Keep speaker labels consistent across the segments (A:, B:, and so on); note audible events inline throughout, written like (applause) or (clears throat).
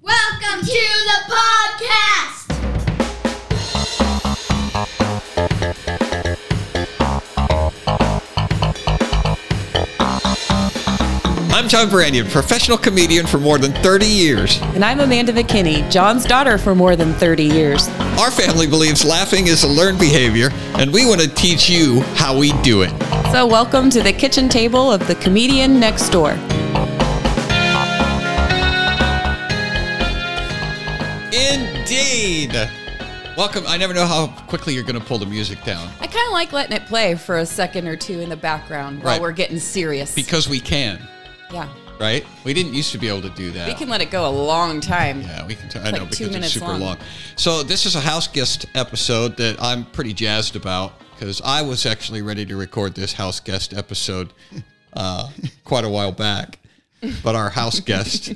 A: Welcome to the podcast.
B: I'm John Brandon, professional comedian for more than 30 years.
C: And I'm Amanda McKinney, John's daughter for more than 30 years.
B: Our family believes laughing is a learned behavior, and we want to teach you how we do it.
C: So, welcome to the kitchen table of the comedian next door.
B: Indeed. Welcome. I never know how quickly you're going to pull the music down
C: I kind of like letting it play for a second or two in the background
B: Right.
C: while we're getting serious.
B: because we can,
C: yeah.
B: right? We didn't used to be able to do that.
C: We can let it go a long time.
B: Yeah, we can. T- I know
C: like
B: because
C: two
B: it's
C: minutes
B: super long.
C: long.
B: So this is a house guest episode that I'm pretty jazzed about because I was actually ready to record this house guest episode uh,
C: (laughs)
B: quite a while back, but our house guest,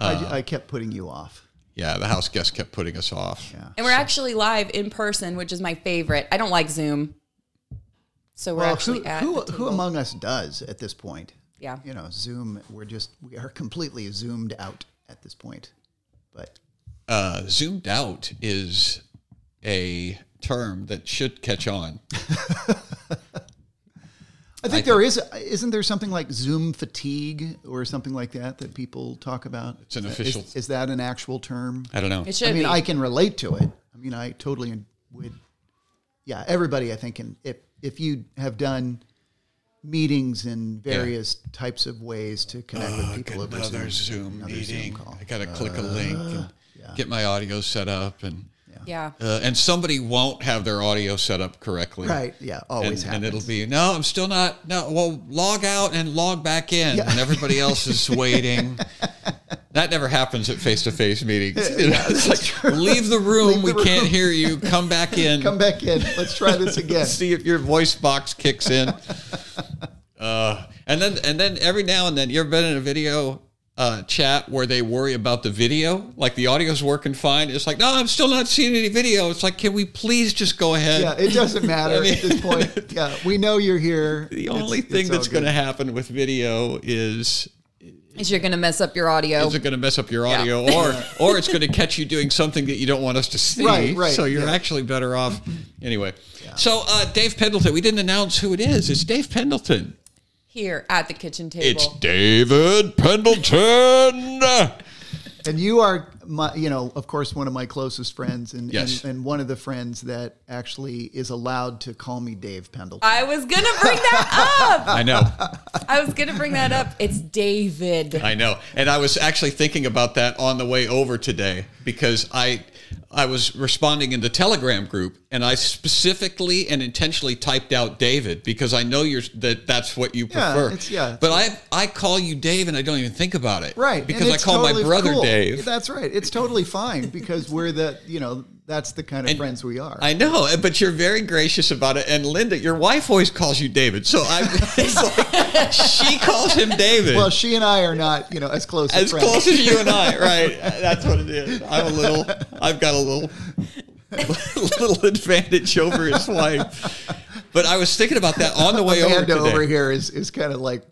B: Uh,
D: I, I kept putting you off.
B: yeah, the house guest kept putting us off.
D: Yeah.
C: And we're actually live in person, which is my favorite. I don't like Zoom. So, we're
D: Well,
C: actually
D: who,
C: at.
D: who,
C: the table.
D: who among us does at this point?
C: Yeah.
D: You know, Zoom, we're just, we are completely zoomed out at this point. But
B: Uh, zoomed out is a term that should catch on.
D: I think there is, isn't there something like Zoom fatigue or something like that that people talk about? Uh,
B: It's an
D: Is-
B: official-
D: Is, that an actual term?
B: I don't know.
C: It should
D: I mean,
C: be.
D: I can relate to it. I mean, I totally would. Yeah, everybody, I think, can, if, if you have done meetings in various types of ways to connect with people over Zoom.
B: another Zoom
D: another Zoom
B: meeting.
D: call. Uh,
B: I got to click a link and get my audio set up and.
C: yeah.
B: Uh, and somebody won't have their audio set up correctly.
D: Right. Yeah.
B: and,
D: Always happens.
B: and it'll be no i'm still not no well log out and log back in and everybody else
D: (laughs)
B: is waiting that never happens at face-to-face meetings You know, (laughs) it's like leave the room
D: Leave
B: we
D: the
B: can't
D: room.
B: hear you come back in
D: (laughs) Come back in. Let's try
B: (laughs)
D: this again.
B: see if your voice box kicks
D: (laughs)
B: in uh, and then and then every now and then you ever been in a video uh, chat where they worry about the video like the audio's working fine it's like no i'm still not seeing any video it's like can we please just go ahead
D: Yeah, it doesn't matter
B: I mean-
D: at
B: (laughs)
D: this point. Yeah, we know you're here.
B: The only thing that's going to happen with video is
C: Is you're going to mess up your audio.
B: is it going to mess up your audio,
D: (laughs)
B: or or it's going to catch you doing something that you don't want us to see.
D: Right, right,
B: So you're
D: yeah.
B: actually better
D: (laughs)
B: off anyway. So uh, Dave Pendleton, we didn't announce who it is. It's Dave Pendleton.
C: Here at the kitchen table.
B: It's David Pendleton.
D: And you are, my, you know, of course, one of my closest friends, and,
B: Yes.
D: and and one of the friends that actually is allowed to call me Dave Pendleton.
C: I was going to bring that up.
B: (laughs) I know,
C: I was gonna bring that up. It's David.
B: I know, and I was actually thinking about that on the way over today because I. I was responding in the Telegram group, and I specifically and intentionally typed out David because I know you're that that's what you
D: Yeah,
B: prefer.
D: it's- yeah, it's-
B: but I I call you Dave, and I don't even think about it,
D: Right, and
B: Because I
D: it's
B: call my
D: totally
B: brother
D: cool.
B: Dave.
D: That's right. It's totally fine because we're the, you know, that's the kind of friends we are.
B: I know, and- but you're very gracious about it. And Linda, your wife always calls you David, so I (laughs) it's like, she calls him David.
D: well, she and I are not, you know, as close as,
B: as
D: friends.
B: close as you and
C: (laughs)
B: I, right? That's what it is. I'm a little. I've got a little, (laughs) little advantage over his wife. But I was thinking about that on the way over
D: Amanda
B: today.
D: over here is is kind of like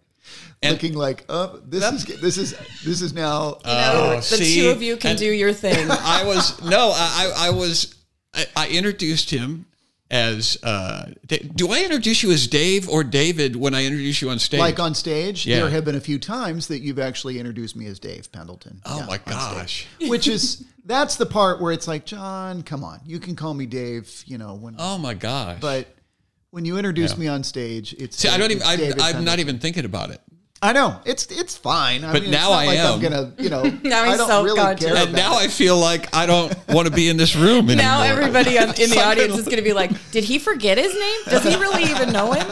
B: And-
D: looking like, oh, this is this is this is now. uh,
B: Oh,
C: the
B: see?
C: two of you can
B: And-
C: do
B: (laughs)
C: your thing. (laughs)
B: I was no. I I I was. I, I introduced him as. Uh, Da- do I introduce you as Dave or David when I introduce you on stage?
D: like on stage,
B: Yeah.
D: there have been a few times that you've actually introduced me as Dave Pendleton.
B: oh
D: Yeah,
B: my
D: on stage.
B: gosh.
D: (laughs) Which is that's the part where it's like, John, come on, you can call me Dave, you know, when
B: Oh my gosh.
D: but when you introduce me on stage, it's
B: See, I don't even.
D: it's
B: I,
D: David
B: I'm not
D: Pendleton.
B: even thinking about it.
D: I know it's it's fine. I
B: But
D: mean,
B: now I
D: it's not like
B: am.
D: I'm gonna, you know,
C: (laughs) Now
D: I
C: he's
D: don't really
C: self-conscious.
D: care.
B: And
D: about
B: now I feel like I don't want to be in this room anymore.
C: now everybody on- in the
B: Fucking-
C: audience is going to be like, "Did he forget his name? Does he really even know him?"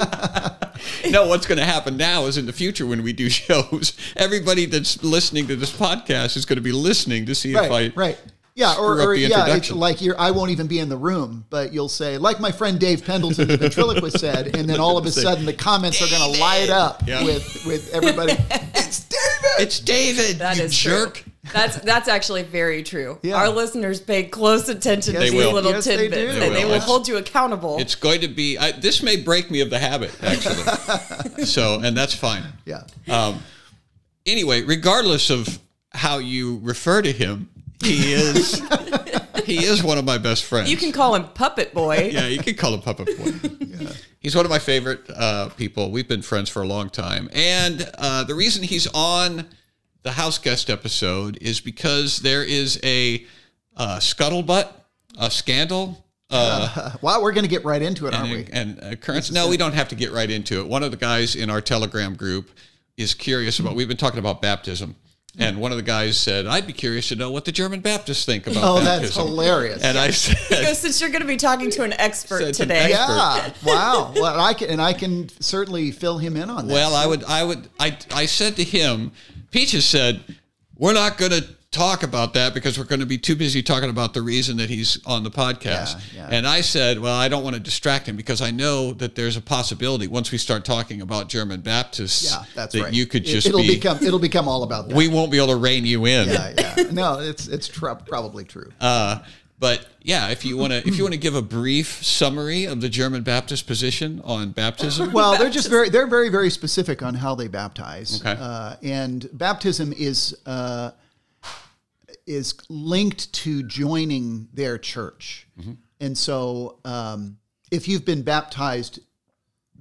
B: No, what's going to happen now is in the future when we do (laughs) shows, everybody that's listening to this podcast is going to be listening to see
D: right,
B: if I
D: right. Yeah,
B: screw
D: or,
B: up
D: or
B: the
D: yeah, it's
B: introduction.
D: like you're. I won't even be in the room, but you'll say, like my friend Dave Pendleton, the ventriloquist said, and then all of a
B: Say,
D: sudden the comments are going to light up
B: Yeah.
D: with with everybody. it's David.
B: It's David,
C: That is
B: you jerk.
C: True. That's that's actually very true.
D: Yeah.
C: Our listeners pay close attention
D: Yes,
C: to
B: they
C: these
B: will.
C: little
D: Yes, they
C: tidbits,
D: do.
C: and
D: They
C: they
B: will.
C: will,
B: It's-
C: hold you accountable.
B: It's going to be. I, this may break me of the habit,
D: (laughs)
B: actually. so, and that's fine.
D: Yeah,
B: Anyway, regardless of how you refer to him, he
D: (laughs)
B: is he is one of my best friends.
C: You can call him Puppet Boy.
B: yeah, you can call him Puppet
D: (laughs)
B: Boy. He's one of my favorite uh, people. We've been friends for a long time, and uh, the reason he's on the house guest episode is because there is a uh, scuttlebutt, a scandal,
D: Wow, we're going to get right into it, aren't we?
B: and, and occurrence. No, we don't have to get right into it. One of the guys in our Telegram group is curious about. We've been talking about baptism, and one of the guys said, "I'd be curious to know what the German Baptists think about
D: Oh,
B: baptism."
D: that's hilarious.
B: And I said,
C: So since you're going to be talking to an expert
B: Said to
C: today,
B: Megan.
D: yeah. wow. Well, I can and I can certainly fill him in on that.
B: "Well, I would, I would, I, I said to him, Peaches said, we're not going to." Talk about that because we're going to be too busy talking about the reason that he's on the podcast.
D: Yeah, yeah.
B: And I said, Well, I don't want to distract him because I know that there's a possibility once we start talking about German Baptists
D: yeah, that's
B: that
D: right.
B: you could
D: It-
B: just
D: it'll
B: be
D: become it'll become all about that.
B: (laughs) we won't be able to rein you in.
D: yeah, yeah. No, it's it's tr- probably true.
B: Uh, but yeah, if you want to, if you want to give a brief summary of the German Baptist position on baptism,
D: (laughs) well, they're just very they're very very specific on how they baptize.
B: Okay.
D: Uh, and baptism is uh, is linked to joining their church, and so um, if you've been baptized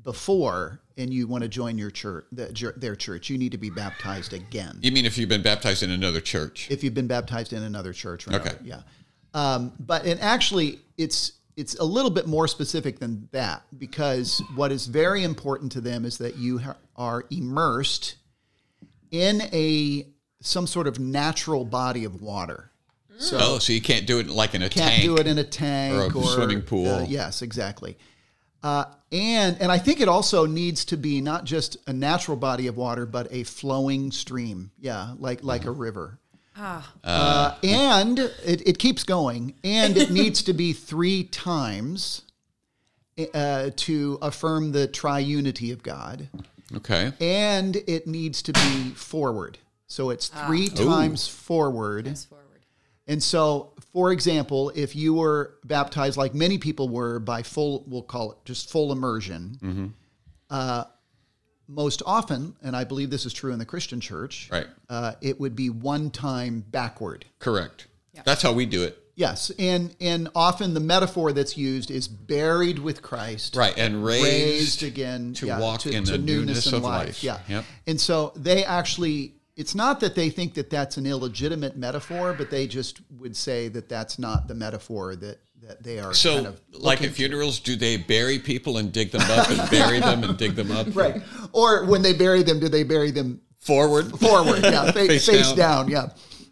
D: before and you want to join your church the, jur- their church, you need to be baptized again
B: you mean if you've been baptized in another church?
D: if you've been baptized in another church. Or
B: Okay.
D: another, yeah. Um, but and actually, it's it's a little bit more specific than that because what is very important to them is that you ha- are immersed in a some sort of natural body of water. So
B: oh, so you can't do it like in a
D: uh, can't
B: tank.
D: do it in a tank
B: Or a swimming pool.
D: uh, yes, exactly. Uh, and and I think it also needs to be not just a natural body of water, but a flowing stream. Yeah, like like a
B: Mm-hmm.
D: river. Ah. Uh, and it, it keeps going, and it needs to be three times uh, to affirm the triunity of God,
B: okay.
D: and it needs to be forward. So it's three times forward.
C: forward.
D: And so, for example, if you were baptized like many people were by full, we'll call it just full immersion, uh, most often, and I believe this is true in the Christian church,
B: Right.
D: uh, it would be one time backward.
B: Correct. That's how we do it.
D: Yes, and and often the metaphor that's used is buried with Christ,
B: Right. And raised,
D: raised again
B: to
D: yeah,
B: walk in the newness
D: in
B: of life.
D: Yeah.
B: Yep.
D: And so they actually, it's not that they think that that's an illegitimate metaphor, but they just would say that that's not the metaphor that, that they are
B: So,
D: kind of
B: like at funerals, do they bury people and dig them up and bury them and dig them up?
D: (laughs) right. Or when they bury them, do they bury them
B: Forward. (laughs)
D: forward? Yeah, fa- face,
B: Face
D: down. Yeah,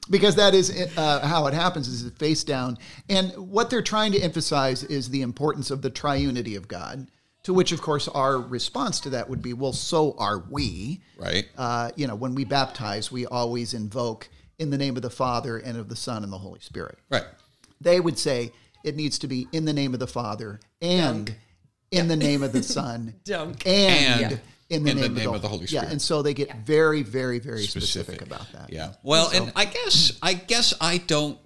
D: because that is uh, how it happens: is it face down. And what they're trying to emphasize is the importance of the triunity of God. To which, of course, our response to that would be, "Well, so are we."
B: Right.
D: uh, you know, when we baptize, we always invoke in the name of the Father and of the Son and the Holy Spirit.
B: right.
D: They would say it needs to be in the name of the Father and in the name
C: (laughs)
D: of the Son
C: Dunk.
D: and
B: And
D: in the
B: in
D: name, of, the,
B: Holy
D: Yeah,
B: Spirit.
D: and so they get very, very, very specific. about that.
B: Yeah. Well, and I guess I guess I don't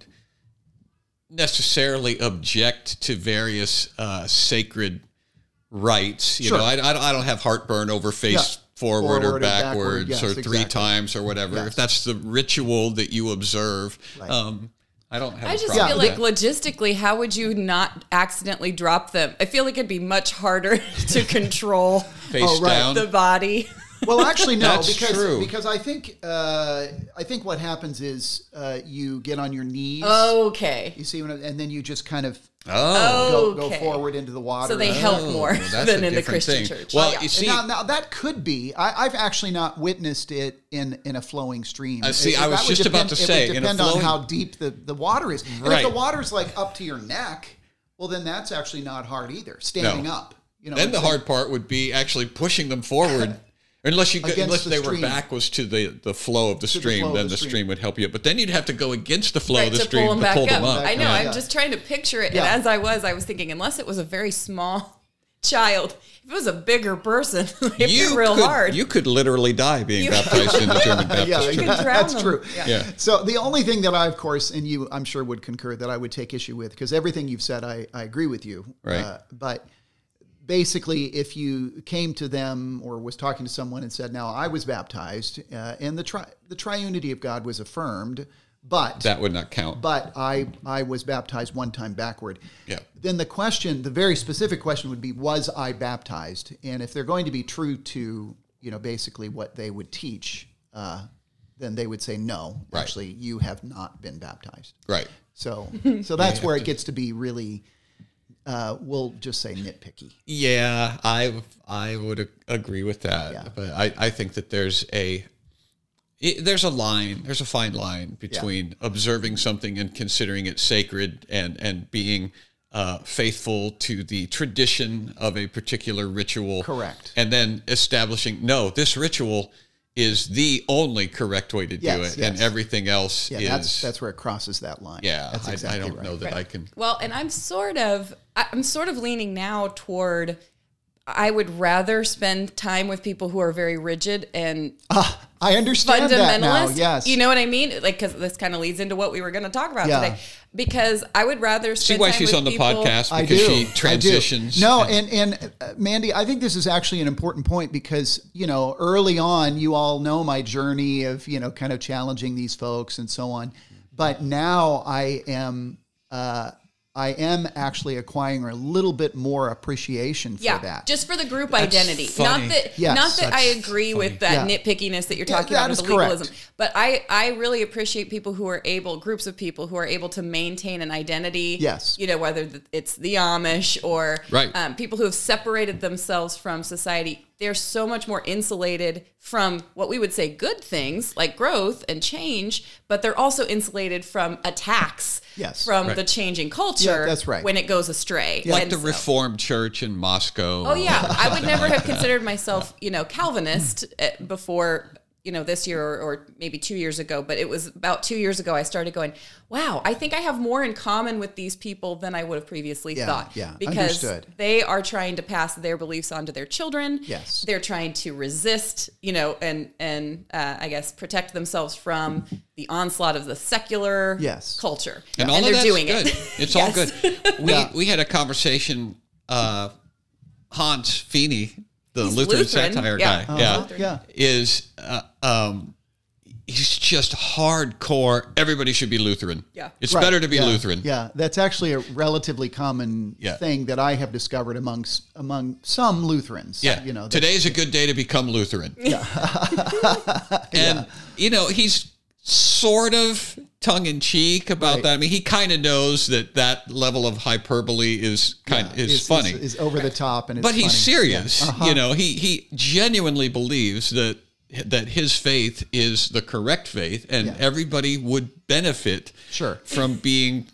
B: necessarily object to various uh, sacred rites. You
D: Sure.
B: know, I, I, I don't have heartburn over face
D: Yeah.
B: forward,
D: Forward
B: or
D: or backward,
B: backwards
D: yes,
B: or three
D: exactly.
B: times or whatever.
D: Yes.
B: If that's the ritual that you observe, um, I don't have.
C: I
B: a
C: just
B: problem
C: feel
B: with
C: like logistically, how would you not accidentally drop them? I feel like it'd be much harder (laughs) to control
B: that. face
D: Oh, right.
B: down.
C: the body.
D: Well, actually, no,
B: That's
D: because
B: true.
D: because I think uh, I think what happens is uh, you get on your knees.
C: Okay.
D: You see, what I- and then you just kind of
B: oh.
D: go, go
C: Okay.
D: forward into the water.
C: So they
D: and-
C: help more (laughs)
B: well, that's
C: than
B: a
C: in the
B: different
C: Christian
B: thing.
C: church.
D: Oh,
C: Oh,
B: Well,
C: yeah.
B: you see-
D: now, now that could be. I, I've actually not witnessed it in in a flowing stream.
B: I see,
D: It-
B: I
D: that
B: was
D: would
B: just about to
D: it would
B: say, in a
D: depend on
B: flowing-
D: how deep the, the water is. And
B: Right.
D: if the water's like up to your neck, well, then that's actually not hard either. Standing
B: No.
D: up, you know.
B: Then
D: it's
B: the
D: like-
B: hard part would be actually pushing them
D: (laughs)
B: forward. Unless you
D: Against
B: unless
D: the
B: they were
D: stream.
B: back was to the, the flow of the
D: the
B: stream,
D: flow of
B: then
D: the
B: the
D: stream.
B: stream. would help you. But then you'd have to go against the flow
C: Right,
B: of the
C: to
B: stream
C: pull them
B: to
C: back
B: pull
C: up.
B: them up.
D: Back
C: I know.
D: up.
C: I'm
D: Yeah.
C: just trying to picture it.
D: Yeah.
C: And as I was, I was thinking, unless it was a very small (laughs) child, if it was a bigger person, (laughs) it'd be real
B: could,
C: hard.
B: You could literally die being
C: You- (laughs)
B: baptized in the German Baptist
D: Yeah,
B: Church.
C: can drown
D: that's
C: them.
D: true.
C: Yeah.
B: Yeah.
D: So the only thing that I, of course, and you, I'm sure, would concur that I would take issue with because everything you've said, I, I agree with you.
B: Right.
D: Uh, but basically, if you came to them or was talking to someone and said, "Now I was baptized," uh, and the tri- the triunity of God was affirmed, but
B: That would not count.
D: but I I was baptized one time backward.
B: Yeah.
D: Then the question, the very specific question would be, was I baptized? And if they're going to be true to you know basically what they would teach, uh, then they would say no.
B: Right.
D: Actually, you have not been baptized.
B: right. (laughs)
D: So so that's where it gets to be really. Uh, we'll just say nitpicky.
B: Yeah, I I would ag- agree with that.
D: Yeah.
B: But I, I think that there's a it, there's a line, there's a fine line between observing something and considering it sacred and and being uh, faithful to the tradition of a particular ritual.
D: Correct.
B: And then establishing no, this ritual is the only correct way to do
D: Yes,
B: it and
D: yes.
B: everything else
D: Yeah,
B: is
D: that's that's where it crosses that line.
B: yeah,
D: that's
B: I, I don't
D: right.
B: know that
C: Right.
B: I can
C: Well, and I'm sort of I- I'm sort of leaning now toward I would rather spend time with people who are very rigid and
D: (laughs) I understand that now.
C: fundamentalist.
D: Yes,
C: You know what I mean? Like cuz this kind of leads into what we were going to talk about
D: Yeah.
C: today because I would rather
B: see
C: spend
B: why
C: time
B: she's
C: with
B: on the
C: people-
B: podcast
D: I
B: because
D: do.
B: she
D: I do.
B: transitions.
D: No, and and uh, Mandy, I think this is actually an important point because you know early on, you all know my journey of you know kind of challenging these folks and so on, but now I am uh, I am actually acquiring a little bit more appreciation for
C: Yeah,
D: that.
C: just for the group identity.
B: funny.
C: Not that
D: Yes.
C: not that I
B: That's
C: agree with that
D: Yeah.
C: nitpickiness that you're
D: Yeah,
C: talking
D: that
C: about
D: is
C: with the
D: correct.
C: legalism. But I I really appreciate people who are able groups of people who are able to maintain an identity.
D: Yes.
C: you know whether th- it's the Amish or
B: Right.
C: um, people who have separated themselves from society. They're so much more insulated from what we would say good things like growth and change, but they're also insulated from attacks
D: Yes.
C: from
B: Right.
C: the changing culture.
D: that's right.
C: When it goes astray,
B: like
C: And
B: the
C: so-
B: Reformed Church in Moscow.
C: Oh yeah, I would never have considered myself, you know, Calvinist eh, before, you know, this year or, or maybe two years ago. But it was about two years ago I started going, wow, I think I have more in common with these people than I would have previously
D: Yeah,
C: thought.
D: yeah,
C: because
D: understood.
C: they are trying to pass their beliefs on to their children.
D: Yes.
C: they're trying to resist, you know, and and uh, I guess protect themselves from the onslaught of the secular
D: Yes.
C: culture,
B: and all of
C: they're
B: that's
C: doing
B: good.
C: (laughs) it.
B: It's all
C: Yes. (laughs)
B: good. We we had a conversation. Uh, Hans Feeney, the Lutheran,
C: Lutheran,
B: satire
C: yeah.
B: guy,
C: Uh-huh.
B: yeah,
D: yeah,
B: is uh, um, he's just hardcore. Everybody should be Lutheran.
C: Yeah.
B: it's
D: Right.
B: better to be
D: Yeah.
B: Lutheran.
D: Yeah, that's actually a relatively common
B: Yeah.
D: thing that I have discovered amongst among some Lutherans.
B: Yeah.
D: you know, that-
B: today's a good day to become Lutheran.
D: (laughs)
B: and you know, he's sort of tongue in cheek about
D: Right.
B: that. I mean, he kind of knows that that level of hyperbole is kind is,
D: is-
B: funny.
D: is, is over the top, and it's
B: but he's
D: funny. Uh-huh.
B: serious. You know, he he genuinely believes that that his faith is the correct faith and
D: Yeah.
B: everybody would benefit
D: Sure.
B: from being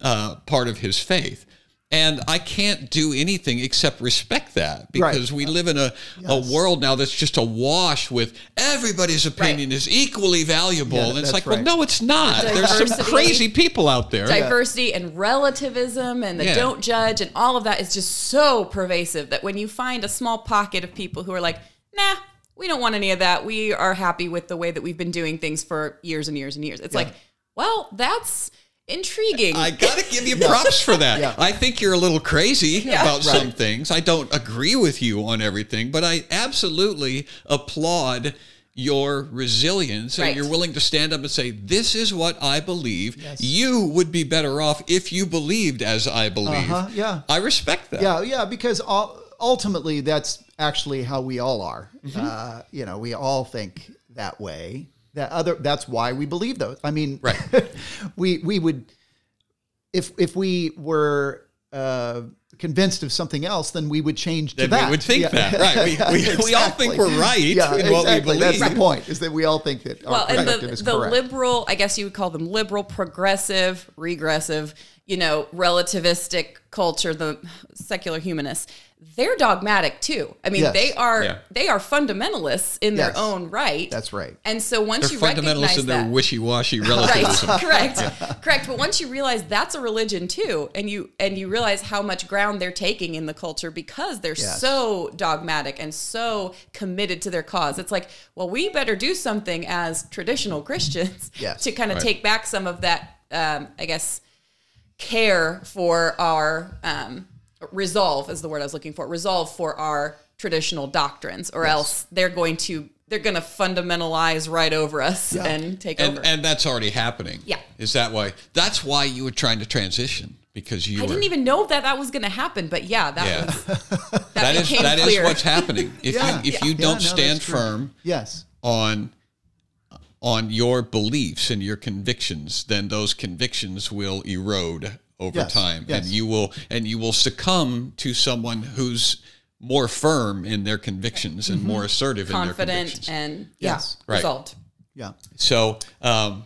B: uh, part of his faith. And I can't do anything except respect that
D: Right.
B: because we live in a, a world now that's just awash with everybody's opinion is equally valuable.
D: Yeah,
B: and it's like,
D: that's right.
B: well, no, it's not. There's some
C: Diversity.
B: crazy people out there.
C: diversity and relativism and the
B: Yeah.
C: don't judge and all of that is just so pervasive that when you find a small pocket of people who are like, nah, we don't want any of that. We are happy with the way that we've been doing things for years and years and years. It's like, well, that's intriguing.
B: I gotta give
D: (laughs)
B: you props for that. I think you're a little crazy about some things. I don't agree with you on everything, but I absolutely applaud your resilience and
C: Right.
B: you're willing to stand up and say, This is what I believe. You would be better off if you believed as I believe.
D: Uh-huh, yeah.
B: I respect that.
D: Yeah, yeah, because all, ultimately that's actually how we all are.
B: Mm-hmm.
D: Uh, you know, we all think that way. That other that's why we believe those. I mean,
B: Right.
D: (laughs) we we would if if we were uh, convinced of something else, then we would change to
B: Then
D: that.
B: we would think
D: Yeah.
B: that, right? We, we,
D: (laughs)
B: we all think
D: Exactly.
B: we're right
D: Yeah,
B: in what
D: exactly.
B: we
D: That's
B: believe.
D: the point is that we all think that
C: well,
D: our
C: and
D: perspective
C: the,
D: is
C: the
D: correct.
C: liberal, I guess you would call them liberal, progressive, regressive, you know, relativistic culture, the secular humanists, they're dogmatic too. I mean,
D: Yes.
C: they are
B: Yeah.
C: they are fundamentalists in
D: Yes.
C: their own right.
D: That's right.
C: And so once
B: They're
C: you recognize
B: fundamentalists in their
C: that,
B: wishy-washy
C: (laughs) right
B: relativism.
C: correct correct but once you realize that's a religion too and you and you realize how much ground they're taking in the culture because they're
D: Yes.
C: so dogmatic and so committed to their cause it's like well we better do something as traditional christians (laughs)
D: Yes.
C: to kind of
B: Right.
C: take back some of that um, i guess care for our um, resolve is the word I was looking for. Resolve for our traditional doctrines, or else they're going to they're going to fundamentalize right over us and take
B: and
C: over.
B: and that's already happening.
C: Yeah.
B: is that why? That's why you were trying to transition because you
C: I
B: were.
C: didn't even know that that was going to happen, but yeah, that
B: Yeah.
C: was that,
B: that is
C: became
B: that is
C: clear.
B: what's
D: (laughs)
B: happening. If
D: Yeah.
B: you, if you
D: Yeah,
B: don't
D: no, that's
B: stand
D: true.
B: firm
D: Yes.
B: on on your beliefs and your convictions, then those convictions will erode over
D: Yes,
B: time, and
D: yes.
B: you will and you will succumb to someone who's more firm in their convictions
D: Mm-hmm.
B: and more assertive in their
C: confident
B: convictions.
C: and yeah,
D: Yes.
B: Right.
C: resolved.
D: Yeah.
B: so, um,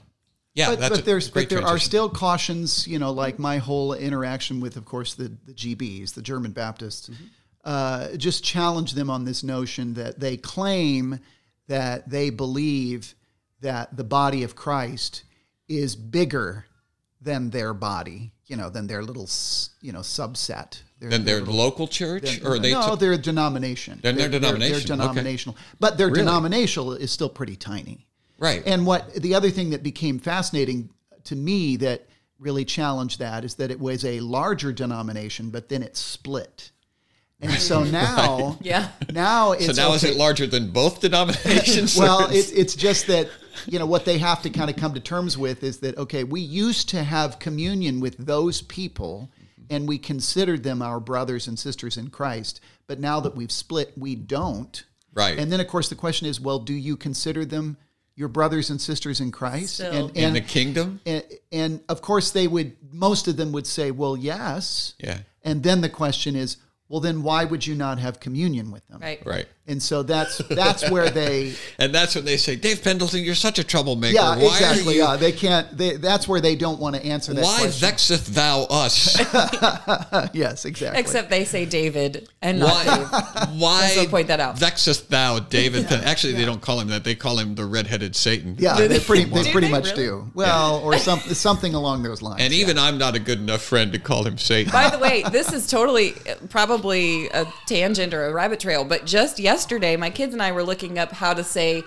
B: yeah,
D: But,
B: that's a
D: but there's
B: great
D: but there are
B: transition.
D: still cautions, you know, like my whole interaction with, of course, the, the GBs, the German Baptists,
B: Mm-hmm.
D: uh, just challenge them on this notion that they claim that they believe that the body of Christ is bigger than their body, you know, than their little, s- you know, subset. Their,
B: then their
D: little-
B: local church or they
D: no,
B: took-
D: they're a denomination.
B: Then they're
D: They're,
B: denomination, okay.
D: denominational, but their denominational is still pretty tiny.
B: right
D: And what the other thing that became fascinating to me that really challenged that is that it was a larger denomination, but then it split. And
B: (laughs)
D: so now,
C: Yeah.
B: so
D: now it's
B: now is
D: okay-
B: it larger than both (laughs) denominations or (laughs)
D: well,
B: is-
D: it's it's just that you know what they have to kind of come to terms with is that okay, we used to have communion with those people, and we considered them our brothers and sisters in Christ. But now that we've split, we don't.
B: Right.
D: And then of course the question is, well, do you consider them your brothers and sisters in Christ?
C: Still.
D: And
B: in
D: and,
B: the kingdom
D: and and of course they would most of them would say, well, yes.
B: yeah
D: And then the question is, well, then why would you not have communion with them?
C: Right.
B: right
D: And so that's
B: (laughs)
D: that's where they
B: and that's when they say dave pendleton you're such a troublemaker
D: Yeah,
B: why
D: exactly.
B: are you
D: yeah, they can't. They, that's where they don't want to answer that
B: why
D: question.
B: vexeth thou
C: (laughs)
B: us
D: (laughs) yes, exactly.
C: Except they say David and not Dave.
B: why why
C: Let's not point that out.
B: vexest thou
C: (laughs)
B: david Pen- actually they don't call him that they call him the red-headed satan
D: yeah, they pretty they
C: Do
D: pretty
C: they
D: much
C: really?
D: do. Well,
C: (laughs)
D: or some, something along those lines.
B: and even i'm not a good enough friend to call him satan
C: By the way, this is totally uh, probably a tangent or a rabbit trail, but just yesterday, my kids and I were looking up how to say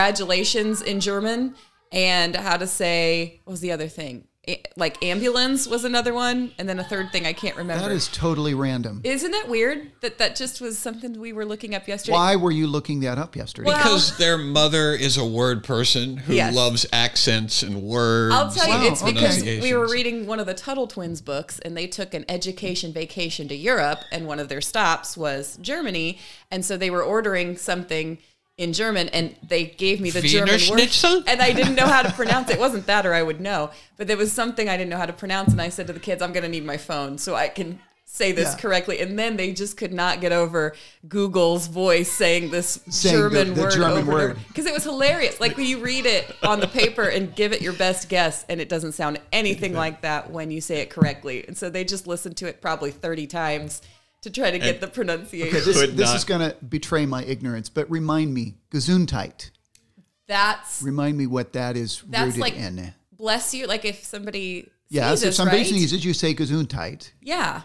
C: congratulations in German and how to say, what was the other thing? A- like ambulance was another one, and then a third thing I can't remember.
D: that is totally random.
C: Isn't it weird that that just was something we were looking up yesterday?
D: Why were you looking that up yesterday?
C: Well-
B: because their mother is a word person who
C: Yes.
B: loves accents and words.
C: I'll tell
D: Wow,
C: you, it's
D: okay.
C: because we were
B: Pronunciations.
C: reading one of the Tuttle Twins books, and they took an education vacation to Europe, and one of their stops was Germany, and so they were ordering something in German, and they gave me the
B: Wiener
C: German
B: Schnitzel?
C: word, and I didn't know how to pronounce it. It wasn't that, or I would know, but there was something I didn't know how to pronounce, and I said to the kids, "I'm going to need my phone so I can." Say this
D: Yeah.
C: correctly, and then they just could not get over Google's voice saying this
D: Saying the-
C: German
D: the
C: word
D: German
C: over
D: word.
C: and over because it was hilarious. Like when you read it on the paper and give it your best guess, and it doesn't sound anything like that when you say it correctly. And so they just listened to it probably thirty times to try to get the pronunciation.
D: Okay, this,
B: Could
D: this
B: not.
D: is going to betray my ignorance, but remind me, Gesundheit.
C: That's
D: Remind me what that is
C: That's
D: rooted
C: like-
D: in.
C: bless you. Like if somebody
D: Yes,
C: sneezes,
D: if somebody
C: right?
D: sneezes, you say Gesundheit.
C: yeah,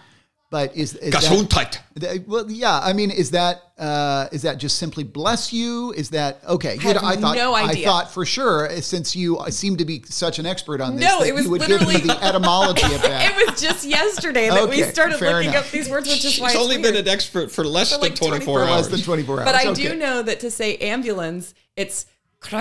D: But is, is that,
B: Gesundheit.
D: That- Well, yeah. I mean, is that uh, is that just simply bless you? Is that okay? You
C: have
D: know, I thought
C: no idea.
D: I thought for sure uh, since you uh, seem to be such an expert on this,
C: No,
D: that
C: it was
D: you would give me
C: literally- (laughs)
D: the etymology of that.
C: it was just yesterday that we
D: Okay,
C: started
D: fair
C: looking
D: enough.
C: up these words, which is
B: She's
C: why it's
B: only
C: weird.
B: been an expert for less
C: For
B: than
C: like
B: 24,
C: 24
B: hours.
D: Less than twenty four hours.
C: But I
D: Okay.
C: do know that to say ambulance, it's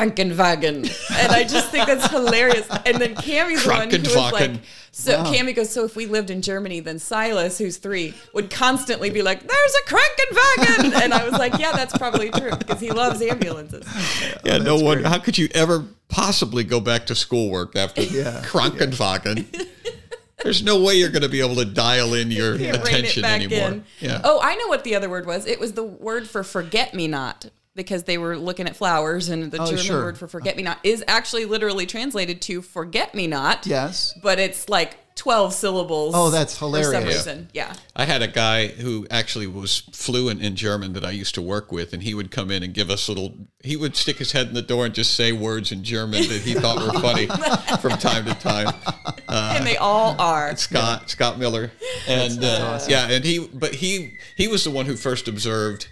C: Krankenwagen. And I just think that's hilarious. And then Cammy's the one who was like,
B: Krankenwagen.
C: so Cammy goes, so if we lived in Germany, then Silas, who's three, would constantly be like, there's a Krankenwagen. And I was like, yeah, that's probably true because he loves ambulances.
B: yeah, no one. How could you ever possibly go back to schoolwork after (laughs) Krankenwagen? (laughs) There's no way you're going to be able to dial in your
C: (laughs) Can't rein it
B: attention
C: back
B: anymore.
C: in.
B: Yeah.
C: Oh, I know what the other word was. It was the word for forget me not because they were looking at flowers and the
D: Oh,
C: German
D: sure.
C: word for forget me not is actually literally translated to forget me not.
D: Yes.
C: but it's like 12 syllables.
D: Oh, that's
C: For some
D: hilarious.
C: reason. Yeah.
B: I had a guy who actually was fluent in German that I used to work with, and he would come in and give us little. He would stick his head in the door and just say words in German that he thought were
C: (laughs)
B: funny from time to time.
C: and they all
D: Uh,
C: are.
B: Scott Scott Miller, and uh, yeah, and he but he he was the one who first observed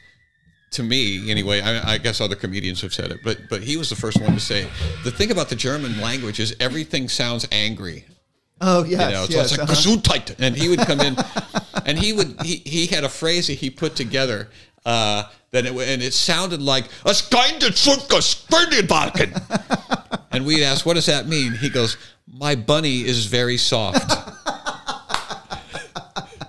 B: to me anyway. I, I guess other comedians have said it, but but he was the first one to say it. the thing about the German language is everything sounds angry.
D: Oh yes,
B: you know, so
D: yes.
B: it's like
D: uh-huh.
B: Gesundheit, and he would come in, and he would he, he had a phrase that he put together uh, that it, wa- and it sounded like a kind of and we'd ask, "What does that mean?" He goes, "My bunny is very soft."
D: (laughs)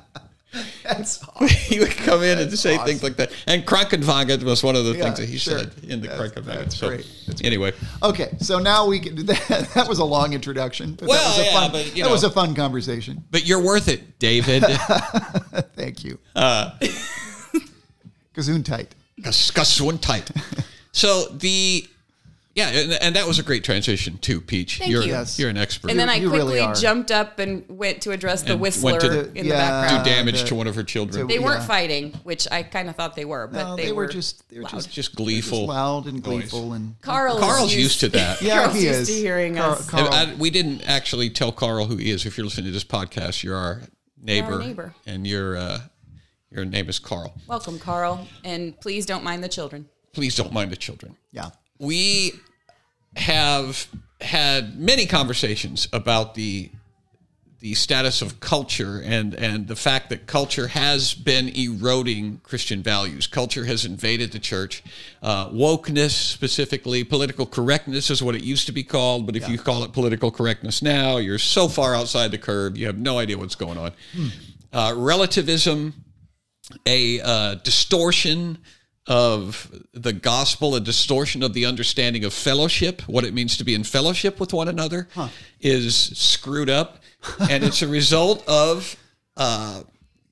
D: That's
B: (laughs)
D: awesome.
B: he would come in and say things like that. And Krankenwagen was one of the
D: Yeah,
B: things that he
D: sure.
B: said in the
D: That's-
B: Krankenwagen.
D: that's
B: so
D: great. That's
B: anyway,
D: Okay, so now we can. (laughs) That, that was a long introduction. But
B: Well,
D: that was a
B: yeah,
D: fun,
B: but, you
D: that
B: know.
D: was a fun conversation.
B: but you're worth it,
D: (laughs)
B: David.
D: Thank you.
B: Uh.
D: (laughs) Gesundheit.
B: Gesundheit. So the yeah, and, and that was a great transition too, Peach.
C: Thank
B: you're
C: you.
D: Yes.
B: you're an expert.
C: And then I
D: you really
C: quickly
D: are.
C: jumped up and went to address the
B: And went
C: whistler
B: to-
C: in the
D: Yeah.
B: do
C: background.
B: damage
D: the-
B: to one of her children.
C: They weren't
D: Yeah.
C: fighting, which I kind of thought they were, but
D: No,
C: they, were just
D: they were
C: loud.
D: just,
B: just
D: just
B: gleeful.
D: loud and
B: noise.
D: gleeful and
C: Carl.
B: Carl's
C: is
B: used to that.
D: (laughs) Yeah,
C: Carl's
D: he
C: used
D: is
C: to hearing
D: Carl-
C: us.
D: Carl-
B: And I- we didn't actually tell Carl who he is. If you're listening to this podcast, you're our neighbor,
C: neighbor.
B: and your uh, your name is Carl.
C: (laughs) Welcome, Carl, and please don't mind the children.
B: Please don't mind the children.
D: yeah.
B: we have had many conversations about the the status of culture and and the fact that culture has been eroding Christian values. Culture has invaded the church. Uh, wokeness, specifically, political correctness is what it used to be called. But if you call it political correctness now, you're so far outside the curve, you have no idea what's going on. Uh, relativism, a uh, distortion of the gospel, a distortion of the understanding of fellowship, what it means to be in fellowship with one another, is screwed up. and it's a result of uh,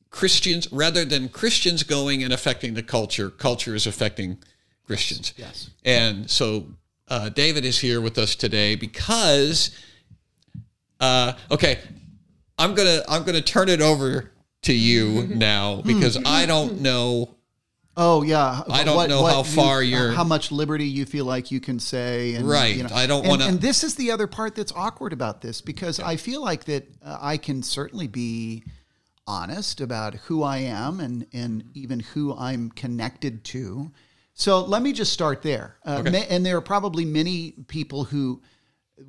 B: Christians, rather than Christians going and affecting the culture, culture is affecting Christians.
D: Yes.
B: And so uh, David is here with us today because, uh, okay, I'm gonna I'm gonna turn it over to
D: (laughs)
B: you
D: Hmm.
B: now because I don't know.
D: Oh yeah.
B: I don't know how far you're-
D: how much liberty you feel like you can say. And,
B: Right.
D: you know-
B: I don't
D: and-
B: wanna-
D: And this is the other part that's awkward about this because I feel like that uh, I can certainly be honest about who I am and and even who I'm connected to. So let me just start there. Uh, ma- and there are probably many people who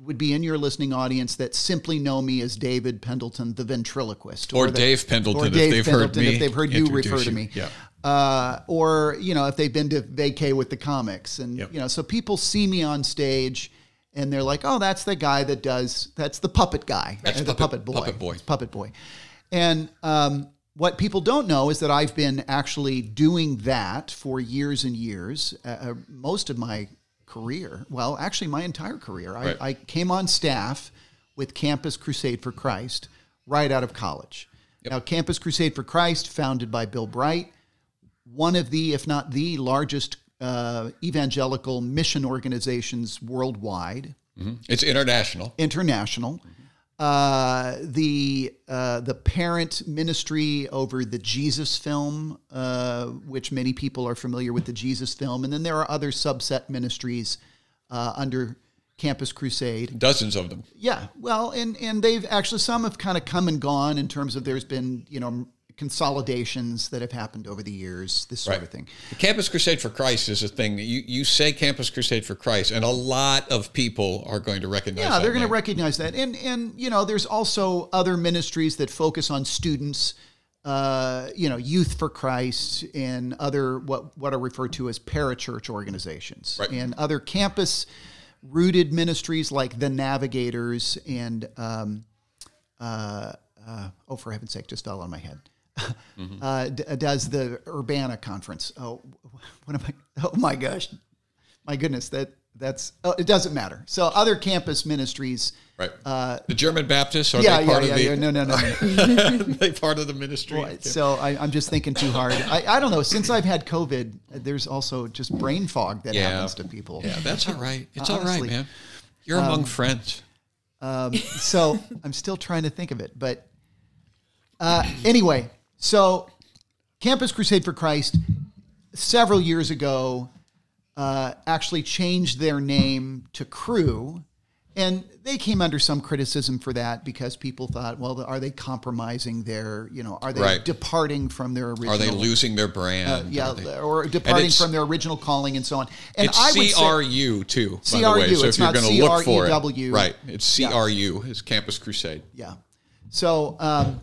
D: would be in your listening audience that simply know me as David Pendleton, the ventriloquist,
B: Or
D: that-
B: Dave Pendleton,
D: or
B: if
D: Dave
B: they've heard
D: Pendleton,
B: me
D: if they've heard you
B: introduce
D: refer to
B: you.
D: me,
B: Yeah.
D: uh, or you know if they've been to vacay with the comics and
B: Yep.
D: you know so people see me on stage and they're like oh that's the guy that does that's the puppet guy
B: That's
D: the
B: puppet-
D: puppet boy
B: puppet boy.
D: It's puppet boy and um, what people don't know is that i've been actually doing that for years and years uh, uh, most of my career well actually my entire career I,
B: Right.
D: I came on staff with campus crusade for christ right out of college now campus crusade for christ founded by bill bright one of the, if not the largest uh, evangelical mission organizations worldwide,
B: It's international.
D: international. Uh, the uh, the parent ministry over the Jesus film, uh, which many people are familiar with the Jesus film, and then there are other subset ministries uh, under Campus Crusade.
B: Dozens of them.
D: Yeah, well, and and they've actually some have kind of come and gone in terms of there's been you know consolidations that have happened over the years, this sort
B: Right.
D: of thing.
B: The Campus Crusade for Christ is a thing that you, you say Campus Crusade for Christ, and a lot of people are going to recognize.
D: Yeah,
B: that
D: they're going to
B: name.
D: recognize that, and and you know, there's also other ministries that focus on students, uh, you know, Youth for Christ, and other what what are referred to as parachurch organizations,
B: Right.
D: and other campus rooted ministries like the Navigators and um, uh, uh, oh, for heaven's sake, just fell on my head. (laughs) uh, d- does the Urbana conference? Oh, (laughs) what am I? Oh my gosh, my goodness, that that's oh, it doesn't matter. So other campus ministries,
B: Right. the German Baptists are
D: uh, yeah,
B: they
D: yeah,
B: part
D: yeah,
B: of the (laughs)
D: yeah, no, no, no. no.
B: they part of the ministry.
D: so I, I'm just thinking too hard. I, I don't know. Since I've had COVID, there's also just brain fog that
B: Yeah.
D: happens to people.
B: yeah, that's all right. It's all
D: Honestly.
B: right,
D: Um,
B: man. You're among friends.
D: So I'm still trying to think of it, but uh, anyway, so Campus Crusade for Christ several years ago uh, actually changed their name to Crew and they came under some criticism for that because people thought, well, are they compromising their, you know, are they
B: Right.
D: departing from their original?
B: Are they losing their brand?
D: Uh, Yeah,
B: Are they-
D: or
B: and
D: departing
B: it's-
D: from their original calling and so on. And
B: It's E.
D: I would say,
B: CRU too, by the way.
D: CRU,
B: So
D: it's
B: if you're
D: not E
B: going to look for it,
D: CREW.
B: right? It's CRU. It's Campus Crusade.
D: yeah. So, um,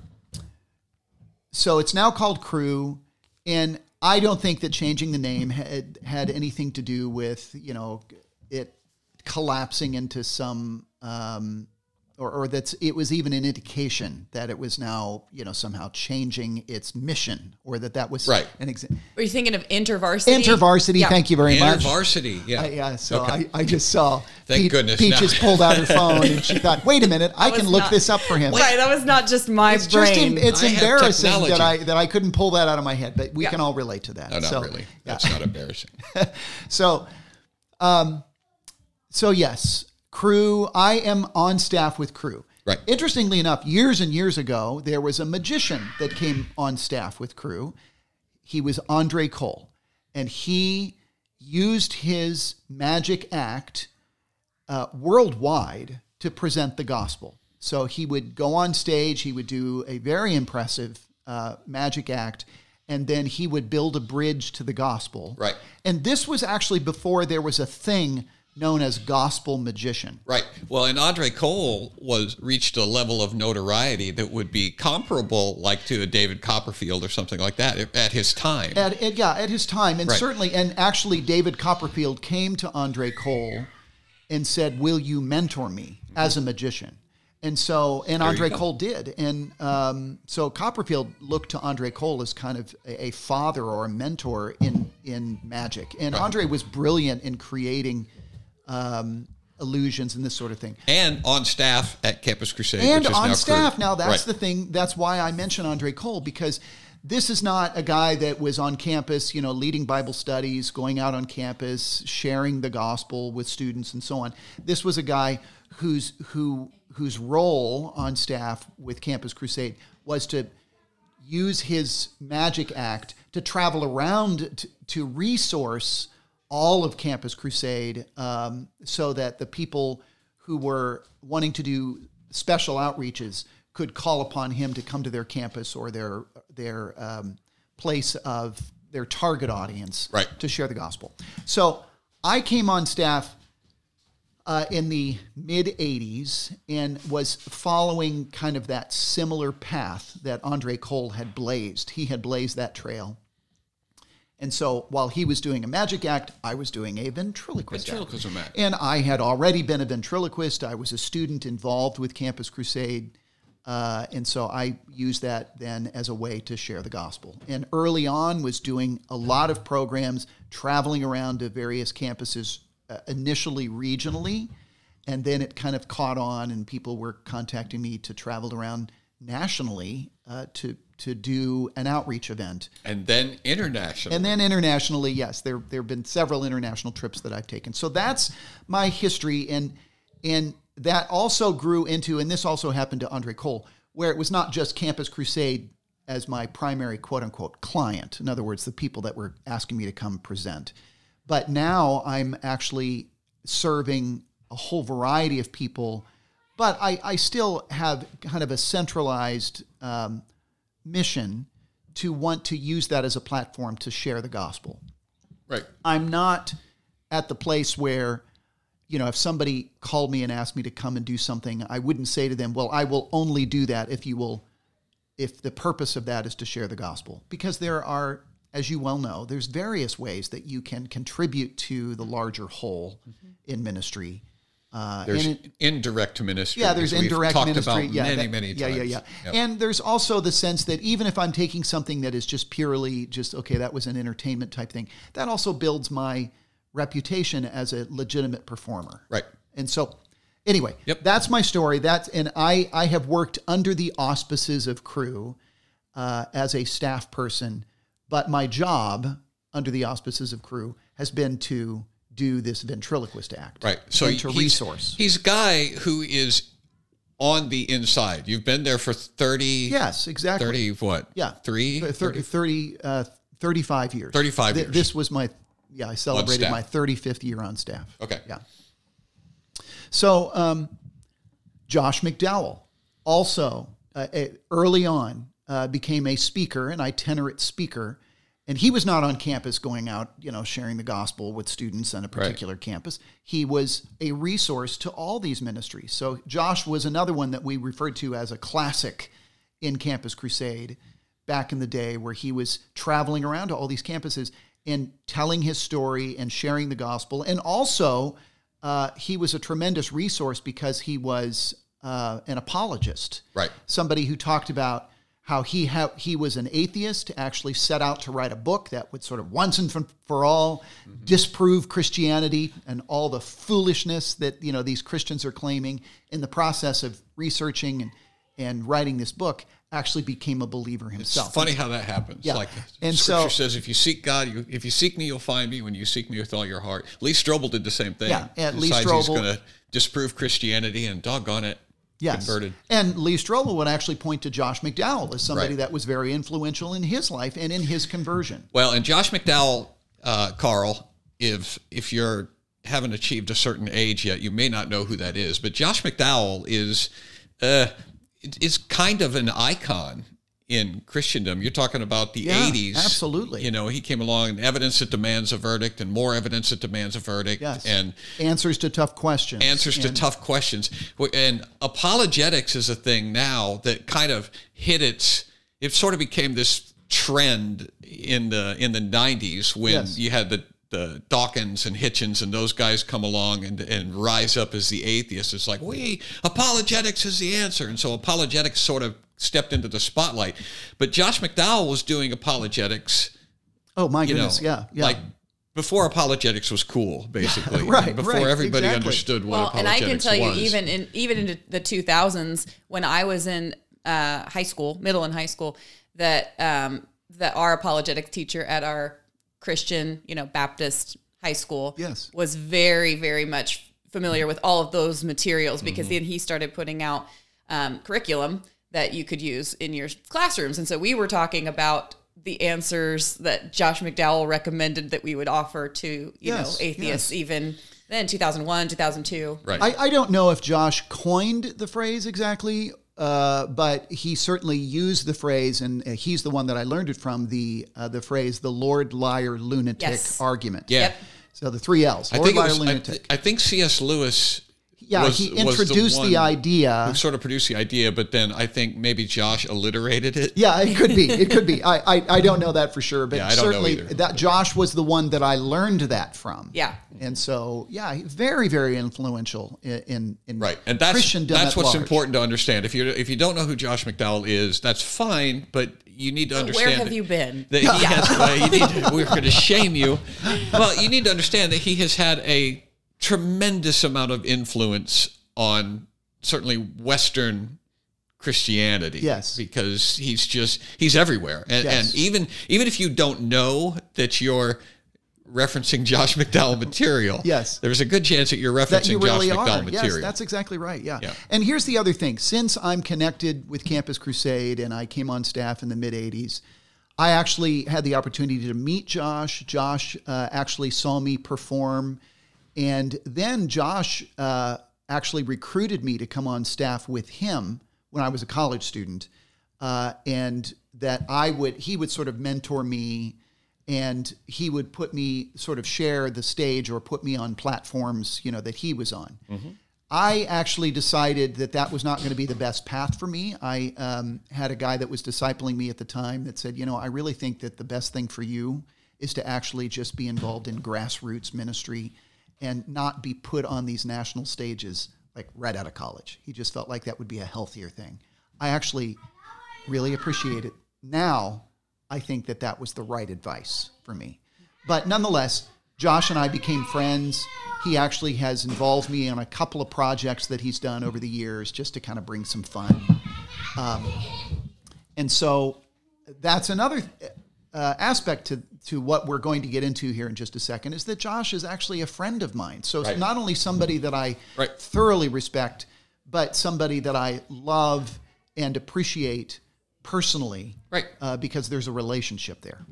D: so it's now called Crew, and I don't think that changing the name had had anything to do with you know it collapsing into some. Um, or, or that's it was even an indication that it was now you know somehow changing its mission or that that was
B: Right.
D: an exa-
C: Were you thinking of intervarsity?
D: intervarsity
C: Yeah.
D: thank you very much
B: Varsity. Yeah.
D: I- yeah, so
B: Okay.
D: I, I just saw.
B: Thank goodness.
D: Peaches
B: Now-
D: pulled out her phone and she thought, "Wait a minute, I can
C: was
D: look
C: not-
D: this up for him."
C: Right, that was not just my
D: It's
C: brain.
D: just em- it's
B: I have
D: embarrassing that
B: technology.
D: I that I couldn't pull that out of my head, but we
C: Yeah.
D: can all relate to that.
B: no, not
D: so,
B: really.
D: yeah.
B: That's not embarrassing. (laughs)
D: So, um, so yes, crew. I am on staff with crew.
B: Right.
D: Interestingly enough, years and years ago, there was a magician that came on staff with crew. He was Andre Cole, and he used his magic act uh, worldwide to present the gospel. So he would go on stage, he would do a very impressive uh, magic act, and then he would build a bridge to the gospel.
B: Right.
D: And this was actually before there was a thing known as gospel magician.
B: Right. Well, and Andre Cole was reached a level of notoriety that would be comparable, like to a David Copperfield or something like that, at his time.
D: At, at- yeah, at his time, and
B: Right.
D: certainly, and actually, David Copperfield came to Andre Cole and said, "Will you mentor me as a magician?" And so, and Andre
B: go.
D: Cole did, and um, so Copperfield looked to Andre Cole as kind of a, a father or a mentor in in magic, and Andre was brilliant in creating um, illusions and this sort of thing
B: and on staff at Campus Crusade,
D: and
B: which is
D: on
B: now
D: staff
B: Crew.
D: now
B: Right.
D: that's the thing that's why i mention andre cole because this is not a guy that was on campus you know leading bible studies going out on campus sharing the gospel with students and so on this was a guy whose who whose role on staff with campus crusade was to use his magic act to travel around to, to resource all of Campus Crusade um, so that the people who were wanting to do special outreaches could call upon him to come to their campus or their their um, place of their target audience
B: Right.
D: to share the gospel. So I came on staff uh, in the mid 80s and was following kind of that similar path that Andre Cole had blazed. He had blazed that trail. And so while he was doing a magic act, I was doing a ventriloquist,
B: Ventriloquism act.
D: And I had already been a ventriloquist. I was a student involved with Campus Crusade. Uh, and so I used that then as a way to share the gospel. And early on was doing a lot of programs, traveling around to various campuses, uh, initially regionally. And then it kind of caught on, and people were contacting me to travel around nationally uh, to to do an outreach event.
B: and then international.
D: And then internationally, yes, there there have been several international trips that I've taken. So that's my history, and and that also grew into, and this also happened to Andre Cole, where it was not just Campus Crusade as my primary quote unquote client. In other words, the people that were asking me to come present, but now I'm actually serving a whole variety of people. But I, I still have kind of a centralized um, mission to want to use that as a platform to share the gospel.
B: right.
D: I'm not at the place where, you know, if somebody called me and asked me to come and do something, I wouldn't say to them, well, I will only do that if you will, if the purpose of that is to share the gospel. Because there are, as you well know, there's various ways that you can contribute to the larger whole in ministry. Uh,
B: There's
D: and it-
B: indirect ministry.
D: yeah, there's
B: which we've
D: indirect
B: talked
D: ministry.
B: about
D: yeah,
B: many,
D: that-
B: many
D: yeah,
B: times.
D: yeah, yeah,
B: Yep.
D: And there's also the sense that even if I'm taking something that is just purely just okay, that was an entertainment type thing, that also builds my reputation as a legitimate performer.
B: Right.
D: And so, anyway,
B: Yep.
D: that's my story. That's and I I have worked under the auspices of Crew uh, as a staff person, but my job under the auspices of Crew has been to do this ventriloquist act.
B: Right. So
D: and to
B: he's-
D: resource.
B: He's a guy who is on the inside. You've been there for 30,
D: Yes, exactly.
B: 30 what?
D: Yeah.
B: Three?
D: Th- thir- 30, uh, 35 years.
B: 35 years.
D: This was my, yeah, I celebrated
B: staff.
D: my 35th year on staff.
B: Okay.
D: Yeah. So um, Josh McDowell also uh, eh, early on uh, became a speaker, an itinerant speaker, and he was not on campus going out, you know, sharing the gospel with students on a particular campus. He was a resource to all these ministries. So Josh was another one that we referred to as a classic in Campus Crusade back in the day, where he was traveling around to all these campuses and telling his story and sharing the gospel, and also uh, he was a tremendous resource because he was uh, an apologist,
B: Right.
D: Somebody who talked about how he ha- he was an atheist, actually set out to write a book that would sort of once and for- for all
B: Mm-hmm.
D: disprove Christianity and all the foolishness that you know these Christians are claiming. In the process of researching and and writing this book, actually became a believer himself.
B: It's funny how that happens.
D: Yeah.
B: Like
D: And
B: scripture
D: so-
B: says, if you seek God, you if you seek me, you'll find me. When you seek me with all your heart, Lee Strobel did the same thing.
D: Yeah, and Lee
B: Decides he's
D: Strobel-
B: going to disprove Christianity, and doggone it,
D: yes.
B: converted.
D: And Lee Strobel would actually point to Josh McDowell as somebody
B: Right.
D: that was very influential in his life and in his conversion.
B: Well, and Josh McDowell, uh, Carl, if if you're haven't achieved a certain age yet, you may not know who that is. But Josh McDowell is uh, is kind of an icon in Christendom. You're talking about the
D: Yeah,
B: 80s,
D: absolutely.
B: You know, he came along and evidence that demands a verdict, and more evidence that demands a verdict,
D: Yes.
B: and
D: Answers to tough questions.
B: answers to
D: And-
B: tough questions. W- And apologetics is a thing now that kind of hit its. It sort of became this trend in the in the '90s when
D: Yes.
B: you had the the Dawkins and Hitchens and those guys come along and and rise up as the atheists. It's like we apologetics is the answer, and so apologetics sort of stepped into the spotlight. But Josh McDowell was doing apologetics
D: Oh my
B: you know,
D: goodness! yeah, yeah.
B: like before apologetics was cool, basically,
D: (laughs) Right,
B: Before
D: right,
B: everybody
D: exactly.
B: understood what
C: well, and I
B: apologetics
C: can tell
B: was.
C: you, even in even in the 2000s, when I was in uh, high school, middle and high school, that um, that our apologetics teacher at our Christian, you know, Baptist high school,
D: Yes.
C: was very, very much familiar with all of those materials because then he started putting out um, curriculum that you could use in your classrooms, and so we were talking about the answers that Josh McDowell recommended that we would offer to you
D: Yes,
C: know atheists even then 2001 2002
B: right,
D: I, I don't know if Josh coined the phrase exactly, uh, but he certainly used the phrase, and uh, he's the one that I learned it from the uh, the phrase "the Lord liar lunatic
C: Yes.
D: argument."
B: yeah.
C: Yep.
D: So the three L's:
B: I
D: Lord
B: think it
D: liar
B: was, I,
D: lunatic.
B: I think C.S. Lewis.
D: yeah,
B: was-
D: he
B: was the
D: introduced the,
B: one
D: idea.
B: who Sort of produced the idea, but then I think maybe Josh alliterated it.
D: Yeah, it could be. It could be. I, I, I don't know that for sure, but
B: Yeah, I don't know
D: certainly
B: either.
D: that Josh was the one that I learned that from.
C: Yeah.
D: And so, yeah, very, very influential in in, in
B: Right, and that's
D: Christendom
B: that's
D: at
B: what's
D: large.
B: important to understand. If you if you don't know who Josh McDowell is, that's fine, but you need to understand.
C: where have
B: that-
C: you been
D: (laughs)
B: that he has, uh, you need to- we're going to shame you. Well, you need to understand that he has had a tremendous amount of influence on certainly Western Christianity.
D: Yes.
B: because he's just he's everywhere, and,
D: Yes.
B: and even even if you don't know that you're referencing Josh McDowell material,
D: Yes.
B: there's a good chance that you're referencing
D: that you really
B: Josh McDowell
D: are.
B: material.
D: Yes, that's exactly right. Yeah.
B: Yeah.
D: And here's the other thing: since I'm connected with Campus Crusade and I came on staff in the mid '80s, I actually had the opportunity to meet Josh. Josh uh, actually saw me perform, and then Josh uh, actually recruited me to come on staff with him when I was a college student, uh, and that I would he would sort of mentor me and he would put me sort of share the stage or put me on platforms you know that he was on i actually decided that that was not going to be the best path for me i um, had a guy that was discipling me at the time that said you know i really think that the best thing for you is to actually just be involved in grassroots ministry and not be put on these national stages like right out of college he just felt like that would be a healthier thing i actually really appreciate it. Now, I think that that was the right advice for me. But nonetheless, Josh and I became friends. He actually has involved me on a couple of projects that he's done over the years just to kind of bring some fun. Um, and so that's another uh, aspect to, to what we're going to get into here in just a second is that Josh is actually a friend of mine. So
B: Right.
D: not only somebody that I
B: Right.
D: thoroughly respect, but somebody that I love and appreciate personally,
B: Right.
D: Uh, because there's a relationship there.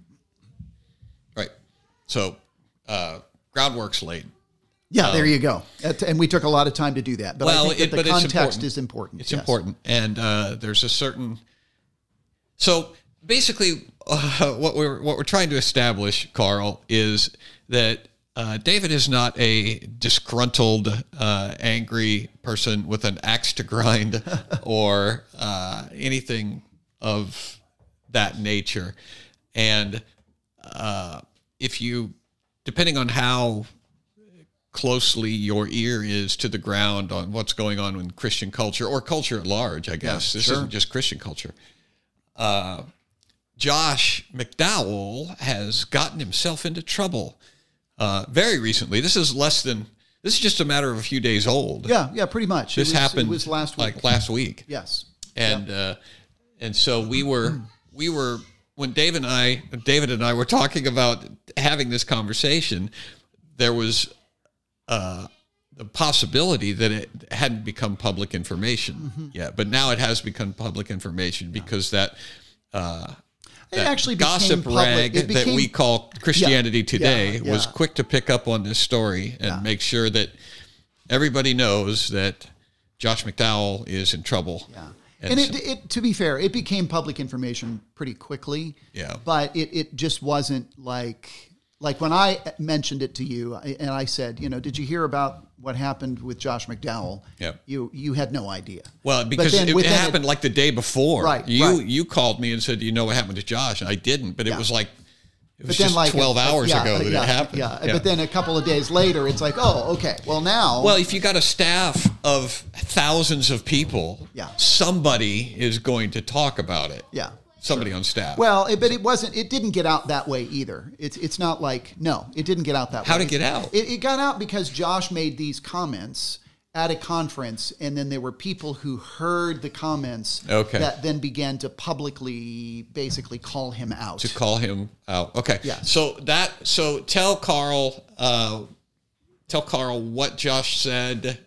B: Right. So, uh, groundwork's laid.
D: Yeah, there you go. At- And we took a lot of time to do that. But
B: Well,
D: I think
B: it-
D: that
B: but
D: the
B: it's
D: context
B: important.
D: is important.
B: It's
D: yes.
B: important, and uh, there's a certain. So basically, uh, what we're what we're trying to establish, Carl, is that uh, David is not a disgruntled, uh, angry person with an axe to grind or uh, anything of that nature, and uh, if you, depending on how closely your ear is to the ground on what's going on in Christian culture or culture at large, I guess. this isn't just Christian culture. Uh, Josh McDowell has gotten himself into trouble uh, very recently. This is less than, this is just a matter of a few days old.
D: Yeah, yeah, pretty much.
B: This
D: it was,
B: happened
D: It was last week.
B: Like last week
D: yes.
B: and uh, and so we were we were when Dave and I David and I were talking about having this conversation, there was uh, the possibility that it hadn't become public information
D: Mm-hmm.
B: yet, but now it has become public information because that. Uh,
D: It
B: that
D: actually became
B: gossip
D: public.
B: rag that
D: It became-
B: we call Christianity today
D: yeah,
B: was
D: yeah.
B: quick to pick up on this story and make sure that everybody knows that Josh McDowell is in trouble.
D: Yeah.
B: And
D: And, it, it, to be fair, it became public information pretty quickly.
B: Yeah.
D: But it, it just wasn't like like when I mentioned it to you, I- and I said, you know, did you hear about what happened with Josh McDowell?
B: Yep.
D: You you had no idea.
B: Well,
D: But
B: because
D: then
B: it, it
D: within
B: happened like the day before.
D: Right,
B: You
D: right.
B: you called me and said, "Do you know what happened to Josh?" And I didn't, but it
D: Yeah.
B: was like it was
D: but then
B: just
D: like uh,
B: twelve hours
D: yeah,
B: ago that
D: yeah,
B: it happened.
D: Yeah. But then a couple of days later, it's like, oh, okay. Well, now.
B: well, if you got a staff of thousands of people,
D: Yeah.
B: somebody is going to talk about it.
D: yeah.
B: somebody on staff.
D: Well, it, but it wasn't. It didn't get out that way either. It's it's not like no, it didn't get out that
B: How'd
D: way.
B: it get out?
D: It, it got out because Josh made these comments at a conference, and then there were people who heard the comments
B: Okay.
D: that then began to publicly, basically, call him out.
B: to call him out. Okay.
D: Yeah.
B: So that so tell Carl uh, tell Carl what Josh said,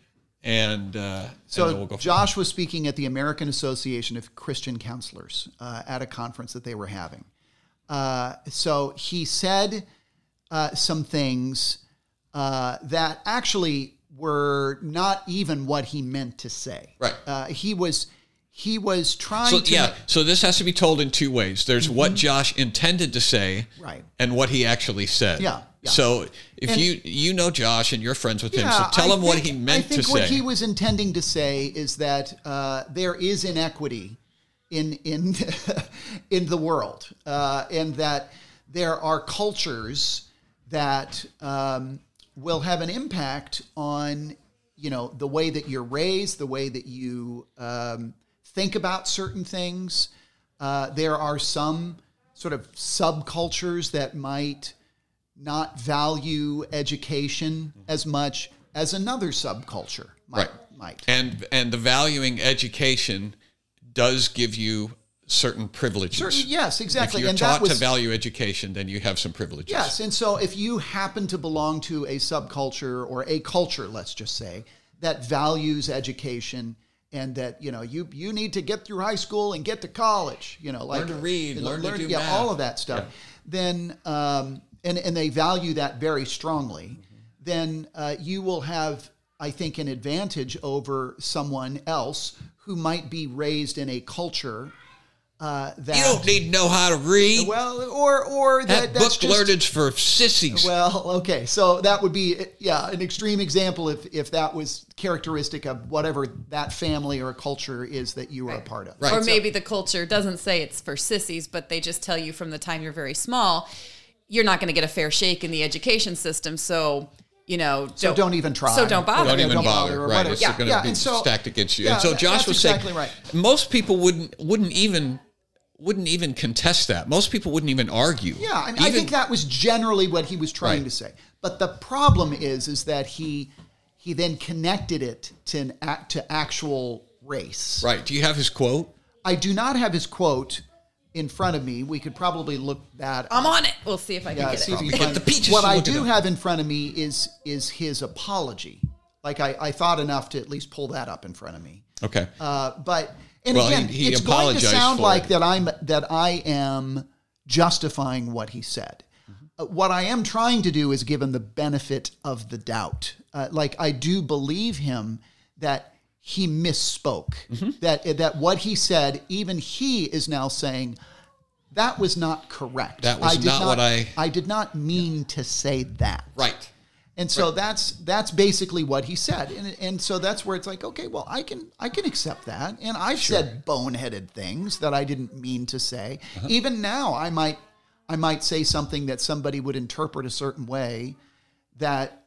B: and uh,
D: So
B: and then we'll go
D: Josh was speaking at the American Association of Christian Counselors uh, at a conference that they were having. Uh, so he said uh, some things uh, that actually were not even what he meant to say.
B: Right.
D: Uh, he was he was trying
B: So
D: to Mm-hmm.
B: yeah, so this has to be told in two ways. There's what Josh intended to say,
D: Right.
B: and what he actually said.
D: Yeah, yeah.
B: So if
D: And-
B: you you know Josh and you're friends with him, so
D: Yeah,
B: tell
D: I
B: him what
D: think-
B: he meant
D: I think
B: to
D: what
B: say.
D: he was intending to say is that uh, there is inequity in in in the (laughs) world, uh, and that there are cultures that um, will have an impact on you know the way that you're raised, the way that you um, think about certain things. Uh, there are some sort of subcultures that might not value education as much as another subculture might.
B: Right.
D: might.
B: and and the valuing education does give you certain privileges.
D: Certain- yes,
B: If
D: exactly.
B: you're
D: and
B: taught
D: that was,
B: to value education, then you have some privileges.
D: Yes, and so if you happen to belong to a subculture or a culture, let's just say, that values education and that you know you you need to get through high school and get to college, you know, like
B: Learn to read,
D: you know,
B: learn to do
D: yeah,
B: math.
D: all of that stuff. Then um, and and they value that very strongly.
B: Mm-hmm.
D: Then uh, you will have, I think, an advantage over someone else who might be raised in a culture uh, that.
B: You don't need to know how to read.
D: well, or or
B: that
D: that,
B: book
D: that's just,
B: learned's for sissies.
D: well, okay, so that would be yeah an extreme example if if that was characteristic of whatever that family or culture is that you are a part of.
B: Right.
C: Or
B: So-
C: maybe the culture doesn't say it's for sissies, but they just tell you from the time you're very small, you're not going to get a fair shake in the education system. So, you know, don't,
D: So don't even try.
C: So don't bother.
B: don't
D: Yeah,
B: even
D: don't
B: bother.
D: bother or
B: right?
D: whatever.
B: It's
D: Yeah,
B: going to
D: yeah,
B: be
D: and so-
B: stacked against you.
D: yeah,
B: and so
D: that-
B: Josh
D: that's
B: was
D: exactly
B: saying,
D: right.
B: most people wouldn't wouldn't even wouldn't even contest that. Most people wouldn't even argue.
D: Yeah, I mean, I
B: Even-
D: think that was generally what he was trying
B: Right.
D: to say. But the problem is, is that he he then connected it to an act to actual race.
B: Right? Do you have his quote?
D: I do not have his quote in front of me. We could probably look that.
C: I'm on it. We'll see if I can
D: Yeah,
C: get
D: see
C: it.
D: if you
B: Get
D: can find
B: the
D: it.
B: peaches
D: What
B: and
D: I
B: look it
D: do
B: up.
D: have in front of me is is his apology. Like I, I thought enough to at least pull that up in front of me.
B: Okay.
D: Uh, but and
B: Well,
D: again,
B: he- he
D: it's going to
B: apologized
D: sound
B: for
D: like
B: it.
D: that I'm that I am justifying what he said. Uh, what I am trying to do is give him the benefit of the doubt uh, like I do believe him that he misspoke.
B: Mm-hmm.
D: That eh, that what he said, even he is now saying that was not correct.
B: That was
D: I did
B: not what I-
D: I did not mean to say that.
B: Right.
D: And so that's that's basically what he said, and and so that's where it's like, okay, well, I can I can accept that, and I've said boneheaded things that I didn't mean to say.
B: Uh-huh.
D: Even now, I might I might say something that somebody would interpret a certain way, that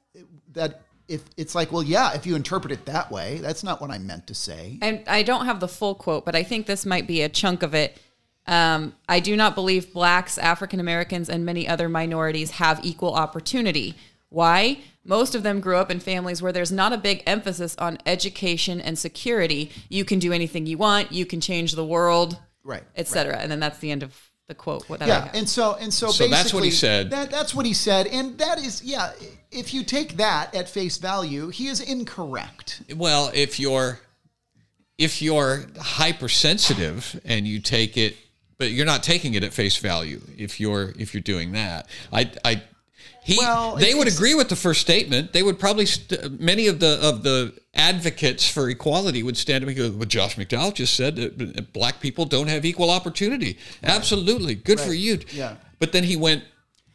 D: that if it's like, well, yeah, if you interpret it that way, that's not what I meant to say.
C: And I don't have the full quote, but I think this might be a chunk of it. Um, I do not believe blacks, African Americans, and many other minorities have equal opportunity. Why? Most of them grew up in families where there's not a big emphasis on education and security. You can do anything you want, you can change the world,
D: Right.
C: et cetera. And then that's the end of the quote. What that I
D: yeah,
C: have.
D: and so and so.
B: So that's what he
D: basically,
B: said.
D: That that's what he said, and that is yeah. If you take that at face value, he is incorrect.
B: Well, if you're if you're hypersensitive and you take it, but you're not taking it at face value. If you're if you're doing that, I I he
D: Well,
B: they
D: it's-
B: would
D: it's-
B: agree with the first statement. They would probably st- many of the of the advocates for equality would stand up and go, "Well, Josh McDowell just said that b- black people don't have equal opportunity." Absolutely, good for
D: Right.
B: you.
D: Yeah.
B: But then he went,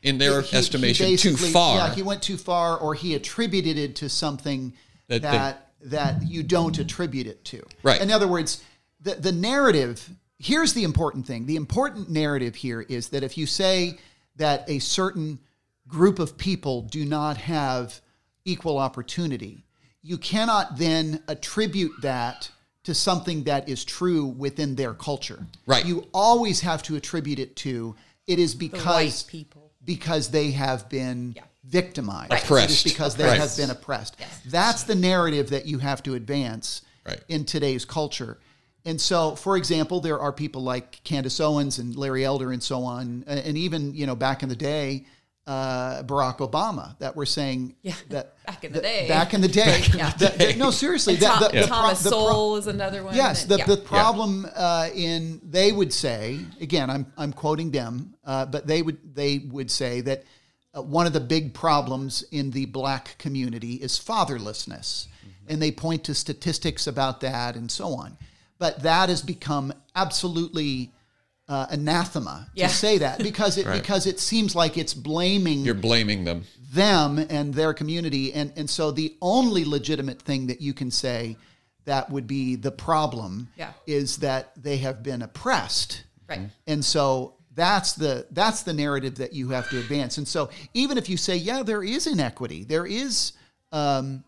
B: in their
D: he- he
B: estimation, too
D: basically-
B: far.
D: Yeah, he went too far, or he attributed it to something
B: That
D: that
B: they-
D: that, you don't attribute it to.
B: Right.
D: In other words, the the narrative. Here's the important thing. The important narrative here is that if you say that a certain group of people do not have equal opportunity, you cannot then attribute that to something that is true within their culture.
B: Right.
D: You always have to attribute it to it is because
C: white people.
D: because they have been victimized. It is
B: Oppressed.
D: because they
B: Oppressed.
D: have been oppressed. That's the narrative that you have to advance
B: Right.
D: in today's culture. And so, for example, there are people like Candace Owens and Larry Elder and so on, a- and even you know back in the day, uh, Barack Obama that were saying that
C: (laughs) Back in the
D: that-
C: day.
D: back in
C: (laughs)
D: the day, that- that- no seriously, that,
C: Tom-
D: the- the pro-
C: Thomas
D: the pro-
C: Sowell is another one.
D: Yes,
C: and-
D: the,
C: yeah.
D: the problem uh, in they would say again. I'm I'm quoting them, uh, but they would they would say that uh, one of the big problems in the black community is fatherlessness, and they point to statistics about that and so on. But that has become absolutely uh, anathema
C: Yeah.
D: to say that because it because it seems like it's blaming
B: you're blaming them.
D: them and their community. And, and so the only legitimate thing that you can say that would be the problem
C: Yeah.
D: is that they have been oppressed.
C: Right.
D: And so that's the that's the narrative that you have to advance. And so even if you say, yeah, there is inequity, there is um,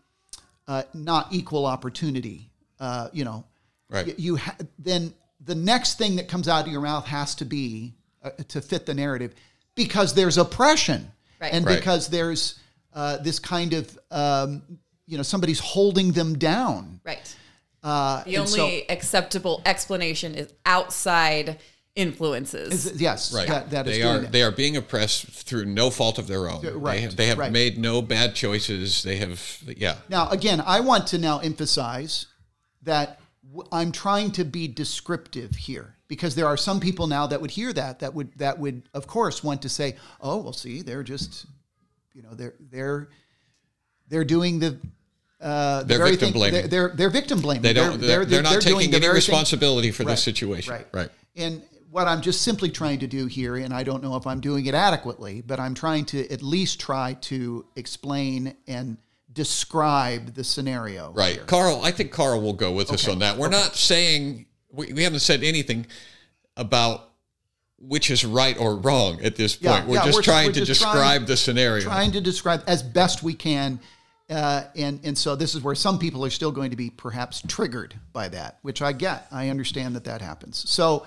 D: uh, not equal opportunity, uh, you know,
B: Right.
D: y- you ha- then the next thing that comes out of your mouth has to be uh, to fit the narrative because there's oppression
C: Right.
D: and
B: Right.
D: because there's uh, this kind of um, you know somebody's holding them down
C: Right.
D: uh,
C: The
D: and so-
C: only acceptable explanation is outside influences.
D: yes
B: Right.
D: that, that is
B: they
D: doing
B: are
D: that.
B: they are being oppressed through no fault of their own.
D: right,
B: They have, they have
D: right.
B: made no bad choices. They have yeah.
D: Now, again, I want to now emphasize that w- I'm trying to be descriptive here because there are some people now that would hear that that would that would of course want to say, "Oh, well, see, they're just, you know, they're they're they're doing the." Uh, the
B: They're
D: very
B: victim
D: thing-
B: blaming.
D: They're, they're, they're victim blaming.
B: They don't. They're, they're, not
D: doing
B: taking
D: the
B: any
D: very thing-
B: responsibility for
D: Right,
B: this situation.
D: right.
B: Right.
D: and what I'm just simply trying to do here, and I don't know if I'm doing it adequately, but I'm trying to at least try to explain and describe the scenario.
B: Right.
D: here.
B: Carl, I think Carl will go with us on that. We're not saying we, we haven't said anything about which is right or wrong at this point.
D: Yeah,
B: we're
D: yeah,
B: just
D: we're-
B: trying
D: we're
B: to
D: just
B: describe
D: trying-
B: the scenario.
D: Trying to describe as best we can. Uh, and, and so this is where some people are still going to be perhaps triggered by that, which I get. I understand that that happens. So,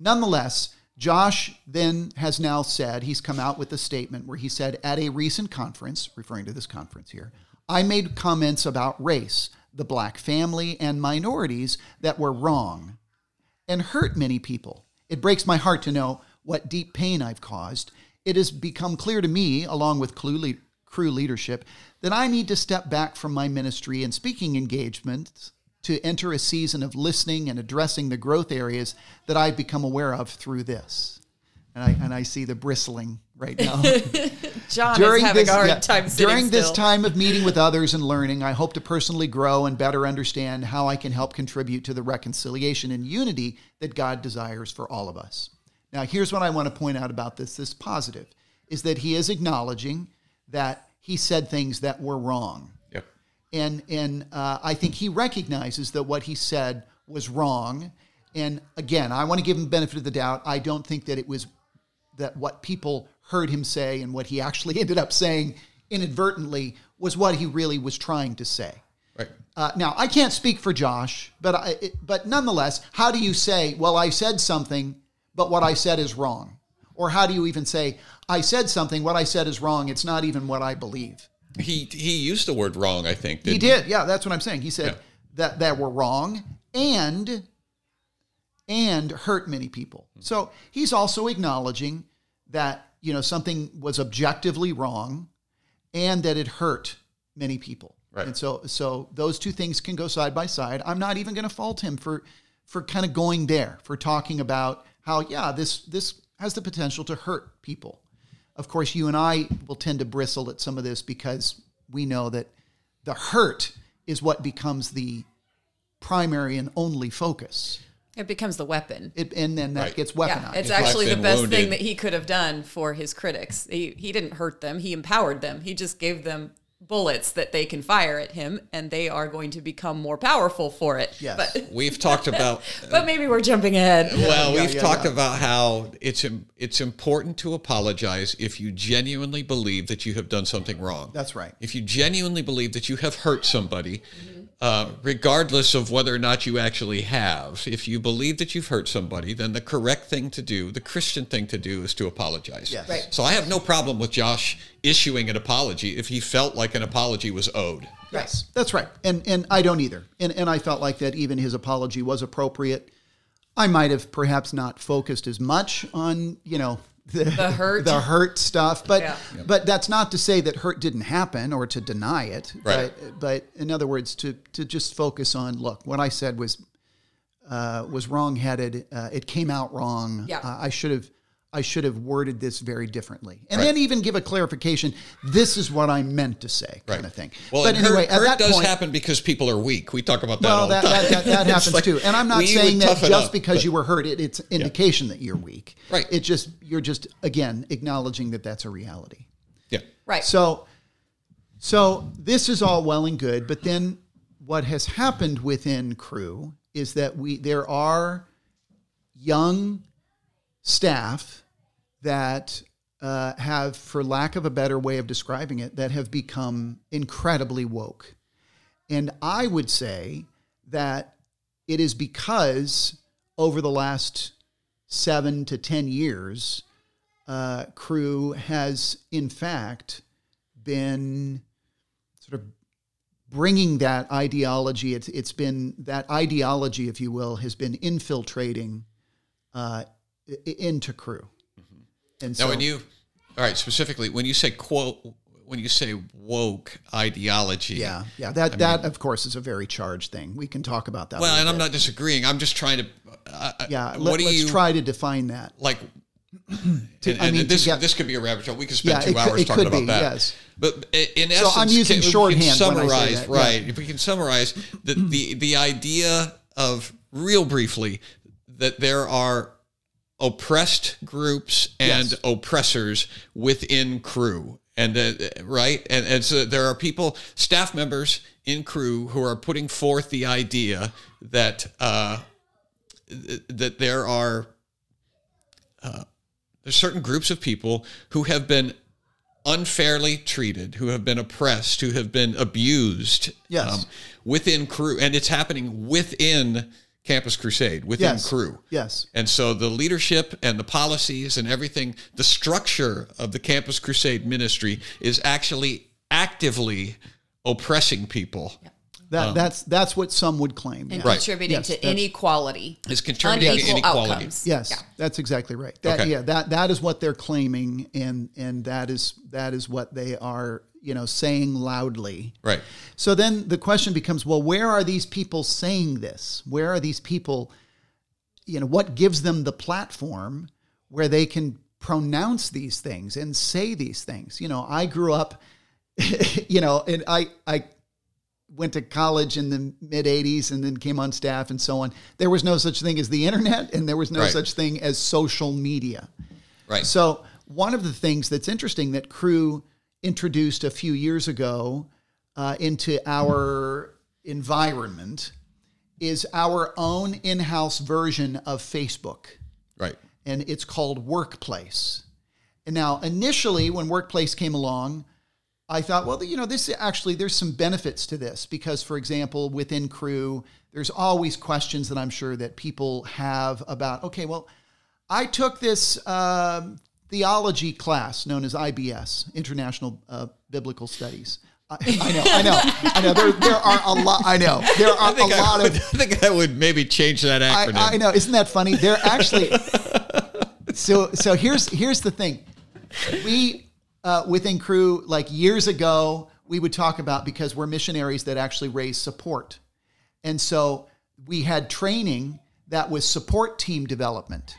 D: nonetheless, Josh then has now said, he's come out with a statement where he said, at a recent conference, referring to this conference here, I made comments about race, the black family, and minorities that were wrong and hurt many people. It breaks my heart to know what deep pain I've caused. It has become clear to me, along with crew, lead- crew leadership, that I need to step back from my ministry and speaking engagements to enter a season of listening and addressing the growth areas that I've become aware of through this. and I and I see the bristling right now.
C: John is having a hard
D: yeah,
C: time sitting
D: during this
C: still.
D: time of meeting with others and learning, I hope to personally grow and better understand how I can help contribute to the reconciliation and unity that God desires for all of us. Now, here's what I want to point out about this this positive is that he is acknowledging that he said things that were wrong
B: Yep.
D: and and uh, I think he recognizes that what he said was wrong. And again, I want to give him benefit of the doubt. I don't think that it was that what people heard him say and what he actually (laughs) ended up saying inadvertently was what he really was trying to say.
B: Right.
D: Uh, now, I can't speak for Josh, but I, it, but nonetheless, how do you say, "Well, I said something, but what I said is wrong," or how do you even say, "I said something, what I said is wrong"? It's not even what I believe.
B: He he used the word wrong. I think
D: He
B: didn't
D: did. Yeah, that's what I'm saying. He said
B: Yeah.
D: that that were wrong and and hurt many people. So he's also acknowledging that you know something was objectively wrong and that it hurt many people.
B: Right.
D: And so so those two things can go side by side. I'm not even going to fault him for for kind of going there for talking about how yeah this this has the potential to hurt people. Of course, you and I will tend to bristle at some of this because we know that the hurt is what becomes the primary and only focus.
C: It becomes the weapon.
D: It, and then that
B: Right.
D: gets
C: Yeah,
D: weaponized.
C: it's
B: Black
C: actually the
B: Finn
C: best
B: wounded.
C: thing that he could have done for his critics. He he didn't hurt them. He empowered them. He just gave them bullets that they can fire at him, and they are going to become more powerful for it.
D: Yes.
C: But
B: We've talked
D: (laughs)
B: about
C: but maybe we're jumping ahead.
B: well,
D: yeah,
B: we've
D: yeah,
B: talked
D: yeah.
B: about how it's im- it's important to apologize if you genuinely believe that you have done something wrong.
D: That's right.
B: If you genuinely believe that you have hurt somebody, uh, regardless of whether or not you actually have, if you believe that you've hurt somebody, then the correct thing to do, the Christian thing to do, is to apologize.
D: Yes. Right.
B: So I have no problem with Josh issuing an apology if he felt like an apology was owed.
D: Yes, that's right. And and I don't either. And and I felt like that even his apology was appropriate. I might have perhaps not focused as much on you know the, the
C: hurt.
D: the hurt stuff, but
C: Yeah.
D: but that's not to say that hurt didn't happen or to deny it.
B: Right.
D: But, but in other words, to to just focus on look what I said was uh, was wrongheaded. Uh, it came out wrong.
C: Yeah.
D: Uh, I should have. I should have worded this very differently, and
B: Right.
D: then even give a clarification. This is what I meant to say, kind of thing.
B: Well,
D: but
B: and
D: anyway,
B: hurt, hurt
D: at that
B: does
D: point,
B: happen because people are weak. We talk about that all
D: well,
B: the
D: that,
B: time. (laughs)
D: that, that, that happens
B: like,
D: too. And I'm not
B: we
D: saying
B: would
D: that
B: toughen
D: just
B: up,
D: because
B: but-
D: you were hurt, it, it's indication that you're weak.
B: Right.
D: It's just you're just again acknowledging that that's a reality.
B: Yeah.
C: Right.
D: So, so this is all well and good, but then what has happened within crew is that we there are young staff that uh, have, for lack of a better way of describing it, that have become incredibly woke, and I would say that it is because over the last seven to ten years uh, crew has in fact been sort of bringing that ideology it's, it's been that ideology if you will has been infiltrating uh, i- i- into crew and
B: Mm-hmm. Now,
D: so
B: when you, all right, specifically, when you say quote, when you say woke ideology,
D: yeah yeah that that of course is a very charged thing we can talk about that
B: Well,
D: later.
B: and I'm not disagreeing. I'm just trying to. Uh,
D: yeah
B: what
D: let,
B: do
D: us
B: you
D: try to define that
B: like? and,
D: I
B: and
D: mean, to
B: this
D: get-
B: this could be a rabbit hole. We could spend
D: Yeah,
B: two
D: it could-
B: hours
D: it
B: talking
D: could
B: about
D: be,
B: that.
D: yes.
B: But i- in
D: So
B: essence,
D: I'm using
B: can,
D: shorthand
B: We
D: when
B: can
D: I say
B: summarize,
D: that, yeah.
B: right? If we can summarize the, the the idea of real briefly that there are oppressed groups and oppressors within crew and uh, right and and so there are people staff members in crew who are putting forth the idea that uh th- that there are uh there's certain groups of people who have been unfairly treated who have been oppressed who have been abused um,
D: Yes.
B: within crew and it's happening within campus crusade within
D: Yes.
B: crew
D: yes
B: and so the leadership and the policies and everything, the structure of the Campus Crusade ministry is actually actively oppressing people.
D: that that's that's what some would claim yeah.
C: and
B: Um, Right.
C: contributing
D: Yes,
C: to
D: that's-
C: inequality.
B: It's contributing to
C: unequal
B: inequality.
C: outcomes.
D: Yes,
C: Yeah.
D: that's exactly right. That,
B: Okay.
D: Yeah, that that is what they're claiming, and and that is that is what they are you know saying loudly.
B: Right.
D: So then the question becomes, well, where are these people saying this? Where are these people? You know, what gives them the platform where they can pronounce these things and say these things. You know, I grew up, (laughs) you know, and I I went to college in the mid 80s and then came on staff and so on. There was no such thing as the internet and there was no
B: Right.
D: such thing as social media.
B: Right.
D: So, one of the things that's interesting that Crew introduced a few years ago uh, into our environment is our own in house version of Facebook
B: right.
D: and it's called Workplace. And now, initially, when Workplace came along, I thought, well, you know, this actually, there's some benefits to this because, for example, within crew, there's always questions that I'm sure that people have about, okay, well, I took this um, theology class known as IBS, International uh, Biblical Studies. I, I know, I know, I know. There, there are a lot. I know there are
B: (laughs) I think
D: a
B: I,
D: lot
B: would,
D: of
B: I think I would maybe change that acronym.
D: I, I know, isn't that funny? They're
B: (laughs)
D: actually so. So here's here's the thing. We uh, within crew like years ago we would talk about because we're missionaries that actually raise support, and so we had training that was support team development,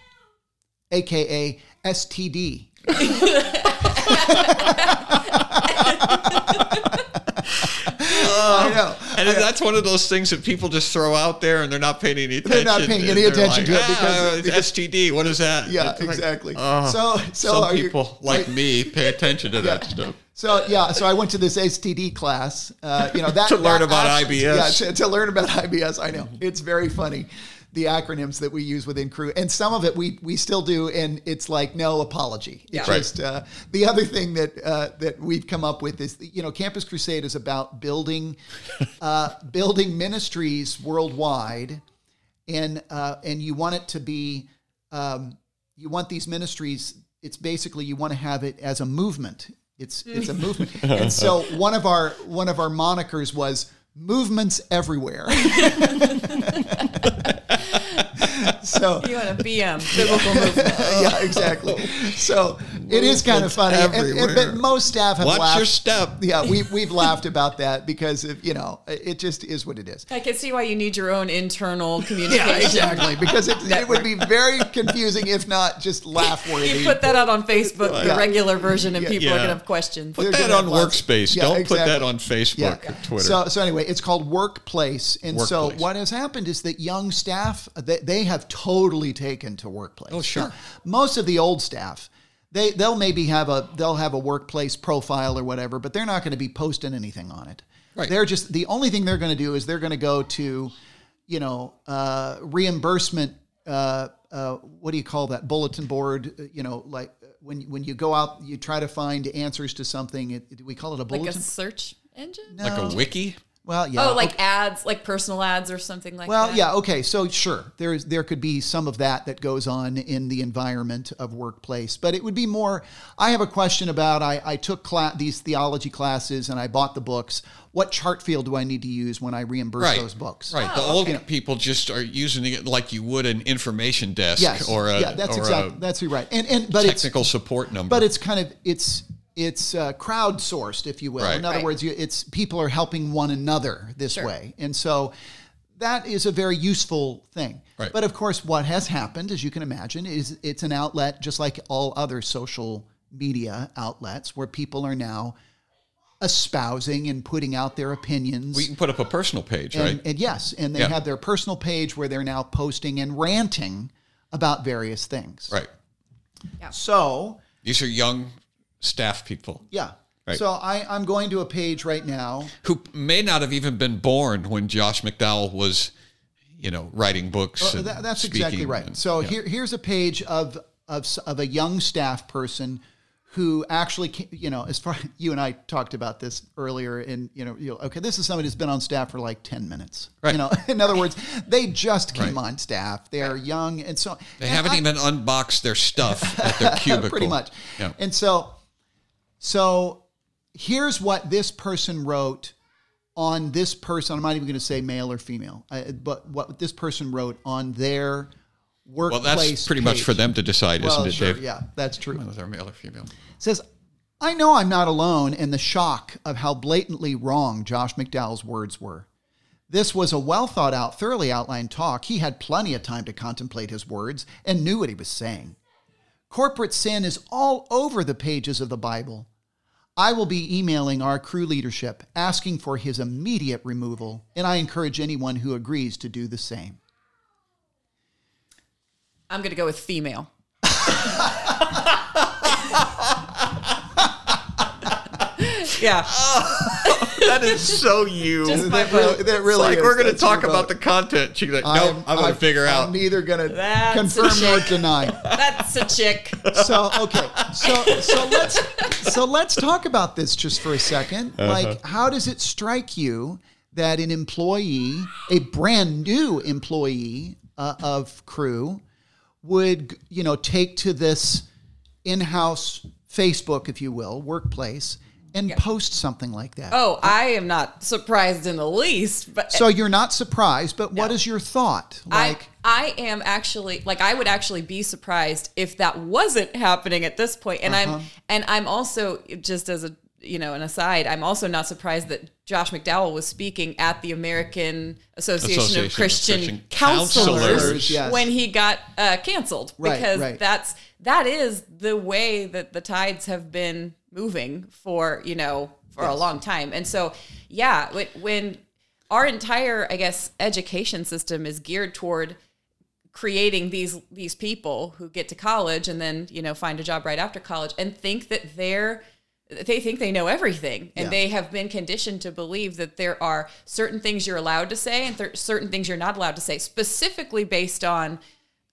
D: aka STD.
B: (laughs)
D: (laughs) I know.
B: And that's one of those things that people just throw out there and they're not paying any attention.
D: They're not paying any
B: And they're
D: attention to it because-
B: "Ah, it's STD, what is that?
D: Yeah,
B: It's like,
D: exactly.
B: "Oh,
D: so, so
B: some
D: are you- (laughs)
B: people like me pay attention to that stuff.
D: So yeah, so I went to this STD class. Uh,
B: (laughs)
D: you know that
B: To learn
D: that
B: about
D: act-
B: IBS.
D: Yeah, to, to learn about IBS. I know
B: Mm-hmm.
D: it's very funny, the acronyms that we use within crew, and some of it we we still do, and it's like no apology. It's
C: Yeah.
B: Right.
D: just uh, the other thing that uh, that we've come up with is you know Campus Crusade is about building uh, building ministries worldwide, and uh, and you want it to be um, you want these ministries. It's basically you want to have it as a movement. It's it's a movement,
B: (laughs)
D: and so one of our one of our monikers was movements everywhere. so
C: You want a BM, biblical
D: (laughs)
C: movement.
D: yeah, exactly. So it is kind of funny, and, and-
B: everywhere.
D: but most staff have
B: Watch
D: laughed.
B: your step.
D: yeah, we we've laughed about that because of, you know it just is what it is.
C: I can see why you need your own internal communication.
D: exactly. Because it, it would be very confusing if not just laugh worthy.
C: You put that out on Facebook, the
D: Yeah.
C: regular version, and people are
B: Yeah.
C: going to have questions.
B: Put
D: They're
B: that
D: gonna
B: on
D: have lots-
B: Workspace.
D: Yeah,
B: Don't put that
D: exactly.
B: on Facebook or Twitter.
D: So, so anyway, it's called workplace, and so
B: Workplace.
D: what has happened is that young staff they, they have totally taken to workplace. Oh,
B: sure.
D: most of the old staff they they'll maybe have a they'll have a workplace profile or whatever, but they're not going to be posting anything on it.
B: Right.
D: They're just the only thing they're going to do is they're going to go to, you know, uh, reimbursement. Uh, uh, what do you call that bulletin board? uh, You know, like uh, when when you go out, you try to find answers to something. It, do we call it a
C: like
D: bulletin?
C: a search engine?
B: like
D: um,
B: a wiki?
D: well, yeah.
C: Oh, like ads, like personal ads or something like
D: Well,
C: that.
D: yeah, okay. So sure, there is there could be some of that that goes on in the environment of workplace, but it would be more. I have a question about I, I took cla- these theology classes and I bought the books. What chart field do I need to use when I reimburse
B: Right.
D: those books? Oh,
B: Right. the old people just are using it like you would an information desk
D: Yes.
B: or a,
D: yeah, that's
B: or
D: exactly
B: a
D: that's right. And and but it's
B: technical support number.
D: but it's kind of it's it's uh, crowdsourced, if you will.
B: Right.
D: In other
C: Right.
D: words, you, it's people are helping one another this way, and so that is a very useful thing.
B: Right.
D: But of course, what has happened, as you can imagine, is it's an outlet just like all other social media outlets where people are now espousing and putting out their opinions.
B: we can put up a personal page,
D: and,
B: right?
D: and yes, and they
B: Yeah.
D: have their personal page where they're now posting and ranting about various things.
B: Right.
D: So,
B: These are young staff people
D: Yeah.
B: Right.
D: So I, I'm going to a page right now.
B: who may not have even been born when Josh McDowell was, you know, writing books. and
D: That- that's
B: speaking
D: exactly right.
B: and-
D: so
B: yeah.
D: here, here's a page of, of s- of a young staff person who actually, ca- you know, as far (laughs) you and I talked about this earlier, and you know, you okay, this is somebody who's been on staff for like ten minutes.
B: Right.
D: You know, (laughs) in other words, they just came
B: Right.
D: on staff. They're young, and so
B: they haven't even unboxed their stuff at
D: (laughs)
B: their cubicle.
D: pretty much.
B: Yeah.
D: And so, so here's what this person wrote on this person. I'm not even going to say male or female, I, but what this person wrote on their
B: well,
D: workplace.
B: that's pretty much
D: page.
B: for them to decide,
D: Well,
B: isn't it,
D: sure,
B: Dave?
D: yeah, that's true.
B: Whether they're male or female.
D: says, I know I'm not alone in the shock of how blatantly wrong Josh McDowell's words were. This was a well thought out, thoroughly outlined talk. He had plenty of time to contemplate his words and knew what he was saying. Corporate sin is all over the pages of the Bible. I will be emailing our crew leadership asking for his immediate removal, and I encourage anyone who agrees to do the same.
C: I'm going to go with
D: (laughs)
C: female. yeah.
B: That is so you.
C: Just my
D: That really,
C: vote.
D: that
B: It's
D: really
B: like
D: is.
B: we're going to
D: That's your
B: talk about
D: vote.
B: the content. She's like, nope, I'm, going
D: I'm-
B: to figure
D: I'm
B: out.
D: neither going to
C: That's a
D: confirm nor
C: shame. (laughs)
D: deny.
C: That's a chick.
D: So okay, so so let's so let's talk about this just for a 2nd Like, how does it strike you that an employee, a brand new employee uh, of Crew, would you know take to this in-house Facebook, if you will, workplace, and post something like that?
C: Oh, I am not surprised in the least, but
D: So you're not surprised, but what is your thought? Like,
C: I, I am actually like I would actually be surprised if that wasn't happening at this point. And I'm and I'm also just as a you know an aside, I'm also not surprised that Josh McDowell was speaking at the American Association,
B: Association
C: of
B: of
C: Christian,
B: Christian
C: Counselors,
B: Counselors,
D: yes.
C: when he got uh, canceled
D: Right,
C: because
D: right.
C: that's that is the way that the tides have been moving for you know for a long time. And so yeah, when, when our entire I guess education system is geared toward creating these these people who get to college and then you know find a job right after college and think that they're they think they know everything and
D: Yeah.
C: they have been conditioned to believe that there are certain things you're allowed to say and th- certain things you're not allowed to say specifically based on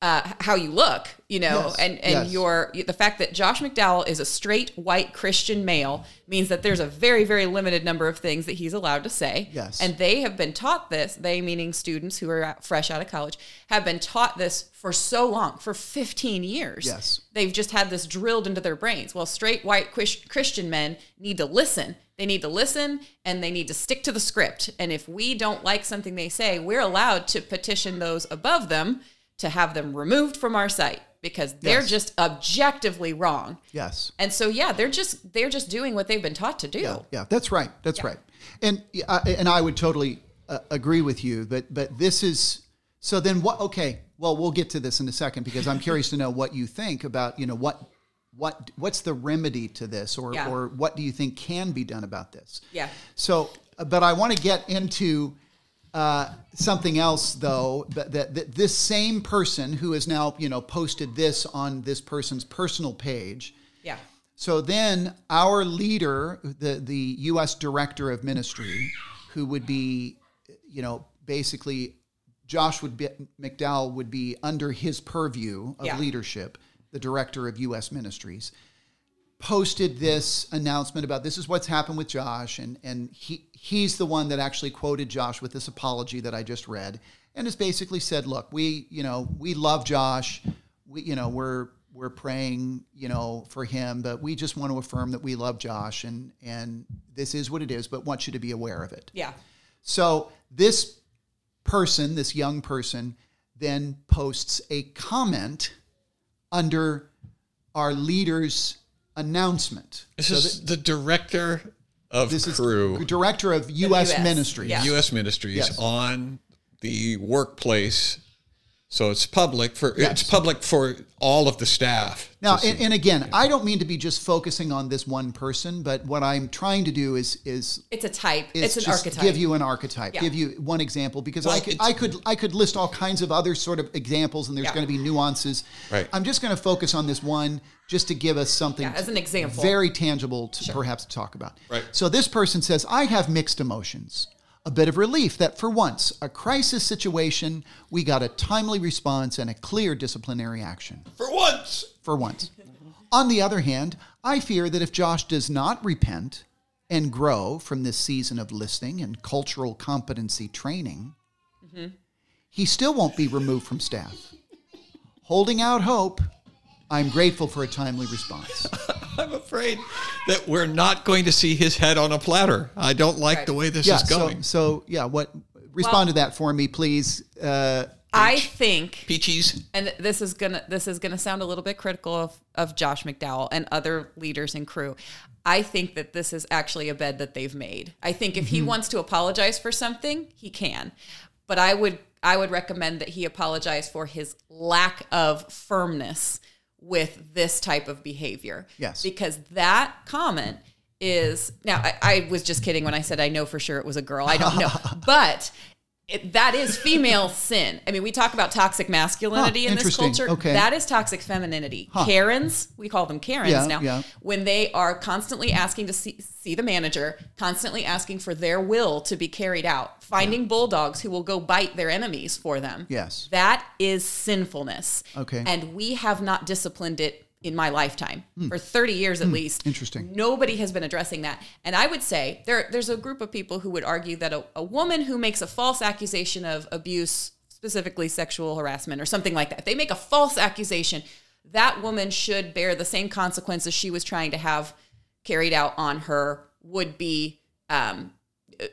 C: uh, h- how you look you know
D: Yes,
C: and and
D: yes.
C: your the fact that josh mcdowell is a straight white christian male means that there's a very very limited number of things that he's allowed to say
D: Yes.
C: and they have been taught this they meaning students who are out- fresh out of college have been taught this for so long for 15 years
D: Yes.
C: they've just had this drilled into their brains well straight white Chris- christian men need to listen they need to listen and they need to stick to the script and if we don't like something they say we're allowed to petition those above them to have them removed from our site because they're
D: Yes.
C: just objectively wrong
D: yes.
C: and so yeah they're just they're just doing what they've been taught to do
D: Yeah, yeah, that's right. That's right. And yeah, I, and I would totally uh, agree with you. But but this is so. Then what? Okay. Well, we'll get to this in a second because I'm curious to know what you think about you know what what what's the remedy to this or
C: Yeah.
D: or what do you think can be done about this?
C: Yeah.
D: So, uh, but I want to get into uh, something else though. But that, that this same person who has now you know posted this on this person's personal page.
C: yeah
D: So then our leader, the, the U.S. director of ministry, who would be, you know, basically Josh would be, McDowell would be under his purview of
C: Yeah.
D: leadership, the director of U.S. ministries, posted this announcement about this is what's happened with Josh. And, and he, he's the one that actually quoted Josh with this apology that I just read and has basically said, look, we, you know, we love Josh. We, you know, we're, we're praying, you know, for him, but we just want to affirm that we love Josh and, and this is what it is, but want you to be aware of it.
C: yeah
D: So this person, this young person, then posts a comment under our leader's announcement.
B: This is the director of
D: This is
B: crew,
D: director of U.S.
C: US,
D: Ministries.
C: yeah.
B: U.S. Ministries,
D: Yes.
B: on the workplace. So it's public for
D: Yes.
B: it's public for all of the staff.
D: Now,
B: to see.
D: and, and again, I don't mean to be just focusing on this one person, but what I'm trying to do is is
C: it's a type
D: is
C: it's an
D: just
C: archetype
D: give you an archetype,
C: Yeah.
D: give you one example because I
B: Well,
D: could
B: it's-
D: I could I could list all kinds of other sort of examples, and there's
C: Yeah.
D: going to be nuances.
B: Right.
D: I'm just going to focus on this one just to give us something
C: Yeah, as an example.
D: very tangible to perhaps to talk about.
B: Right.
D: So this person says, I have mixed emotions. A bit of relief that for once, a crisis situation, we got a timely response and a clear disciplinary action
B: for once,
D: for once. On the other hand, I fear that if Josh does not repent and grow from this season of listening and cultural competency training, he still won't be removed from staff. Holding out hope, I'm grateful for a timely response.
B: I'm afraid that we're not going to see his head on a platter. I don't like
C: Right.
B: the way this
D: yeah,
B: is
D: so,
B: going.
D: so yeah, what respond to that for me, please? Uh,
C: i think
B: Peaches.
C: and this is gonna this is gonna sound a little bit critical of, of Josh McDowell and other leaders and crew. I think that this is actually a bed that they've made. I think if he wants to apologize for something, he can. But I would I would recommend that he apologize for his lack of firmness with this type of behavior.
D: Yes.
C: Because that comment is now I, I was just kidding when I said I know for sure it was a girl. I don't know. but it, that is
D: (laughs)
C: female sin. I mean, we talk about toxic masculinity
D: Huh,
C: in this
D: interesting.
C: culture.
D: Okay.
C: That is toxic femininity. Karens, we call them Karens
D: Yeah,
C: now,
D: yeah.
C: when they are constantly asking to see, see the manager, constantly asking for their will to be carried out, finding bulldogs who will go bite their enemies for them.
D: Yes.
C: That is sinfulness.
D: Okay.
C: And we have not disciplined it in my lifetime for 30 years at least.
D: Hmm. Interesting.
C: Nobody has been addressing that. And I would say there, there's a group of people who would argue that a, a woman who makes a false accusation of abuse, specifically sexual harassment or something like that, if they make a false accusation, that woman should bear the same consequences she was trying to have carried out on her would be um, uh,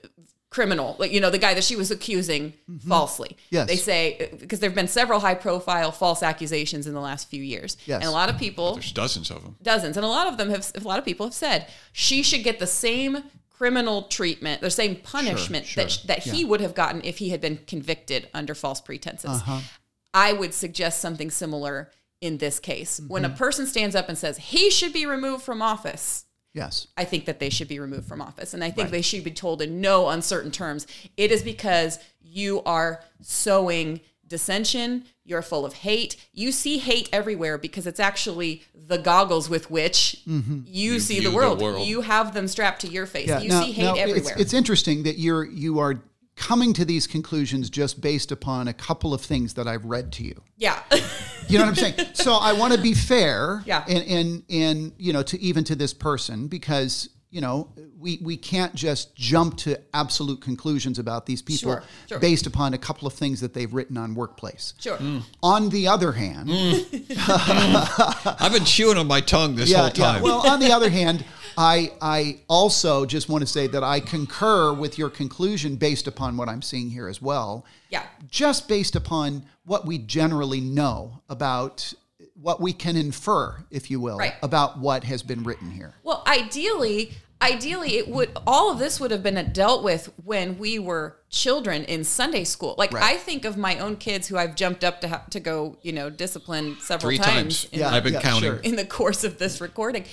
C: criminal, like, you know, the guy that she was accusing falsely.
D: Mm-hmm. Yes.
C: They say, because there have been several high profile false accusations in the last few years.
D: Yes.
C: And a lot of people
B: There's dozens of them.
C: dozens and a lot of them have a lot of people have said she should get the same criminal treatment the same punishment
B: sure.
C: that sh- that he would have gotten if he had been convicted under false pretenses
B: Uh-huh.
C: i would suggest something similar in this case when a
B: Mm-hmm.
C: person stands up and says he should be removed from office
D: Yes.
C: I think that they should be removed from office. And I think they should be told in no uncertain terms it is because you are sowing dissension, you're full of hate. You see hate everywhere because it's actually the goggles with which you, see
B: view
C: the
B: the
C: world.
B: world.
C: You have them strapped to your face. you
D: Mm-hmm. Now-
C: see hate
D: now, it's-
C: everywhere.
D: It's, interesting that you're you are coming to these conclusions just based upon a couple of things that I've read to you.
C: yeah. (laughs)
D: You know what I'm saying? so I want to be fair,
C: Yeah.
D: and and and you know to even to this person because you know we we can't just jump to absolute conclusions about these people
C: Sure, sure.
D: based upon a couple of things that they've written on workplace.
C: sure.
D: On the other hand,
B: I've been chewing on my tongue this whole time.
D: Well, on the other hand, I I also just want to say that I concur with your conclusion based upon what I'm seeing here as well.
C: Yeah.
D: Just based upon what we generally know about what we can infer, if you will,
C: Right.
D: about what has been written here.
C: Well, ideally, ideally, it would all of this would have been dealt with when we were children in Sunday school. Like
D: Right.
C: I think of my own kids who I've jumped up to ha- to go, you know, discipline several
B: Three times.
C: in,
B: I've been
D: yeah,
B: counting.
D: sure.
C: in the course of this recording,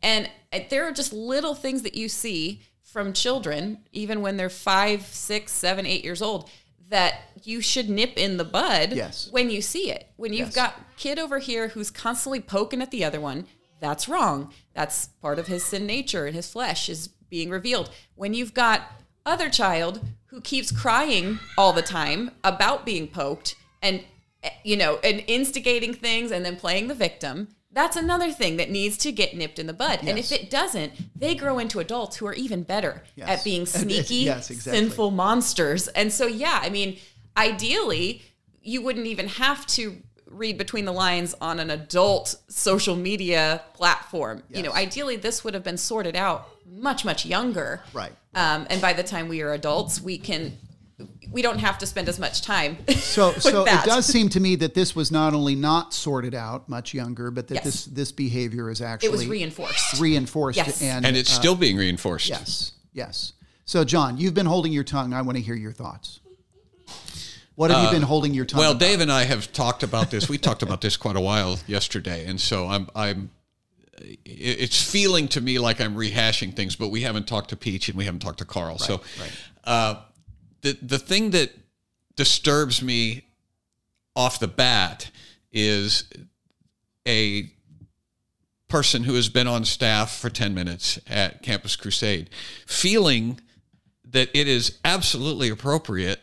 C: and uh, there are just little things that you see from children, even when they're five, six, seven, eight years old. That you should nip in the bud
D: Yes.
C: when you see it. When you've
D: Yes.
C: got kid over here who's constantly poking at the other one, that's wrong. That's part of his sin nature and his flesh is being revealed. When you've got other child who keeps crying all the time about being poked and eh, you know, and instigating things and then playing the victim, that's another thing that needs to get nipped in the bud. And if
D: Yes.
C: it doesn't, they grow into adults who are even better
D: Yes.
C: at
D: (laughs)
C: being sneaky,
D: Yes, exactly.
C: sinful monsters. And so, yeah, I mean, ideally, you wouldn't even have to read between the lines on an adult social media platform. You know,
D: Yes.
C: ideally, this would have been sorted out much, much younger.
D: Right.
C: Um, and by the time we are adults, we can. We don't have to spend as much time.
D: So,
C: (laughs) with
D: so
C: that.
D: it does seem to me that this was not only not sorted out much younger, but that
C: Yes.
D: this this behavior is actually
C: It was reinforced.
D: reinforced
C: Yes.
D: and, uh,
B: and it's still being reinforced.
D: Yes, yes. So, John, you've been holding your tongue. I want to hear your thoughts. What have you been holding your tongue?
B: Uh, Well,
D: about?
B: Dave and I have talked about this. We talked about this quite a while yesterday, and so I'm I'm. it- It's feeling to me like I'm rehashing things, but we haven't talked to Peach and we haven't talked to Carl. so, Uh, the the thing that disturbs me off the bat is a person who has been on staff for 10 minutes at Campus Crusade feeling that it is absolutely appropriate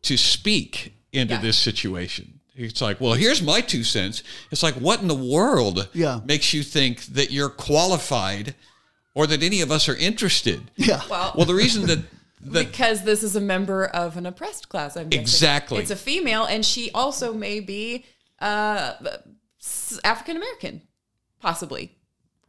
B: to speak into
C: Yeah.
B: this situation. It's like, well, here's my two cents. It's like, what in the world
D: Yeah.
B: makes you think that you're qualified or that any of us are
D: (laughs)
B: interested?
D: yeah,
C: Well,
B: Well, the reason that, that
C: because this is a member of an oppressed class. I'm guessing.
B: Exactly.
C: It's a female, and she also may be uh, African American, possibly,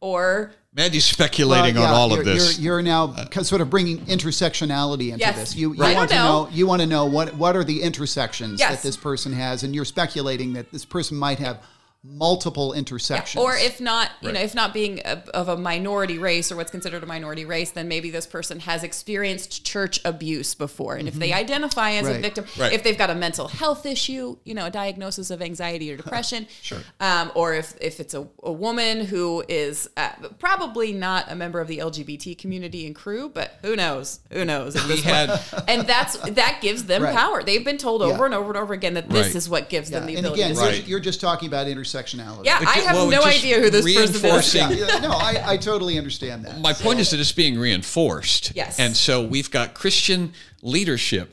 C: or
B: Mandy's speculating
D: Well,
B: on
D: yeah,
B: all
D: you're-
B: of this. Uh,
D: You're, you're now c- sort of bringing intersectionality into
C: Yes.
D: this. You, you
C: Right. I
D: want to
C: don't
D: know.
C: know.
D: You want to know what what are the intersections
C: Yes.
D: that this person has, and you're speculating that this person might have multiple intersections.
C: Or if not, you know,
B: Right.
C: if not being a, of a minority race or what's considered a minority race, then maybe this person has experienced church abuse before. And if they identify as a
D: Right.
C: victim,
B: Mm-hmm. Right.
C: if they've got a mental health issue, you know, a diagnosis of anxiety or depression,
B: Sure.
C: um, or if, if it's a, a woman who is uh, probably not a member of the LGBT community and crew, but who knows? Who knows? at
B: (laughs) We
C: this point.
D: (laughs)
B: had
C: and that's that gives them
D: Right.
C: power. They've been told over
D: Yeah.
C: and over and over again that this
B: Right.
C: is what gives
D: yeah.
C: them the
D: and
C: ability.
D: again,
C: to
B: Right.
D: you're, you're just talking about intersectionality.
C: Yeah, I have
B: well,
C: no
B: just
C: idea who this person is.
B: reinforcing-
D: Yeah, yeah, no, I, I totally understand that.
B: My point is that it's being reinforced.
C: Yes.
B: And so we've got Christian leadership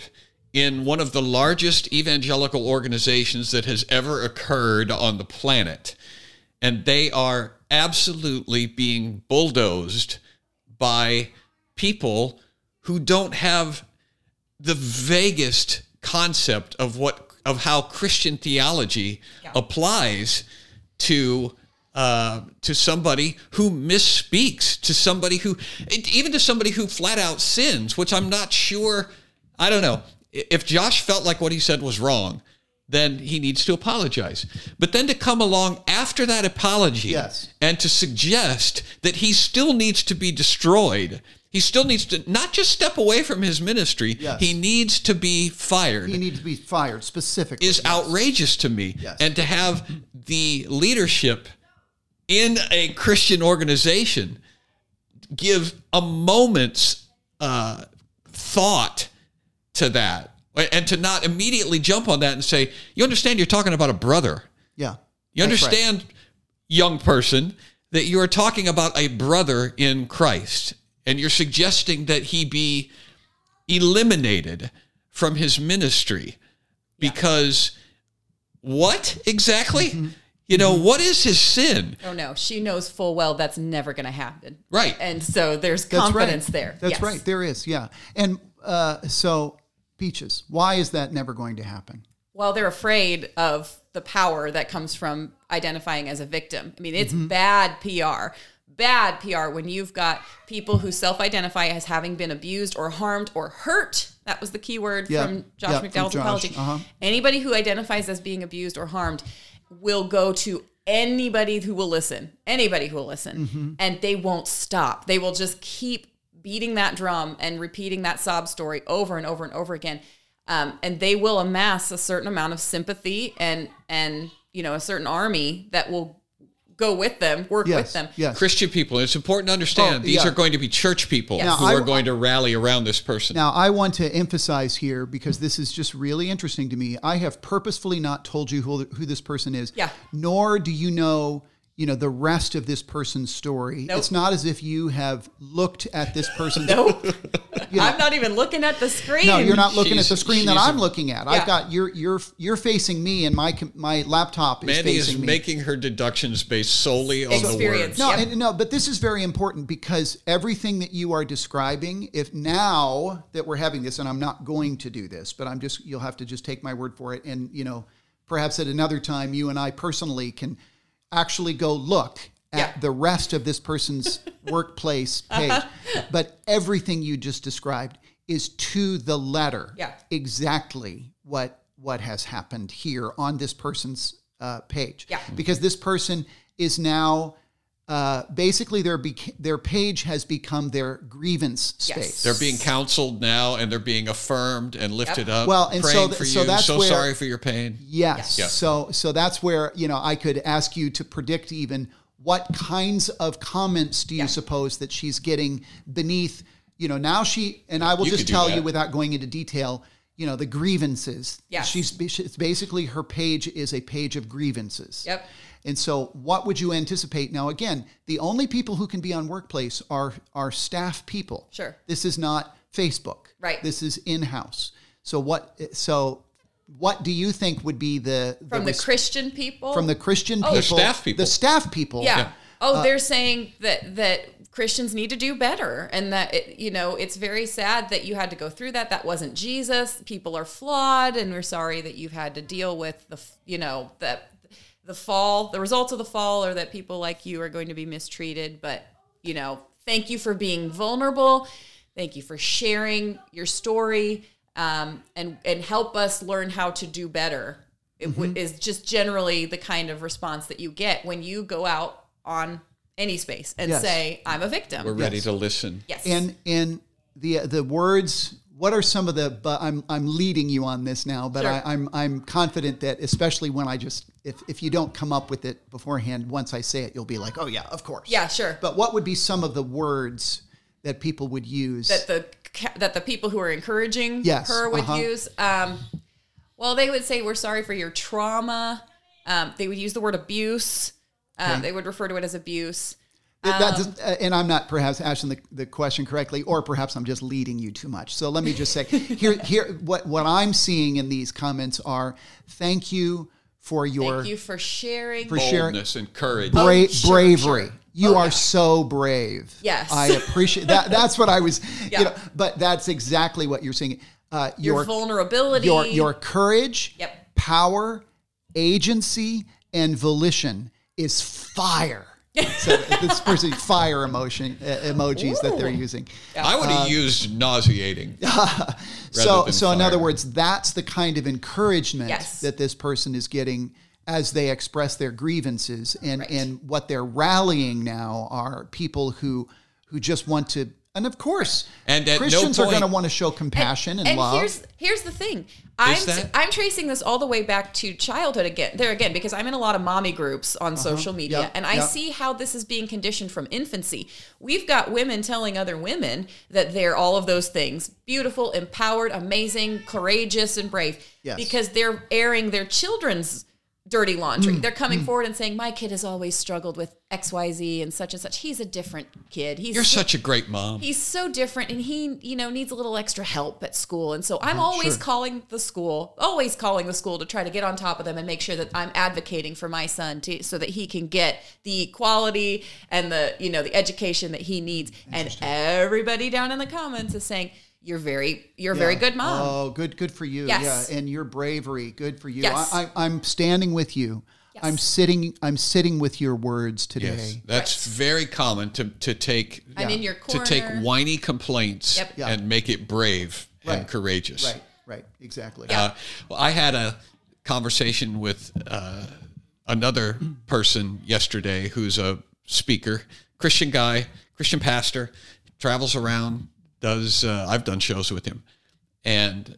B: in one of the largest evangelical organizations that has ever occurred on the planet. And they are absolutely being bulldozed by people who don't have the vaguest concept of what of how Christian theology applies to uh, to somebody who misspeaks, to somebody who even to somebody who flat out sins, which I'm not sure. I don't know if Josh felt like what he said was wrong. Then he needs to apologize. But then to come along after that apology
D: Yes.
B: and to suggest that he still needs to be destroyed, he still needs to not just step away from his ministry,
D: Yes.
B: he needs to be fired
D: He needs to be fired specifically.
B: is outrageous to me.
D: Yes.
B: And to have the leadership in a Christian organization give a moment's uh, thought to that and to not immediately jump on that and say, you understand you're talking about a brother.
D: yeah.
B: You
D: That's right.
B: understand, young person, that you are talking about a brother in Christ, and you're suggesting that he be eliminated from his ministry because what exactly?
D: Mm-hmm.
B: You know, what is his sin?
C: Oh no, she knows full well that's never going to happen.
B: Right.
C: And so there's
D: That's
C: confidence
D: right.
C: there.
D: That's
C: Yes.
D: right. There is. Yeah. And uh, so, peaches. Why is that never going to happen?
C: Well, they're afraid of the power that comes from identifying as a victim. I mean, it's
D: Mm-hmm.
C: bad PR. Bad PR when you've got people who self-identify as having been abused or harmed or hurt. That was the key word
D: Yeah.
C: from Josh
D: Yeah, from
C: McDowell's
D: Josh.
C: apology.
D: Uh-huh.
C: Anybody who identifies as being abused or harmed will go to anybody who will listen, anybody who will listen,
D: Mm-hmm.
C: and they won't stop. They will just keep beating that drum and repeating that sob story over and over and over again. Um, and they will amass a certain amount of sympathy and and you know a certain army that will go with them, work
D: Yes.
C: with them.
D: Yes.
B: Christian people, it's important to understand
D: Oh,
B: these
D: yeah.
B: are going to be church people
D: Now,
B: who
D: I-
B: are going to rally around this person.
D: Now, I want to emphasize here because this is just really interesting to me. I have purposefully not told you who, who this person is.
C: Yeah.
D: Nor do you know, you know, the rest of this person's story.
C: Nope.
D: It's not as if you have looked at this
C: (laughs)
D: person's.
C: Nope. I'm not even looking at the screen.
D: No, you're not looking
B: She's-
D: at the screen that
B: she's a-
D: I'm looking at.
C: Yeah.
D: I've got you're you're you're facing me, and my com- my laptop is
B: Mandy
D: facing
B: is
D: me.
B: making her deductions based solely on
C: Experience.
B: the words.
D: No,
C: Yeah.
D: and, no, but this is very important because everything that you are describing, if now that we're having this, and I'm not going to do this, but I'm just, you'll have to just take my word for it. And, you know, perhaps at another time, you and I personally can actually go look at
C: Yeah. Uh-huh.
D: the rest of
C: (laughs)
D: this person's workplace page. But everything you just described is to the letter
C: Yeah.
D: exactly what what has happened here on this person's uh, page.
C: Yeah.
D: Because this person is now uh, basically their bec- their page has become their grievance
C: Yes.
D: space.
B: They're being counseled now, and they're being affirmed and lifted up.
D: Well, and so
B: praying
D: th-
B: for
D: so
B: you.
D: that's
B: so
D: where-
B: sorry for your pain.
D: Yes.
B: Yeah.
D: So so that's where, you know, I could ask you to predict even what kinds of comments do you suppose that she's getting beneath, you know, now she and I will
B: You could
D: just
B: do
D: tell
B: that.
D: you without going into detail, you know, the grievances.
C: Yes.
D: She's it's basically her page is a page of grievances.
C: Yep.
D: And so what would you anticipate? Now again, the only people who can be on workplace are are staff people.
C: Sure.
D: This is not Facebook.
C: Right.
D: This is in-house. So what so what do you think would be the,
C: from the
D: res-
C: Christian people.
D: from the Christian people,
B: The staff people.
D: the staff people?
C: Yeah. Oh, they're saying that that Christians need to do better, and that it, you know it's very sad that you had to go through that. That wasn't Jesus. People are flawed, and we're sorry that you've had to deal with the f- you know that the fall, the results of the fall, or that people like you are going to be mistreated. But you know, thank you for being vulnerable. Thank you for sharing your story, um, and and help us learn how to do better it w-
D: Mm-hmm.
C: is just generally the kind of response that you get when you go out on any space and
D: Yes.
C: say, I'm a victim.
B: We're ready to listen.
C: yes.
D: And and the the words. What are some of the? But I'm I'm leading you on this now, but I,
C: Sure.
D: I'm I'm confident that especially when I just if if you don't come up with it beforehand, once I say it, you'll be like, oh yeah, of course.
C: yeah, sure.
D: But what would be some of the words that people would use?
C: that the ca- that the people who are encouraging
D: Yes,
C: her would
D: uh-huh.
C: use. Um, well, they would say, "We're sorry for your trauma." Um, they would use the word abuse. Um, They would refer to it as abuse. Um,
D: That- that does- uh, and I'm not perhaps asking the, the question correctly, or perhaps I'm just leading you too much. So let me just
C: (laughs)
D: say here, here what, what I'm seeing in these comments are thank you for your
C: Thank you for sharing.
D: for sharing
B: Boldness and courage.
D: bra-
C: sure, Oh,
D: bravery. You are
C: yeah.
D: so brave.
C: Yes.
D: I appreciate that. That's what I was,
C: (laughs) Yeah.
D: you know, but that's exactly what you're seeing. Uh,
C: your, vulnerability.
D: your your courage,
C: Yep.
D: power, agency, and volition
C: (laughs)
D: is fire. so this person fire emotion uh, emojis that they're
C: Ooh.
D: using.
B: I would
D: uh,
B: have used nauseating.
D: So
B: than
D: so in
B: fire.
D: other words, that's the kind of encouragement
C: Yes.
D: that this person is getting as they express their grievances and and what they're rallying now are people who who just want to and of course
B: And at no
D: Christians are
B: point-
D: going to want to show compassion and,
C: and
D: love.
C: here's here's the thing. I'm
B: that-
C: I'm tracing this all the way back to childhood again. There again because I'm in a lot of mommy groups on social media
D: Uh-huh. Yep.
C: and I
D: Yep.
C: see how this is being conditioned from infancy. We've got women telling other women that they're all of those things, beautiful, empowered, amazing, courageous and brave
D: Yes.
C: because they're airing their children's dirty laundry.
D: Mm,
C: They're coming forward and saying my kid has always struggled with XYZ and such and such. He's a different kid. He's
B: You're such a great mom.
C: he's so different and he you know needs a little extra help at school and so i'm always calling the school always calling the school to try to get on top of them and make sure that i'm advocating for my son to so that he can get the quality and the you know the education that he needs and everybody down in the comments is saying you're very you're a very
D: Yeah.
C: good mom
D: Oh, good, good for you.
C: Yes.
D: Yeah, and your bravery, good for you.
C: Yes.
D: I, I, I'm standing with you. I'm
C: Yes.
D: sitting. I'm sitting with your words today.
B: Yes, that's very common to to take
C: i'm in your
B: to
C: corner
B: take whiny complaints
C: Yep.
D: Yeah.
B: and make it brave
D: Right.
B: and courageous.
D: Right, right, exactly.
B: Uh, well, I had a conversation with uh, another person yesterday who's a speaker, Christian guy, Christian pastor, travels around, does, uh, I've done shows with him. And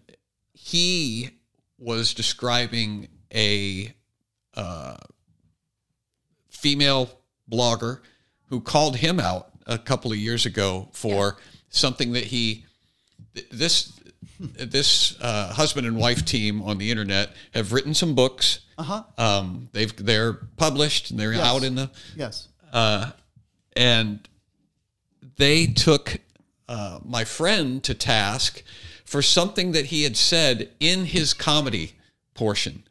B: he was describing a uh, female blogger who called him out a couple of years ago for something that he th- this this uh, husband and wife team on the internet have written some books. Uh-huh. Um, they've they're published and they're out in the
D: Yes.
B: and they took uh, my friend to task for something that he had said in his comedy portion.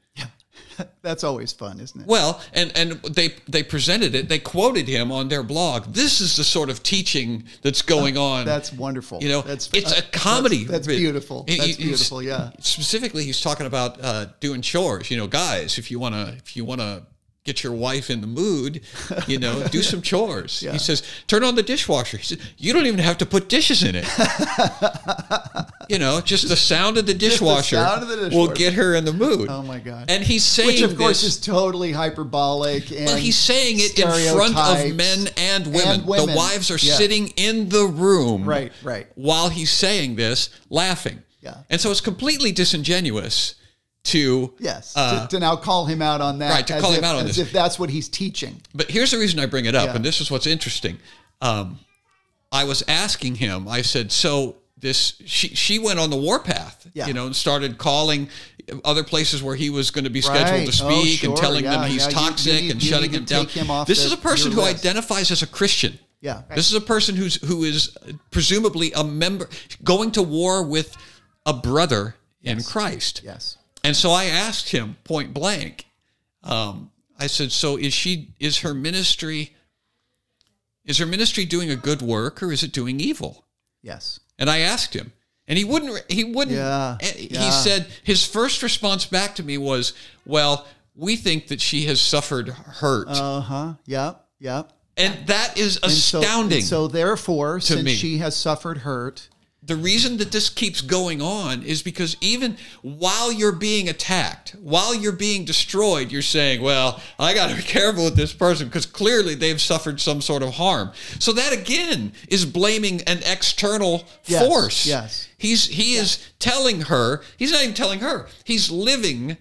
D: That's always fun, isn't it?
B: Well, and and they they presented it. They quoted him on their blog. This is the sort of teaching that's going on.
D: Uh, That's wonderful.
B: You know,
D: that's
B: it's
D: uh,
B: a comedy.
D: That's, that's beautiful.
B: He-
D: That's
B: he- he's-
D: beautiful. Yeah.
B: Specifically, he's talking about uh, doing chores. You know, guys, if you wanna if you wanna get your wife in the mood, you know, do
D: (laughs)
B: some chores. He says, turn on the dishwasher. He says, you don't even have to put dishes
D: (laughs)
B: in it. you know, just the sound of the dishwasher,
D: sound of the
B: will
D: dishwasher.
B: get her in the mood.
D: Oh my God.
B: And he's saying,
D: Which of course
B: this-
D: is totally hyperbolic. And
B: well, he's saying it in front of
D: stereotypes.
B: men and women.
D: And women.
B: The wives are
D: Yeah.
B: sitting in the room.
D: Right, right.
B: While he's saying this, laughing.
D: Yeah.
B: And so it's completely disingenuous to.
D: Yes,
B: Uh,
D: to, to now call him out on that.
B: Right, to
D: as
B: call him
D: if-
B: out on
D: as
B: this.
D: if that's what he's teaching.
B: But here's the reason I bring it up,
D: Yeah.
B: and this is what's interesting. Um, I was asking him, I said, so this, she, she went on the warpath,
D: Yeah.
B: you know, and started calling other places where he was going to be scheduled
D: Right.
B: to
D: Oh,
B: speak and
D: sure.
B: telling
D: Yeah,
B: them he's
D: yeah. You- you
B: toxic
D: need-
B: and
D: you
B: shutting
D: need
B: him
D: to
B: down.
D: take him off
B: this
D: the-
B: is a person
D: your
B: who
D: list.
B: identifies as a Christian.
D: Yeah.
B: This is a person who's who is presumably a member going to war with a brother in Christ.
D: Yes.
B: And so I asked him point blank. Um, I said, "So is she? Is her ministry? Is her ministry doing a good work, or is it doing evil?"
D: Yes.
B: And I asked him, and he wouldn't. He wouldn't.
D: Yeah,
B: eh, He
D: yeah.
B: said his first response back to me was, "Well, we think that she has suffered hurt,
D: Uh huh. Yep. Yep.
B: and that is
D: And so-
B: astounding."
D: and So, therefore, since
B: me.
D: she has suffered hurt,
B: the reason that this keeps going on is because even while you're being attacked, while you're being destroyed, you're saying, well, I got to be careful with this person because clearly they've suffered some sort of harm. So that again is blaming an external
D: Yes,
B: force.
D: yes.
B: He's he is telling her, he's not even telling her. He's living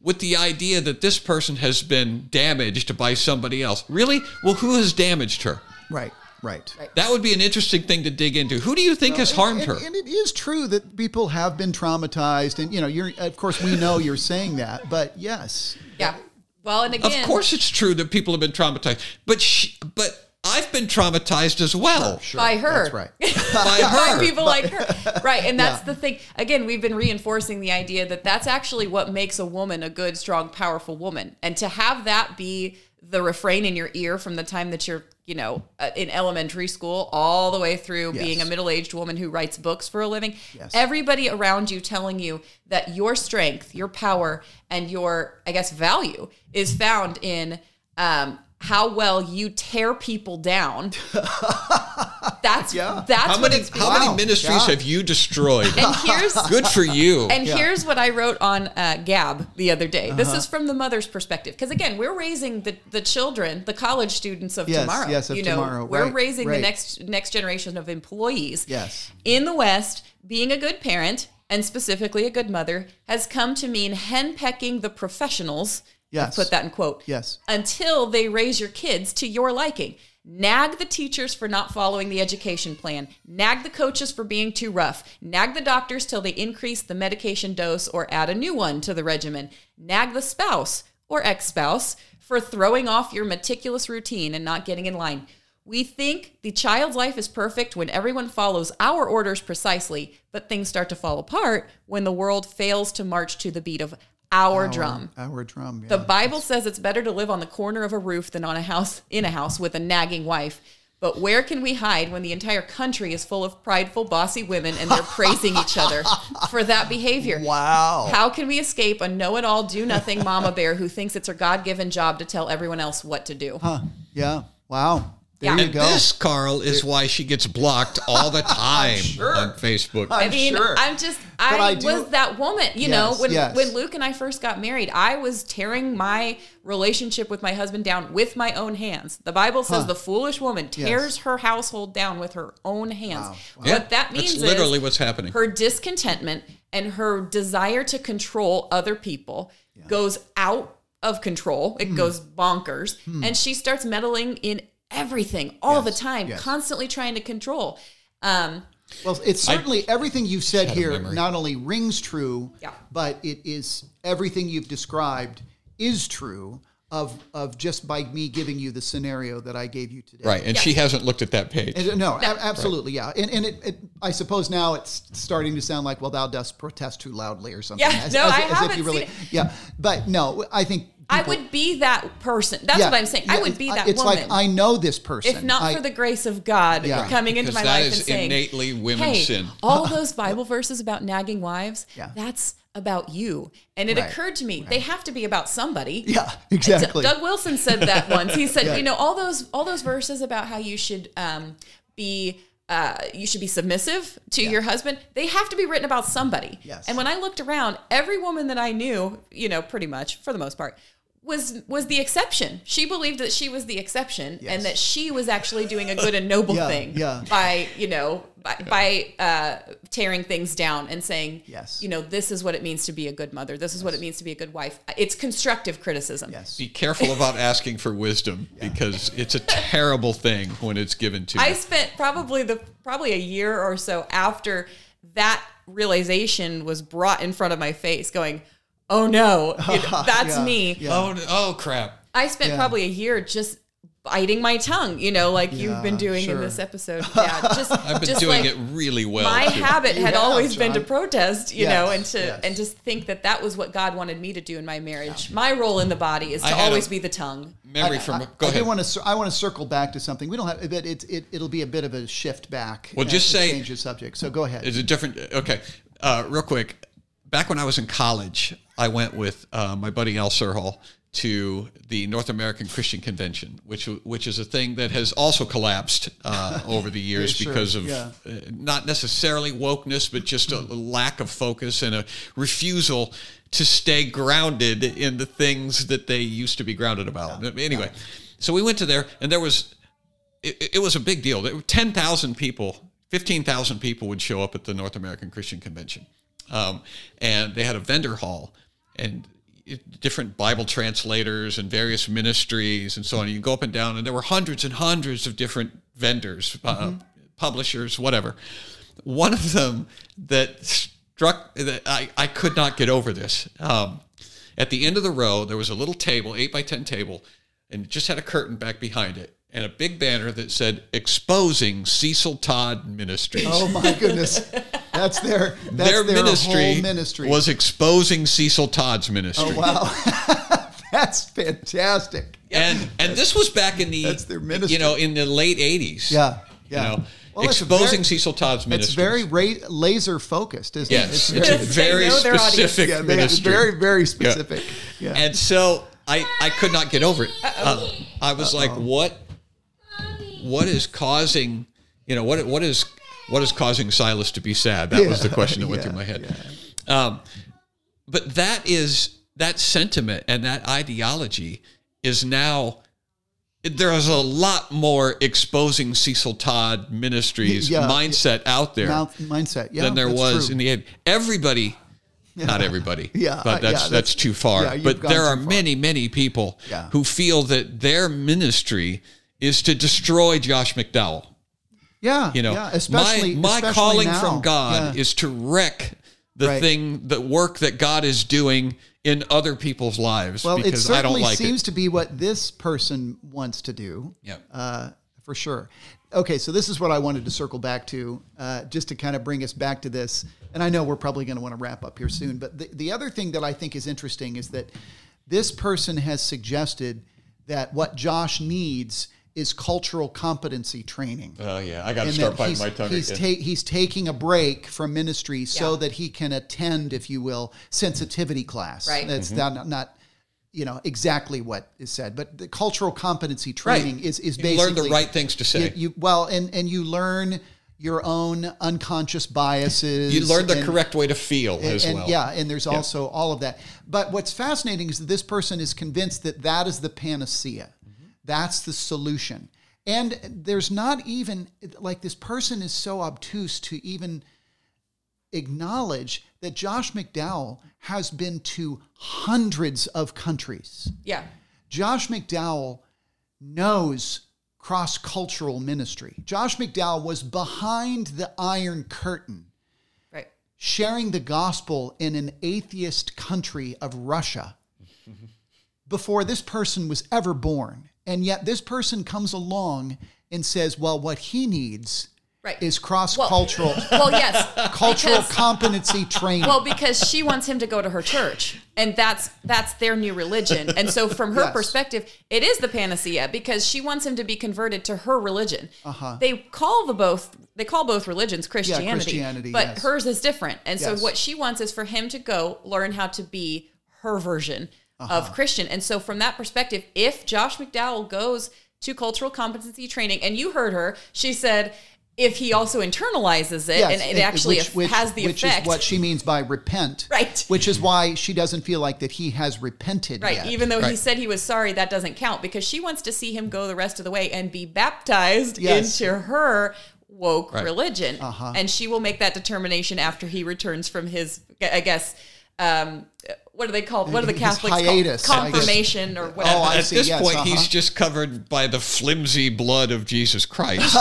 B: with the idea that this person has been damaged by somebody else. Really? Well, who has damaged her?
D: Right, right.
B: That would be an interesting thing to dig into. Who do you think has harmed
D: and,
B: her?
D: and it is true that people have been traumatized, and you know, you're of course we know you're saying that, but yes,
C: Yeah. Well, and
B: Of
C: again,
B: course, it's true that people have been traumatized, but she, but I've been traumatized as well
C: by her. (laughs)
D: that's right.
B: by
C: by
B: her.
C: people like her. Right. And that's the thing. Again, we've been reinforcing the idea that that's actually what makes a woman a good, strong, powerful woman. And to have that be the refrain in your ear from the time that you're, you know, uh, in elementary school all the way through
D: Yes.
C: being a middle aged woman who writes books for a living,
D: Yes.
C: everybody around you telling you that your strength, your power, and your, I guess, value is found in, um, how well you tear
B: (laughs)
C: people down. That's that's
B: How
C: what
B: many
C: it's
B: how
D: Wow.
B: many ministries
D: Yeah.
B: have you destroyed?
C: and
D: (laughs)
C: here's
B: Good for you.
C: (laughs) and here's what I wrote on uh, Gab the other day.
D: Uh-huh.
C: This is from the mother's perspective because again, we're raising the, the children, the college students of
D: Yes,
C: tomorrow.
D: yes, of
C: you know,
D: tomorrow.
C: we're
D: Right,
C: raising
D: right.
C: the next next generation of employees.
D: Yes.
C: in the West, being a good parent and specifically a good mother has come to mean henpecking the professionals.
D: Yes.
C: put that in quote.
D: Yes.
C: until they raise your kids to your liking. Nag the teachers for not following the education plan. Nag the coaches for being too rough. Nag the doctors till they increase the medication dose or add a new one to the regimen. Nag the spouse or ex spouse for throwing off your meticulous routine and not getting in line. We think the child's life is perfect when everyone follows our orders precisely, but things start to fall apart when the world fails to march to the beat of our, drum.
D: our drum.
C: The
D: yeah.
C: Bible says it's better to live on the corner of a roof than on a house in a house with a nagging wife. But where can we hide when the entire country is full of prideful, bossy women and they're praising each other for that behavior?
D: wow.
C: How can we escape a know-it-all, do-nothing mama bear who thinks it's her God-given job to tell everyone else what to do?
D: yeah. Wow. There
C: Yeah.
D: you
B: And
D: go.
B: this, Carl, is why she gets blocked all
D: (laughs)
B: the time on Facebook.
C: I mean,
D: sure.
C: I'm just, I,
D: I do-
C: was that woman. You know,
D: Yes,
C: when
D: yes.
C: when Luke and I first got married, I was tearing my relationship with my husband down with my own hands. The Bible says the foolish woman tears her household down with her own hands. What
B: Yeah,
C: that means
B: that's literally
C: is
B: what's happening.
C: her discontentment and her desire to control other people goes out of control.
D: Hmm.
C: It goes bonkers. And she starts meddling in everything all the time,
D: yes.
C: constantly trying to control. Um,
D: Well, it's certainly everything you've said here
B: memory.
D: not only rings true,
C: Yeah.
D: but it is everything you've described is true of of just by me giving you the scenario that I gave you today.
B: right. And she hasn't looked at that page.
D: And- uh, no, a- absolutely, yeah. And and it, it, I suppose now it's starting to sound like, well, thou dost protest too loudly or something.
C: Yeah, no, I haven't seen it.
D: Yeah, but no, I think
C: I
D: people-
C: would be that person. That's
D: yeah,
C: what I'm saying.
D: yeah,
C: I would be
D: it's-
C: that
D: It's
C: woman.
D: like I know this person.
C: if not
D: I-
C: for the grace of God
D: Yeah.
C: coming into
B: Because
C: my
B: that
C: life
B: is
C: and saying,
B: innately women's
C: "Hey,
B: sin."
D: (laughs)
C: all those Bible verses about nagging wives,
D: Yeah.
C: that's about you." And it
D: Right.
C: occurred to me, they have to be about somebody.
D: yeah, exactly.
C: Doug Wilson said that
D: (laughs)
C: once. He said, you know, all those all those verses about how you should um, be uh, you should be submissive to your husband. They have to be written about somebody.
D: Yes.
C: And when I looked around, every woman that I knew, you know, pretty much for the most part, was was the exception. She believed that she was the exception
D: Yes.
C: and that she was actually doing a good and noble
D: Yeah,
C: thing
D: yeah.
C: by you know by, by uh, tearing things down and saying
D: Yes.
C: you know this is what it means to be a good mother. This is what it means to be a good wife. It's constructive criticism.
D: Yes.
B: Be careful about asking for wisdom
D: (laughs)
B: because it's a terrible thing when it's given to you.
C: I spent probably the probably a year or so after that realization was brought in front of my face, going, "Oh no, you know, that's
D: Yeah,
C: me."
D: yeah.
B: oh, no- oh, crap.
C: I spent
D: Yeah.
C: probably a year just biting my tongue, you know, like you've been
D: Yeah,
C: doing
D: sure.
C: in this episode. Yeah, just
B: I've been
C: just
B: doing
C: like,
B: it really well.
C: my
B: too.
C: habit
D: You
C: had
D: have,
C: always been to
D: John.
C: protest, you
D: Yes,
C: know, and to
D: yes.
C: and just think that that was what God wanted me to do in my marriage. My role in the body is
B: I
C: to
B: had a-
C: always be the tongue.
B: memory from.
D: I,
B: go
D: I
B: ahead.
D: do want to. I want to circle back to something. We don't have, but it's it, it'll be a bit of a shift back.
B: Well,
D: uh,
B: just
D: to
B: say-
D: change the subject. So go ahead.
B: It's a different. Okay, uh, real quick. back when I was in college, I went with uh, my buddy Al Serhol to the North American Christian Convention, which which is a thing that has also collapsed uh, over
D: (laughs)
B: the years
D: sure,
B: because of
D: yeah. Mm.
B: uh, not necessarily wokeness, but just a lack of focus and a refusal to stay grounded in the things that they used to be grounded about. Anyway, so we went to there, and there was it, it was a big deal. There were 10,000 people, 15,000 people would show up at the North American Christian Convention. Um, and they had a vendor hall and it- different Bible translators and various ministries and so on. You go up and down, and there were hundreds and hundreds of different vendors, uh, publishers, whatever. One of them that struck that I, I could not get over this. Um, at the end of the row, there was a little table, eight by ten table, and it just had a curtain back behind it and a big banner that said "Exposing Cecil Todd Ministries."
D: Oh
B: (laughs)
D: my goodness, that's their that's
B: Their
D: their,
B: ministry,
D: whole ministry. Oh,
B: was exposing Cecil Todd's ministry.
D: wow, (laughs) that's fantastic.
B: and and this was back in the
D: That's their ministry.
B: you know in the late 80s
D: Yeah, yeah.
B: you know
D: Well, it's a
B: exposing
D: very-
B: cecil todd's
D: It's
B: ministry
D: very ra- laser focused, isn't
B: yes
D: it?
B: it's, a very
C: They know their audience.
B: specific
D: yeah, they, it's
B: ministry
D: very very specific. Yeah.
B: and so i i could not get over it Uh, i was like what what is causing you know what what is what is causing silas to be sad that was the
D: Yeah,
B: question that went through
D: yeah,
B: my head um, but that is that sentiment and that ideology is now there is a lot more exposing Cecil Todd Ministries
D: Yeah.
B: mindset out there
D: Mouth- mindset. Yeah,
B: than there
D: that's
B: was
D: true.
B: in the end. Everybody, not everybody,
D: (laughs) Yeah, uh,
B: but that's
D: yeah,
B: that's,
D: that's-
B: too far.
D: yeah, you've
B: but
D: gone
B: there
D: too
B: are
D: far.
B: many, many people
D: Yeah.
B: who feel that their ministry is to destroy Josh McDowell.
D: yeah,
B: You know,
D: yeah, especially
B: my my
D: especially
B: calling
D: now.
B: from God
D: Yeah.
B: is to wreck the
D: Right.
B: thing, the work that God is doing in other people's lives
D: well, it
B: because
D: certainly
B: I don't like
D: seems
B: it.
D: to be what this person wants to do.
B: Yeah.
D: uh, for sure. Okay, so this is what I wanted to circle back to, uh, just to kind of bring us back to this. And I know we're probably going to want to wrap up here soon, but the, the other thing that I think is interesting is that this person has suggested that what Josh needs is cultural competency training.
B: Oh yeah, I got to
D: and
B: start
D: that
B: biting
D: he's,
B: my tongue
D: he's,
B: again.
D: ta- he's taking a break from ministry so
C: Yeah.
D: that he can attend, if you will, sensitivity class.
C: Right.
D: That's
B: Mm-hmm.
D: not, not, you know, exactly what is said, but the cultural competency training is, is
B: you learn
D: basically
B: the right things to say.
D: you, you well and and you learn your own unconscious biases
B: You learn the
D: and-
B: correct way to feel as
D: and
B: well.
D: yeah and there's also all of that but what's fascinating is that this person is convinced that that is the panacea that's the solution and there's not even like this person is so obtuse to even acknowledge that Josh McDowell has been to hundreds of countries
C: Yeah.
D: Josh McDowell knows cross cultural ministry. Josh McDowell was behind the Iron Curtain,
C: Right.
D: sharing the gospel in an atheist country of Russia (laughs) before this person was ever born. And yet this person comes along and says, well, what he needs
C: Right.
D: is cross
C: (laughs)
D: cultural.
C: Well, yes.
D: Cultural
C: because-
D: competency training.
C: Well, because she wants him to go to her church, and that's that's their new religion. And so, from her
D: Yes.
C: perspective, it is the panacea because she wants him to be converted to her religion.
D: Uh-huh.
C: They call the both they call both religions Christianity,
D: Christianity,
C: but
D: yes.
C: hers is different. And
D: Yes.
C: so, what she wants is for him to go learn how to be her version
D: Uh-huh.
C: of Christian. And so, from that perspective, if Josh McDowell goes to cultural competency training, and you heard her, she said. If he also internalizes it
D: Yes,
C: and it actually
D: which- which-
C: has the
D: which
C: effect,
D: is what she means by repent,
C: Right.
D: Which is why she doesn't feel like that he has repented,
C: Right.
D: yet.
C: Even though he
B: Right.
C: said he was sorry, that doesn't count because she wants to see him go the rest of the way and be baptized
D: Yes. Uh-huh.
C: into her woke
B: Right.
C: religion. And she will make that determination after he returns from his, I guess, um, what are they called? What are the
D: His
C: Catholics
D: hiatus, I
C: called?
D: guess.
C: Confirmation or whatever.
D: Oh, I
B: At
D: see,
B: this
D: yes,
B: point, he's
D: uh-huh.
B: just covered by the flimsy blood of Jesus
D: (laughs)
B: Christ.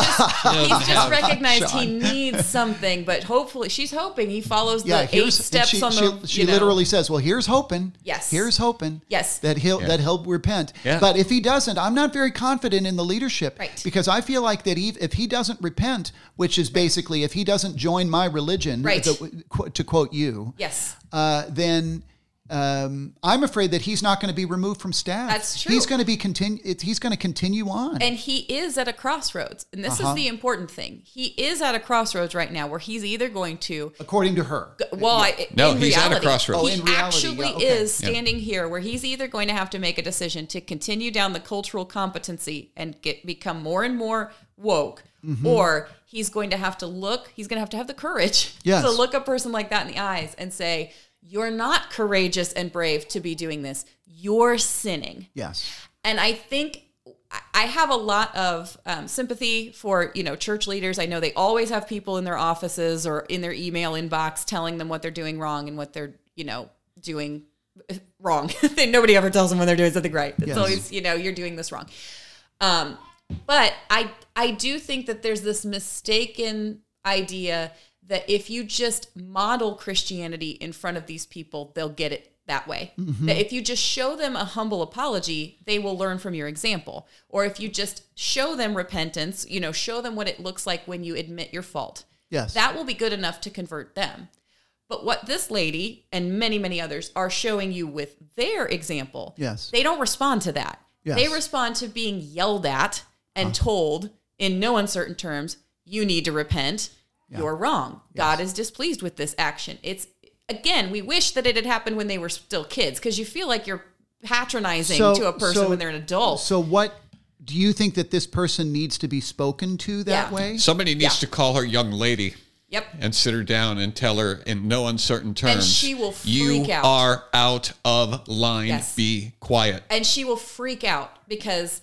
C: He's just recognized he
D: Sean.
C: needs something, but hopefully, she's hoping he follows
D: yeah,
C: the eight
D: here's and
C: steps
D: she,
C: on the.
D: she, she
C: you know.
D: literally says, "Well, here's hoping.
C: Yes.
D: here's hoping.
C: Yes.
D: that he'll that he'll repent.
B: Yeah.
D: But if he doesn't, I'm not very confident in the leadership,
C: Right.
D: Because I feel like that if, if he doesn't repent, which is basically if he doesn't join my religion,
C: Right.
D: the- qu- to quote you,
C: Yes.
D: uh, then um, I'm afraid that he's not going to be removed from staff.
C: That's true.
D: He's going to be continue. It's, he's going to continue on.
C: And he is at a crossroads. And this
D: Uh-huh.
C: is the important thing. He is at a crossroads right now where he's either going to
D: according to her.
C: well, I,
B: No,
C: in
B: he's at a
C: reality,
B: crossroads.
D: Oh,
C: He
D: in reality,
C: actually
D: yeah, okay.
C: is standing here where he's either going to have to make a decision to continue down the cultural competency and get become more and more woke,
D: Mm-hmm.
C: or he's going to have to look. He's going to have to have the courage (laughs)
D: Yes.
C: to look a person like that in the eyes and say, "You're not courageous and brave to be doing this. You're sinning."
D: Yes.
C: and I think I- I have a lot of um, sympathy for you know church leaders. I know they always have people in their offices or in their email inbox telling them what they're doing wrong and what they're you know doing (laughs) wrong. (laughs) They- Nobody ever tells them when they're doing something right. It's
D: Yes.
C: always you know you're doing this wrong. Um, but I I do think that there's this mistaken idea that if you just model Christianity in front of these people, they'll get it that way. That if you just show them a humble apology, they will learn from your example. Or if you just show them repentance, you know, show them what it looks like when you admit your fault.
D: Yes.
C: That will be good enough to convert them. But what this lady and many, many others are showing you with their example,
D: Yes.
C: they don't respond to that.
D: Yes. Uh-huh.
C: They respond to being yelled at and told in no uncertain terms, you need to repent. You're wrong. God is displeased with this action. It's again, we wish that it had happened when they were still kids because you feel like you're patronizing
D: So-
C: to a person
D: so-
C: when they're an adult.
D: So what do you think that this person needs to be spoken to that
C: Yeah.
D: way?
B: Somebody needs
C: Yeah.
B: to call her young lady
C: yep.
B: and sit her down and tell her in no uncertain terms.
C: she will freak
B: You
C: out."
B: are out of line.
C: Yes.
B: Be quiet.
C: and she will freak out because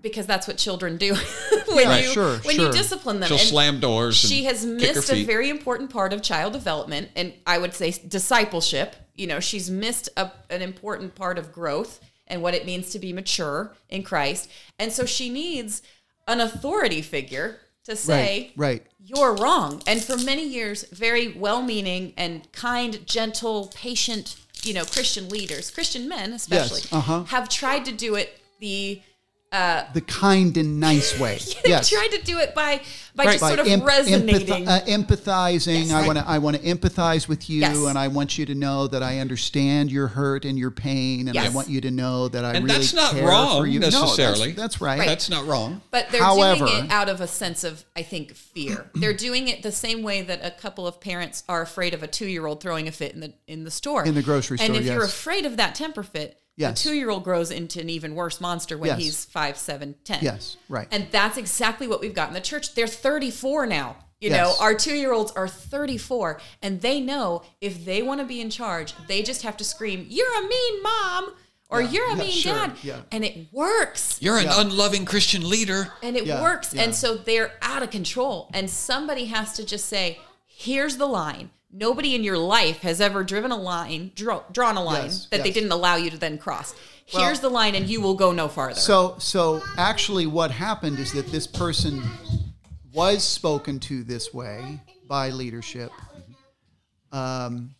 C: because that's what children do (laughs) when
B: Right.
C: you
D: Sure,
C: when
D: sure.
C: you discipline them.
B: She'll
C: And
B: slam doors. and
C: she has
B: kick her
C: missed a
B: feet.
C: very important part of child development, and I would say discipleship. You know, she's missed a, an important part of growth and what it means to be mature in Christ, and so she needs an authority figure to say,
D: Right. Right.
C: you're wrong. And for many years, very well meaning and kind, gentle, patient, you know, Christian leaders, Christian men especially,
D: uh-huh.
C: have tried to do it the (laughs)
D: The kind and nice way. yes.
C: tried to do it by by just
D: By
C: sort of
D: em-
C: resonating.
D: empathi- uh, empathizing. I
C: Right.
D: want to. I want to empathize with you,
C: Yes.
D: and I want you to know that I understand your hurt and your pain, and I
C: Yes.
D: want you to know that I
B: And
D: really
B: that's not
D: care
B: wrong,
D: for you. No, that's-
B: necessarily.
D: that's, right.
B: That's not wrong.
C: But they're
D: However-
C: doing it out of a sense of, I think, fear. (clears throat) they're doing it the same way that a couple of parents are afraid of a two-year-old throwing a fit in the in the store,
D: In the grocery
C: And
D: store,
C: if you're
D: yes.
C: afraid of that temper fit,
D: Yes.
C: the two-year-old grows into an even worse monster when
D: Yes.
C: he's five, seven, ten.
D: Yes, right.
C: And that's exactly what we've got in the church. They're 34 now. You
D: Yes.
C: know, our two-year-olds are 34, and they know if they want to be in charge, they just have to scream, "You're a mean mom." Or you're a
D: yeah,
C: mean
D: sure,
C: dad.
D: yeah.
C: And it works
B: You're an
D: Yeah.
B: unloving Christian leader.
C: and it
D: Yeah,
C: works.
D: yeah.
C: And so they're out of control. And somebody has to just say, here's the line. Nobody in your life has ever driven a line, draw, drawn a line
D: Yes,
C: that they
D: yes.
C: didn't allow you to then cross. here's the line, and you will go no farther.
D: So, so actually, what happened is that this person was spoken to this way by leadership, um,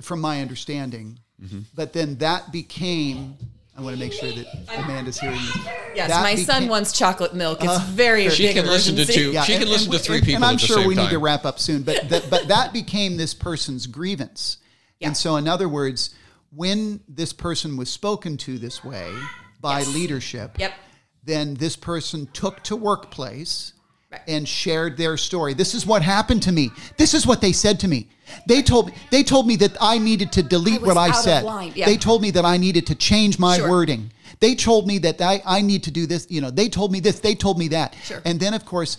D: from my understanding.
B: Mm-hmm.
D: But then that became. I want to make sure that Amanda's hearing this.
C: yes,
D: that Uh,
C: my son
D: beca-
C: wants chocolate milk. It's very a
B: She
C: big
B: can listen
C: (laughs)
B: to
C: emergency.
B: two. she can listen to
D: we-
B: three people
D: And I'm
B: at the
D: sure
B: same
D: we
B: time.
D: need to wrap up soon. But that, but that became this person's grievance.
C: Yeah.
D: And so, in other words, when this person was spoken to this way by leadership,
C: Yep.
D: then this person took to workplace
C: Right.
D: and shared their story. This is what happened to me. This is what they said to me. They told me they told me that I needed to delete
C: I was
D: what I
C: out of
D: said.
C: line. Yeah.
D: They told me that I needed to change my
C: Sure.
D: wording. They told me that I, I need to do this. You know, they told me this, they told me that.
C: Sure.
D: And then of course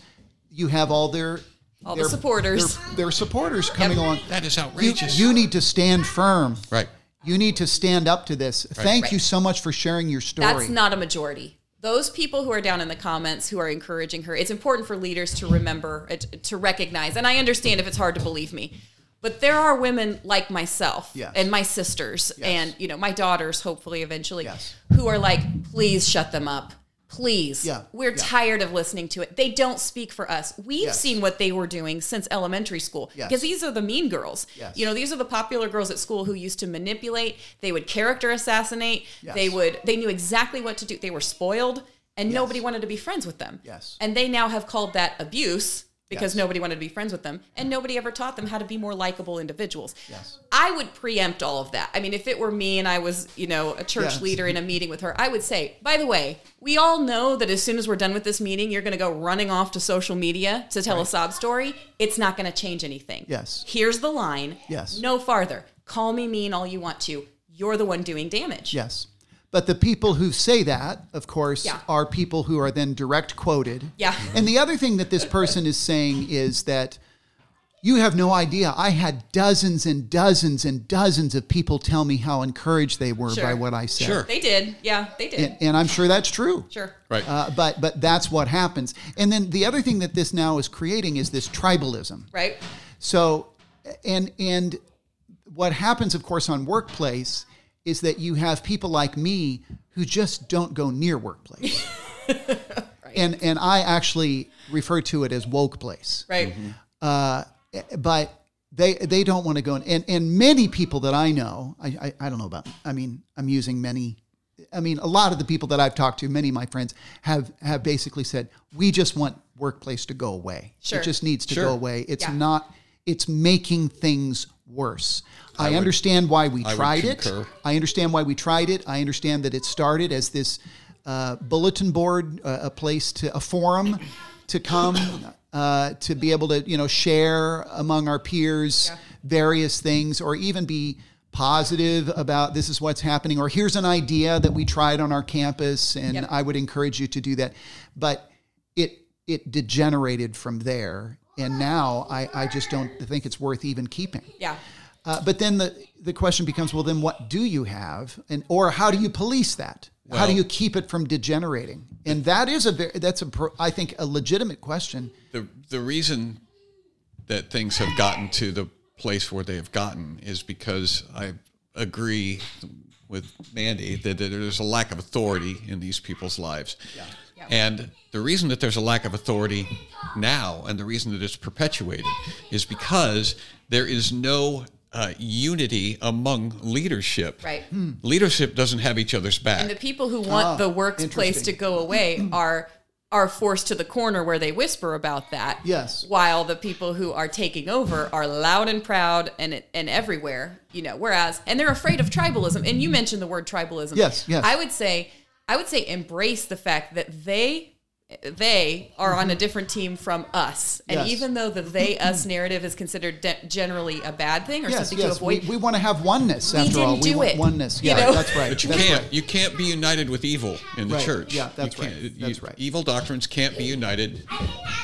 D: you have all their
C: All the supporters.
D: Their, their supporters coming along.
B: That is
D: You,
B: outrageous.
D: you need to stand firm.
B: right.
D: You need to stand up to this. Thank
C: Right.
D: you so much for sharing your story.
C: That's not a majority. Those people who are down in the comments who are encouraging her, it's important for leaders to remember, uh, t- to recognize. And I understand if it's hard to believe me, but there are women like myself
D: Yes.
C: and my sisters
D: Yes.
C: and you know my daughters, hopefully eventually,
D: Yes.
C: who are like, please shut them up. Please,
D: Yeah,
C: we're
D: yeah.
C: tired of listening to it. They don't speak for us. We've
D: Yes.
C: seen what they were doing since elementary school
D: Yes.
C: because these are the mean girls.
D: Yes.
C: You know, these are the popular girls at school who used to manipulate. They would character assassinate.
D: Yes.
C: They would. They knew exactly what to do. They were spoiled, and nobody wanted to be friends with them.
D: Yes.
C: And they now have called that abuse, because
D: Yes.
C: nobody wanted to be friends with them and nobody ever taught them how to be more likable individuals.
D: Yes.
C: I would preempt all of that. I mean, if it were me and I was, you know, a church
D: Yes.
C: leader in a meeting with her, I would say, by the way, we all know that as soon as we're done with this meeting, you're going to go running off to social media to tell a sob story. It's not going to change anything.
D: Yes.
C: Here's the line.
D: Yes.
C: No farther. Call me mean all you want to. You're the one doing damage.
D: Yes. But the people who say that, of course,
C: Yeah.
D: are people who are then direct quoted.
C: Yeah.
D: And the other thing that this person is saying is that you have no idea. I had dozens and dozens and dozens of people tell me how encouraged they were by
C: Sure.
D: what I said.
B: Sure.
C: They did. Yeah, they did.
D: And, and I'm sure that's true.
C: Sure.
B: Right.
D: Uh, but but that's what happens. And then the other thing that this now is creating is this tribalism.
C: Right.
D: So, and and what happens, of course, on workplace is that you have people like me who just don't go near workplace, and and I actually refer to it as woke place.
C: Right.
D: Uh, but they they don't want to go in, and and many people that I know, I, I I don't know about. I mean, I'm using many. I mean, a lot of the people that I've talked to, many of my friends have have basically said, "We just want workplace to go away.
C: Sure.
D: It just needs to
B: Sure.
D: go away. It's
C: Yeah.
D: not. It's making things worse." I, understand why we
B: would
D: tried it.
B: concur.
D: I understand why we tried it. I understand that it started as this uh, bulletin board, uh, a place to a forum to come uh, to be able to you know share among our peers various things, or even be positive about this is what's happening, or here's an idea that we tried on our campus, and
C: Yep.
D: I would encourage you to do that. But it it degenerated from there, and now I, I just don't think it's worth even keeping.
C: Yeah.
D: Uh, but then the, the question becomes, well, then what do you have, and or how do you police that? how do
B: Well-
D: you keep it from degenerating? And that is a very, that's a pro- I think a legitimate question.
B: the the reason that things have gotten to the place where they have gotten is because I agree with Mandy that that there's a lack of authority in these people's lives. And the reason that there's a lack of authority now and the reason that it's perpetuated is because there is no uh, unity among leadership.
C: Right.
B: Leadership doesn't have each other's back.
C: And the people who want the workplace to
D: Ah, interesting.
C: go away
D: (clears throat)
C: are are forced to the corner where they whisper about that.
D: Yes.
C: While the people who are taking over are loud and proud and and everywhere, you know, whereas and they're afraid of tribalism. And you mentioned the word tribalism.
D: Yes, yes.
C: I would say I would say embrace the fact that they they are on a different team from us. And
D: Mm-hmm. Yes.
C: even though the they us narrative is considered de- generally a bad thing or
D: Yes,
C: something to
D: yes, we,
C: avoid,
D: we want to have oneness.
C: We
D: after all,
C: didn't
D: we
C: do
D: want
C: it,
D: oneness.
C: you
D: Yeah,
C: know?
D: that's right.
B: But you
D: that's
B: can't
D: right.
B: you can't be united with evil in the
D: Right.
B: church.
D: Yeah, that's
B: You can't-
D: right.
B: you-
D: That's right.
B: Evil doctrines can't be united.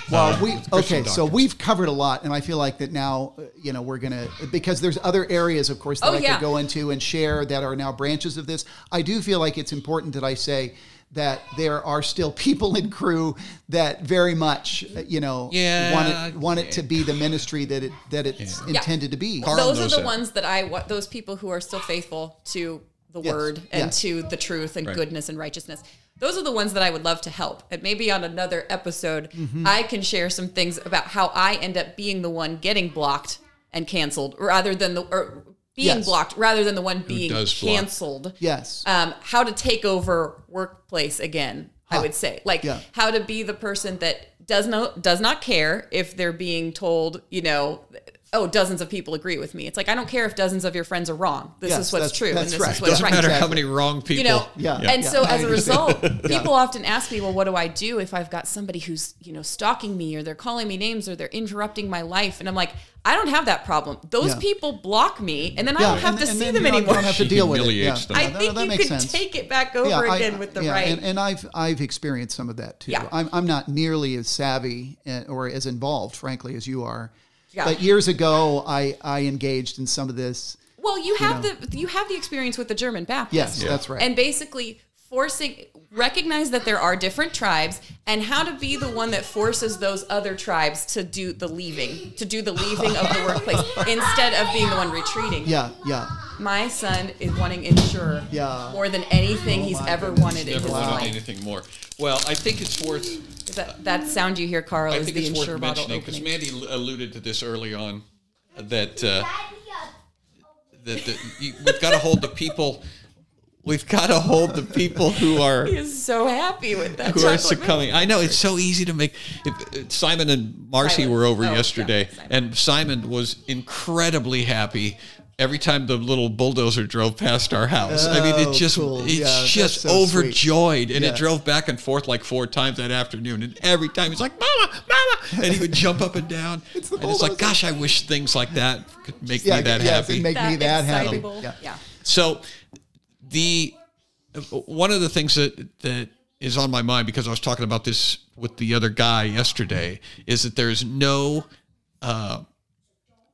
D: Well,
B: uh,
D: we
B: with Christian
D: okay. So
B: doctrines.
D: we've covered a lot, and I feel like that now. uh, You know, we're gonna because there's other areas, of course, that
C: Oh,
D: I
C: yeah.
D: could go into and share that are now branches of this. I do feel like it's important that I say that there are still (laughs) people in crew that very much, uh, you know,
B: Yeah.
D: want it want it to be the ministry that it that it's
C: Yeah.
D: intended to be.
B: Carl
C: those are
B: knows
C: the
B: that.
C: ones that I want. Those people who are still faithful to the
D: Yes,
C: word and
D: yes.
C: to the truth and
B: Right.
C: goodness and righteousness. Those are the ones that I would love to help. And maybe on another episode,
B: Mm-hmm.
C: I can share some things about how I end up being the one getting blocked and canceled, rather than the or being
D: Yes.
C: blocked rather than the one being
B: does block.
C: canceled.
D: Yes.
C: Um, how to take over workplace again? I would say, like
D: Yeah.
C: how to be the person that does no does not care if they're being told, you know, oh, dozens of people agree with me. It's like I don't care if dozens of your friends are wrong. This
D: Yes,
C: is what's
D: that's-
C: true,
D: that's
C: and this
D: right.
C: is what's
B: Doesn't
C: right.
B: matter how
D: Exactly.
B: many wrong people.
C: You know,
D: Yeah.
C: and
D: (laughs) Yeah.
C: so
D: I
C: as a result,
D: understand.
C: people often ask me, well, what do I do if I've got somebody who's you know stalking me or they're calling me names or they're interrupting my life? And I'm like, I don't have that problem. Those
D: Yeah.
C: people block me, and then I don't have
D: and-
C: to
D: and
C: see
D: then
C: them
D: you don't-
C: anymore.
D: You don't have to
B: She
D: deal with it. Yeah.
B: humiliates them.
C: I
D: No, no,
C: think
D: that
C: you
D: makes
C: can
D: sense.
C: take it back over
D: I-
C: again with the
D: yeah,
C: right.
D: And, and I've I've experienced some of that too.
C: Yeah.
D: I'm I'm not nearly as savvy eh, or as involved, frankly, as you are.
C: Yeah.
D: But years ago, I I engaged in some of this.
C: well, you have the you have the experience with the German Baptist.
D: Yes, that's right.
C: And basically forcing recognize that there are different tribes and how to be the one that forces those other tribes to do the leaving, to do the leaving
D: (laughs)
C: of the workplace instead of being the one retreating.
D: yeah, yeah,
C: My son is wanting insure
D: Yeah. Oh
C: more than anything he's
D: my
C: ever
D: goodness.
C: wanted in
B: never
C: his
B: wanted
C: life.
B: anything more. Well, I think it's worth.
D: Oh,
C: That, that sound you hear, Carl,
B: I
C: is
B: think
C: the
B: it's
C: insure
B: worth
C: bottle
B: mentioning because
C: opening.
B: Mandy l- alluded to this early on that uh, that, that you, we've got to hold the people We've got to hold the people who
D: (laughs)
B: are
C: He is so happy with that.
B: who are
C: chocolate
B: succumbing. I know it's so easy to make. If, uh, Simon and Marcy
C: Silence.
B: were over
C: Oh, yeah,
B: yesterday,
C: Simon.
B: and Simon was incredibly happy. Every time the little bulldozer drove past our house, I mean,
D: Oh,
B: it just
D: cool.
B: it's
D: Yeah, that's
B: just
D: so sweet.
B: overjoyed, and
D: Yeah.
B: it drove back and forth like four times that afternoon. And every time he's like, "Mama, mama," and he would jump up and
D: (laughs)
B: down. It's,
D: the
B: and it's like,
D: bulldozer.
B: gosh, I wish things like that could make
D: Yeah,
B: me that
D: yes,
B: happy.
D: it make me that happy.
C: excitable.
D: Yeah.
C: yeah.
B: So the one of the things that that is on my mind because I was talking about this with the other guy yesterday is that there is no uh,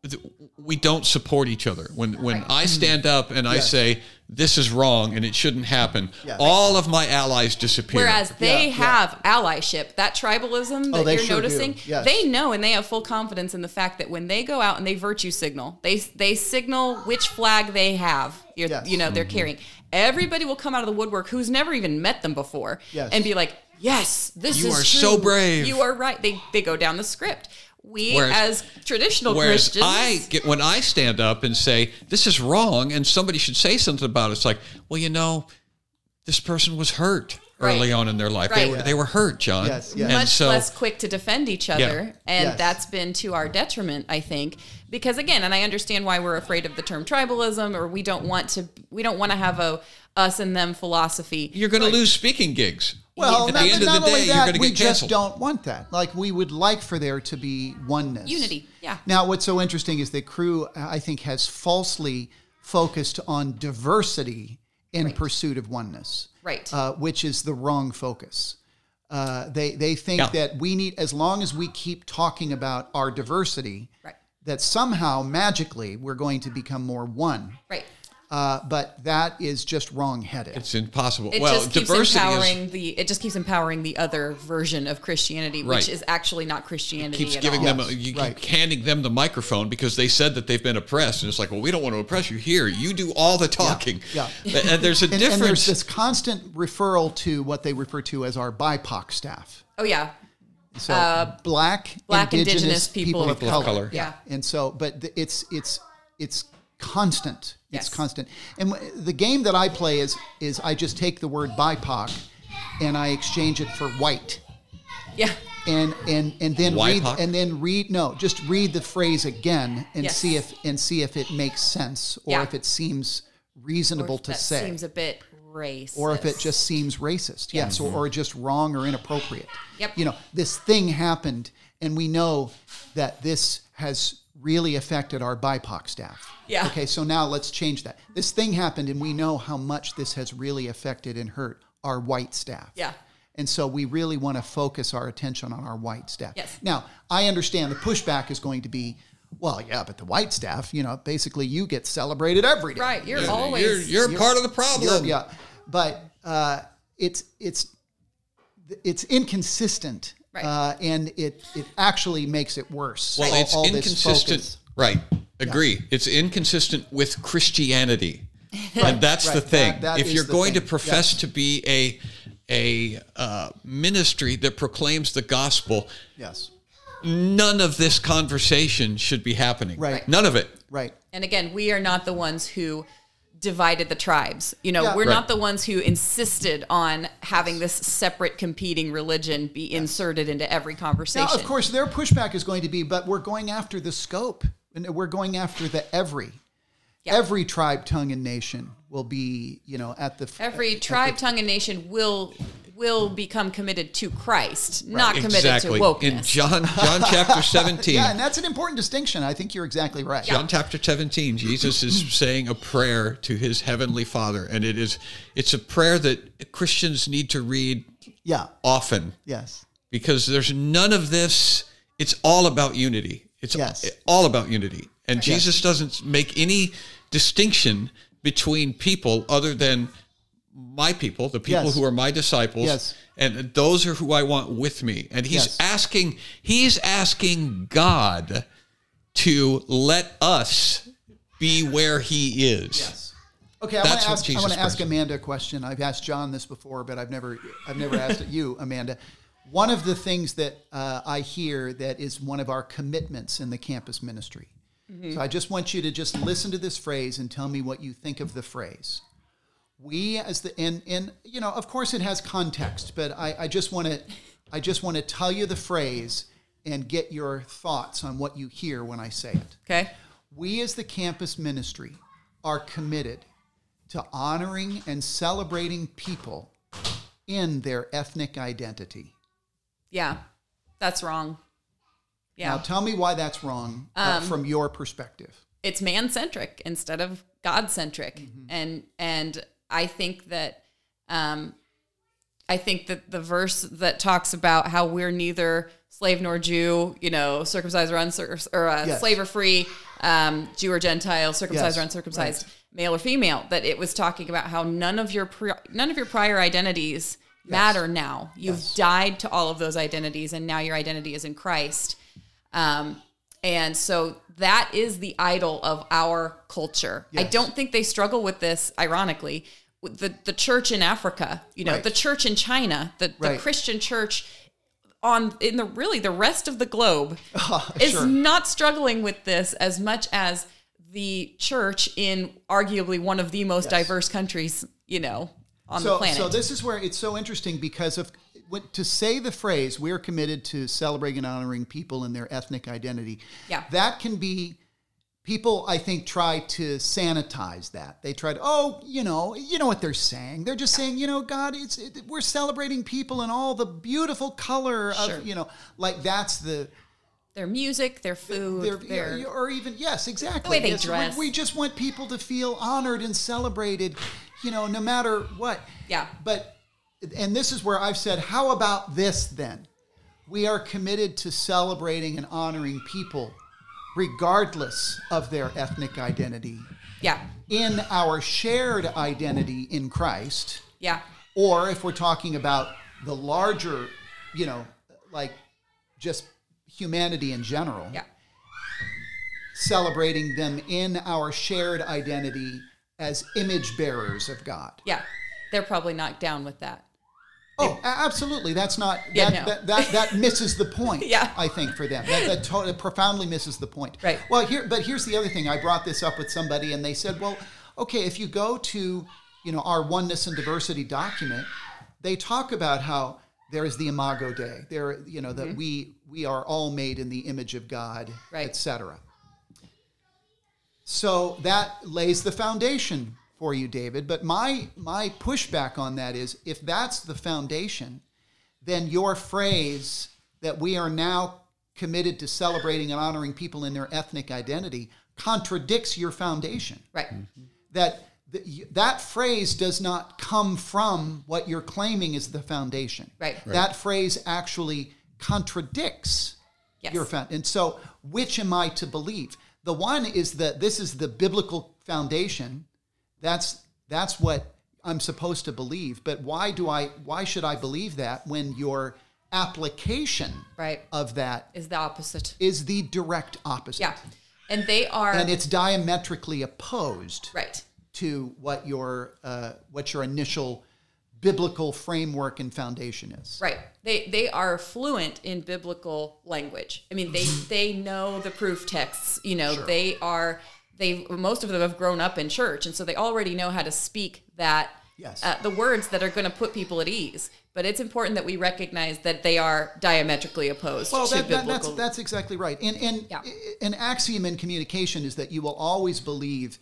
B: th- we don't support each other when when I stand up and I
D: Yes.
B: say this is wrong and it shouldn't happen
D: Yes.
B: all of my allies disappear
C: Whereas they
D: yeah. Oh,
C: have allyship, that tribalism that
D: they
C: you're
D: sure do.
C: noticing,
D: Yes.
C: they know and they have full confidence in the fact that when they go out and they virtue signal, they they signal which flag they have. You're,
D: Yes.
C: You know, they're
B: Mm-hmm.
C: carrying. Everybody will come out of the woodwork who's never even met them before
D: Yes.
C: and be like, "Yes, this
B: You
C: is
B: are
C: true.
B: so brave."
C: You are right." They they go down the script. We
B: Whereas-
C: as
B: (laughs)
C: traditional
B: Whereas
C: Christians,
B: I get when I stand up and say this is wrong and somebody should say something about it, it's like, well, you know, this person was hurt early
C: Right.
B: on in their life.
C: Right.
B: They were
C: Yeah.
B: they were hurt, John.
D: Yes, yes.
B: And
C: much
B: so
C: less quick to defend each other. And
D: Yes.
C: that's been to our detriment, I think. Because again, and I understand why we're afraid of the term tribalism or we don't want to we don't want to have a us and them philosophy.
B: you're going to lose speaking gigs.
D: Well,
B: at
D: not,
B: the end
D: but
B: of
D: not
B: the
D: only
B: day, you're
D: that,
B: going to
D: we
B: get
D: just
B: canceled.
D: don't want that. Like we would like for there to be oneness,
C: Unity, yeah.
D: Now, what's so interesting is that crew, I think, has falsely focused on diversity in pursuit of oneness,
C: Right.
D: Uh, which is the wrong focus. Uh, they they think
B: Yeah.
D: that we need as long as we keep talking about our diversity,
C: Right.
D: that somehow magically we're going to become more one.
C: right.
D: Uh, but that is just wrong-headed.
B: It's impossible.
C: It
B: well,
C: just keeps
B: diversity
C: empowering
B: is,
C: the it just keeps empowering the other version of Christianity,
B: Right.
C: which is actually not Christianity.
B: keeps
C: at
B: giving
C: all.
B: them a,
D: Yes,
B: you
D: right.
B: keep handing them the microphone because they said that they've been oppressed and it's like, well, we don't want to oppress you here. You do all the talking.
D: yeah.
B: And- And there's a
D: and,
B: difference.
D: and there's this constant referral to what they refer to as our BIPOC staff.
C: Oh yeah.
D: So black,
C: Uh, Black, Indigenous people
D: of, color.
B: color.
C: Yeah.
D: And so, but th- it's it's it's constant.
C: Yes.
D: It's constant. And w- the game that I play is is I just take the word BIPOC and I exchange it for white.
C: Yeah.
D: And, and and then read
B: WIPOC?
D: and then read no just read the phrase again and
C: Yes.
D: see if and see if it makes sense or
C: Yeah.
D: if it seems reasonable to
C: that
D: say
C: seems a bit racist. Mm-hmm.
D: or if it just seems racist. Yes, or, or just wrong or inappropriate.
C: Yep.
D: You know, this thing happened, and we know that this has really affected our BIPOC staff.
C: Yeah.
D: Okay, so now let's change that. This thing happened, and we know how much this has really affected and hurt our white staff.
C: Yeah.
D: And so we really want to focus our attention on our white staff.
C: Yes.
D: Now, I understand the pushback is going to be, well, yeah, but the white staff, you know, basically you get celebrated every day.
C: right. You're
B: You're-
C: always
B: you're, part of the problem.
D: Yeah, yeah. but uh, it's it's it's inconsistent,
C: Right.
D: uh, and it it actually makes it worse.
B: Well,
D: all-
B: it's
D: all this
B: inconsistent.
D: focus.
B: Right. Agree. It's inconsistent with
D: (laughs)
B: Christianity. and that's
D: right.
B: the thing.
D: That- that
B: if
D: is
B: you're
D: the
B: going
D: thing.
B: to profess to be a a uh, ministry that proclaims the gospel,
D: Yes,
B: none of this conversation should be happening.
D: Right.
B: None of it.
D: right.
C: And again, we are not the ones who divided the tribes. You know,
D: Yeah.
C: we're
B: Right.
C: not the ones who insisted on having this separate competing religion be inserted into every conversation.
D: Now, of course, their pushback is going to be, but we're going after the scope, and we're going after the every.
C: Yeah.
D: Every tribe, tongue, and nation will be, you know, at the f-
C: every
D: at the-
C: tribe, tongue, and nation will will become committed to Christ, not committed
B: Exactly.
C: to wokeness.
B: In John John
D: (laughs)
B: chapter 17.
D: Yeah, and that's an important distinction. I think you're exactly right.
B: John chapter 17, Jesus
D: (clears throat)
B: is saying a prayer to his heavenly Father and it is it's a prayer that Christians need to read
D: Yeah.
B: often.
D: Yes.
B: because there's none of this. It's all about unity. It's
D: Yes.
B: all about unity. And Jesus doesn't make any distinction between people other than my people, the people
D: Yes.
B: who are my disciples,
D: Yes.
B: and those are who I want with me. And he's
D: Yes.
B: asking, he's asking God to let us be where he is.
D: Yes. Okay, I want
B: That's
D: to
B: what
D: ask. I
B: Jesus
D: want to ask
B: brings.
D: Amanda a question. I've asked John this before, but I've never, I've never asked it you, Amanda. One of the things that uh, I hear that is one of our commitments in the campus ministry. So I just want you to just listen to this phrase and tell me what you think of the phrase. we as the and and you know of course it has context but i i just want to i just want to tell you the phrase and get your thoughts on what you hear when i say it
C: Okay.
D: we as the campus ministry are committed to honoring and celebrating people in their ethnic identity
C: Yeah. That's wrong. Yeah.
D: now tell me why that's wrong uh, from your perspective
C: it's man centric instead of God centric,
D: Mm-hmm.
C: and and I think that um, I think that the verse that talks about how we're neither slave nor Jew, you know, circumcised or uncircumcised, or uh,
D: Yes.
C: slave or free, um, Jew or Gentile, circumcised or
D: Yes,
C: uncircumcised, male or female, that it was talking about how none of your pri none of your prior identities matter now. You've died to all of those identities, and now your identity is in Christ. Um, and so that is the idol of our culture. I
D: Yes.
C: don't think they struggle with this, ironically. with The, the church in Africa, you know,
D: Right.
C: the church in China, the, the
D: Right.
C: Christian church on in the really the rest of the
D: (laughs)
C: globe is
D: Oh, Uh, sure.
C: not struggling with this as much as the church in arguably one of the most diverse countries, you know, on
D: so,
C: the planet.
D: So this is where it's so interesting because of when, to say the phrase "we are committed to celebrating and honoring people and their ethnic identity."
C: Yeah.
D: that can be. People, I think, try to sanitize that. They try to, oh, you know, you know what they're saying. They're just saying, you know, God, it's it, we're celebrating people and all the beautiful color
C: Sure.
D: of, you know, like that's the
C: their music, their food,
D: they're,
C: their
D: or- or even yes, exactly.
C: way they
D: Yes, we-
C: dress.
D: We, just want people to feel honored and celebrated, you know, no matter what.
C: Yeah.
D: But and this is where I've said, how about this then? We are committed to celebrating and honoring people regardless of their ethnic identity
C: yeah,
D: in our shared identity in Christ
C: yeah,
D: or if we're talking about the larger, you know, like just humanity in general
C: yeah.
D: celebrating them in our shared identity as image bearers of God.
C: Yeah, they're probably not down with that.
D: Oh, a- absolutely. That's not that,
C: Yeah, no.
D: that, that that misses the
C: (laughs)
D: point.
C: Yeah.
D: I think for them that, that totally profoundly misses the point.
C: Right.
D: Well, here but here's the other thing. I brought this up with somebody, and they said, "Well, okay, if you go to you know our oneness and diversity document, they talk about how." There is the Imago Dei. There, you know that
C: Mm-hmm.
D: we we are all made in the image of God,
C: Right.
D: etc. So that lays the foundation for you, David. But my my pushback on that is if that's the foundation, then your phrase that we are now committed to celebrating and honoring people in their ethnic identity contradicts your foundation.
C: Right.
D: That that you- that phrase does not come from what you're claiming is the foundation.
C: Right. Right.
D: That phrase actually contradicts
C: Yes.
D: your found. And so, which am I to believe? The one is that this is the biblical foundation. That's that's what I'm supposed to believe. But why do I? Why should I believe that when your application
C: Right.
D: of that
C: Is the opposite.
D: is the direct opposite?
C: Yeah. And they are
D: and it's diametrically opposed
C: right.
D: to what your uh, what your initial biblical framework and foundation is.
C: Right. They they are fluent in biblical language. I
D: (laughs)
C: mean, they they know the proof texts. You know, they are they most of them have grown up in church, and so they already know how to speak that
D: Yes.
C: uh, the words that are going to put people at ease. But it's important that we recognize that they are diametrically opposed
D: Well,
C: to
D: that, that,
C: biblical.
D: that's that's exactly right. And and
C: Yeah.
D: an axiom in communication is that you will always believe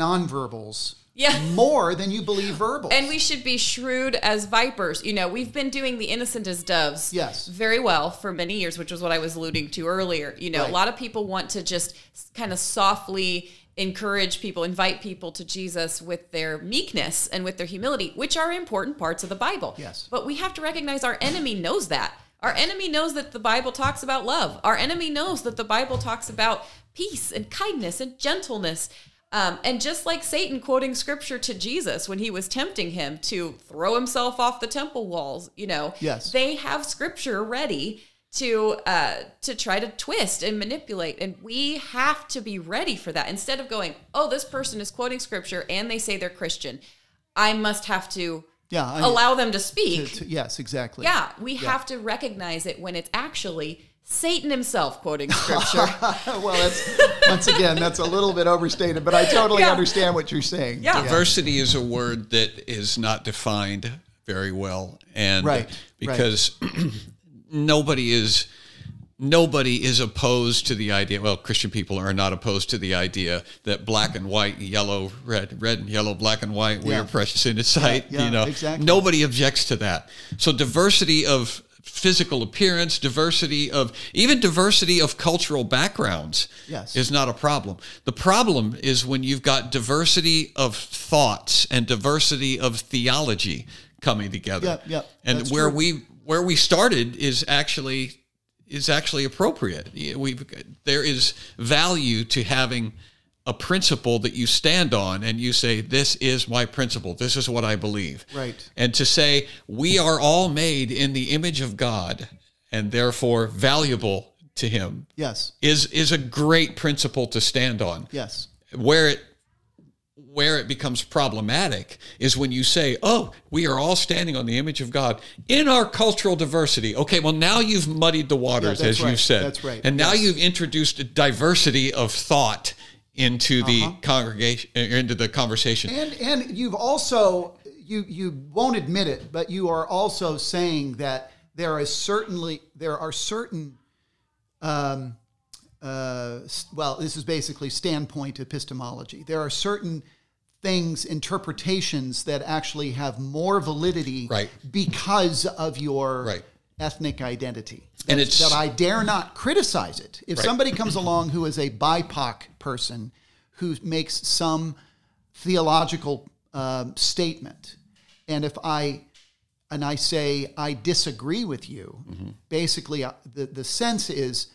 D: nonverbals
C: Yeah.
D: more than you believe verbals.
C: And we should be shrewd as vipers. You know, we've been doing the innocent as doves
D: Yes.
C: very well for many years, which was what I was alluding to earlier. You know,
D: Right.
C: a lot of people want to just kind of softly encourage people, invite people to Jesus with their meekness and with their humility, which are important parts of the Bible.
D: Yes.
C: But we have to recognize our enemy knows that. Our enemy knows that the Bible talks about love. Our enemy knows that the Bible talks about peace and kindness and gentleness. Um, and just like Satan quoting scripture to Jesus when he was tempting him to throw himself off the temple walls, you know,
D: Yes.
C: they have scripture ready to uh, to try to twist and manipulate. And we have to be ready for that instead of going, oh, this person is quoting scripture and they say they're Christian. I must have to
D: yeah, I-
C: allow them to speak.
D: t- yes, exactly.
C: Yeah, we have to recognize it when it's actually Satan
B: (laughs)
C: himself quoting scripture.
D: (laughs) well, that's once again, that's a little bit overstated, but I totally
C: Yeah.
D: understand what you're saying.
C: Yeah.
B: diversity is a word that is not defined very well and
D: Right, right.
B: because (clears throat) nobody is nobody is opposed to the idea well christian people are not opposed to the idea that black and white yellow red red and yellow black and white we
D: Yeah.
B: are precious in its sight
D: yeah,
B: you know
D: exactly.
B: nobody objects to that so diversity of physical appearance diversity of even diversity of cultural backgrounds
D: Yes.
B: is not a problem. The problem is when you've got diversity of thoughts and diversity of theology coming together.
D: Yep, yep,
B: And
D: that's
B: where
D: true.
B: we where we started is actually is actually appropriate. Yeah, We've there is value to having a principle that you stand on and you say this is my principle this is what i believe
D: Right.
B: and to say we are all made in the image of god and therefore valuable to him
D: Yes.
B: is is a great principle to stand on.
D: Yes.
B: Where it where it becomes problematic is when you say, "Oh, we are all standing on the image of God in our cultural diversity." Okay, well now you've muddied the waters,
D: Yeah, that's
B: as
D: right.
B: you've said,
D: That's right.
B: and now
D: Yes.
B: you've introduced a diversity of thought into the congregation, er, into the conversation.
D: Uh-huh. And and you've also you you won't admit it, but you are also saying that there is certainly there are certain um, uh, s- well, this is basically standpoint epistemology. There are certain things, interpretations that actually have more validity
B: Right.
D: because of your
B: Right.
D: ethnic identity.
B: And
D: That's-
B: it's-
D: that I dare not criticize it. If somebody comes along who is a BIPOC person who makes some theological um, statement, and if I and I say I disagree with you,
B: Mm-hmm.
D: basically uh, the the sense is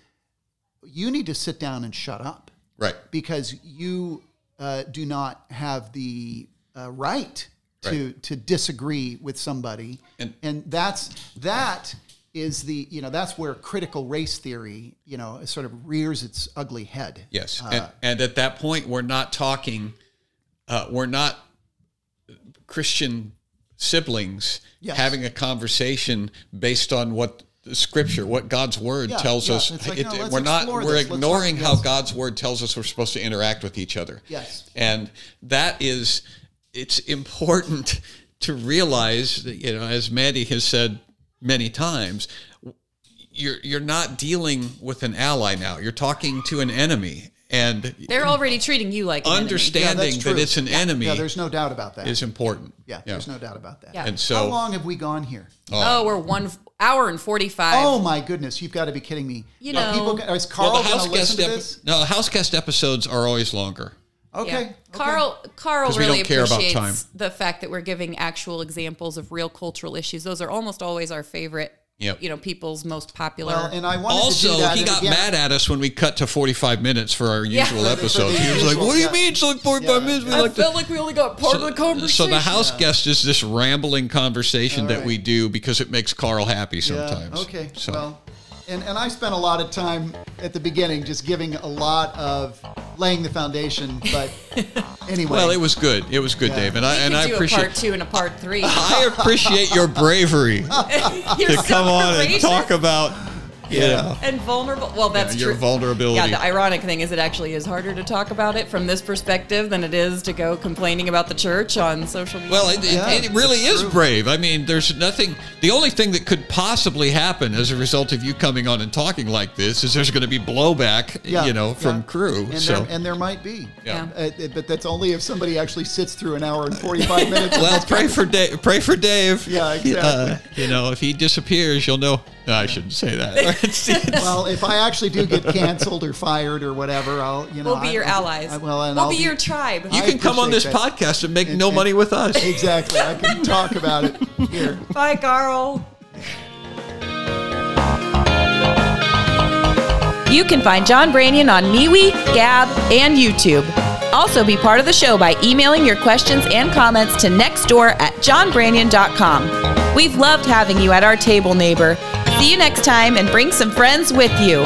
D: you need to sit down and shut up
B: Right.
D: because you uh, do not have the uh, right to to disagree with somebody,
B: And-
D: that's that is the you know that's where critical race theory you know sort of rears its ugly head. Uh,
B: Yes, and, and at that point, we're not talking. Uh, we're not Christian siblings
D: Yes.
B: having a conversation based on what the Scripture, what God's Word
D: Yeah,
B: tells
D: yeah.
B: us.
D: It's like,
B: It-
D: no, let's
B: we're not.
D: explore
B: We're
D: this. Let's-
B: ignoring how
D: yes.
B: God's Word tells us we're supposed to interact with each other.
D: Yes.
B: and that is. It's important to realize that you know, as Mandy has said many times, you're you're not dealing with an ally now. You're talking to an enemy, and
C: They're already treating you like an enemy.
B: understanding
D: Yeah, that's
B: that
D: true.
B: it's an enemy
D: Yeah, there's no doubt about that.
B: is important.
D: yeah, there's no doubt about that.
C: Yeah.
B: And
D: How
B: so,
D: long have we gone here?
C: Oh, we're one f- hour and forty-five.
D: Oh my goodness, you've got to be kidding me.
C: You
D: Are
C: know-
D: people, ga- is Carl
B: well, the
D: going
B: house
D: to listen
B: guest
D: to
B: epi-
D: this?
B: no house guest episodes are always longer.
D: Okay.
C: Yeah.
D: okay.
C: Carl Carl
B: 'Cause we
C: really
B: don't care about
C: appreciates
B: time.
C: the fact that we're giving actual examples of real cultural issues. Those are almost always our favorite.
B: Yep.
C: You know, people's most popular.
D: Well, and I wanted to do
B: Also,
D: that.
B: he
D: and
B: got
D: again-
B: mad at us when we cut to 45 minutes for our usual
C: For the- for
D: the
B: episodes. He was like,
D: usual,
B: "What do you
D: yeah.
B: mean? It's like 45
D: Yeah.
B: minutes. We
C: I
B: like to
C: felt like we only got part of the
B: So
C: conversation.
B: the house guest is this rambling conversation that we do because it makes Carl happy
D: Yeah,
B: sometimes.
D: Okay.
B: So-
D: Well, and, and I spent a lot of time at the beginning just giving a lot of laying the foundation,
B: (laughs)
D: but anyway.
B: well, it was good. It was good,
D: Yeah.
B: Dave, and I
C: We
B: and
C: could
B: I
C: do a part
B: appreciate
C: two and a
B: (laughs)
C: part three.
B: I appreciate your bravery to
C: You're so
B: come on and
C: courageous
B: talk about you know,
C: and vulnerable. Well, that's
B: your
C: true.
B: vulnerability.
C: Yeah, the ironic thing is it actually is harder to talk about it from this perspective than it is to go complaining about the church on social media.
B: Well, it, it-
D: Yeah,
B: it really
D: it's
B: is
D: true.
B: brave. I mean, there's nothing. The only thing that could possibly happen as a result of you coming on and talking like this is there's going to be blowback,
D: yeah,
B: you know, from
D: yeah.
B: crew.
D: And,
B: so,
D: there, and there might be.
B: yeah.
D: Uh, it- but that's only if somebody actually sits through an hour
B: (laughs)
D: and 45 minutes.
B: well, pray for Dave. Pray for Dave.
D: Yeah, exactly.
B: Uh, you know, if he disappears, you'll know. No, I shouldn't say that. (laughs) It's-
D: (laughs)
B: it's-
D: well, if I actually do get canceled or fired or whatever, I'll, you know.
C: we'll be
D: I-
C: your
D: I'll-
C: allies.
D: I- well, and
C: we'll
D: I'll
C: be, your tribe.
B: you can come on this
D: appreciate that.
B: podcast and make
D: And-
B: no
D: and-
B: money with us.
D: Exactly. I can talk
C: (laughs)
D: about it here.
C: Bye, Carl. You can find John Branyan on MeWe, Gab, and YouTube. Also, be part of the show by emailing your questions and comments to nextdoor at johnbranyan.com. We've loved having you at our table, neighbor. See you next time and bring some friends with you.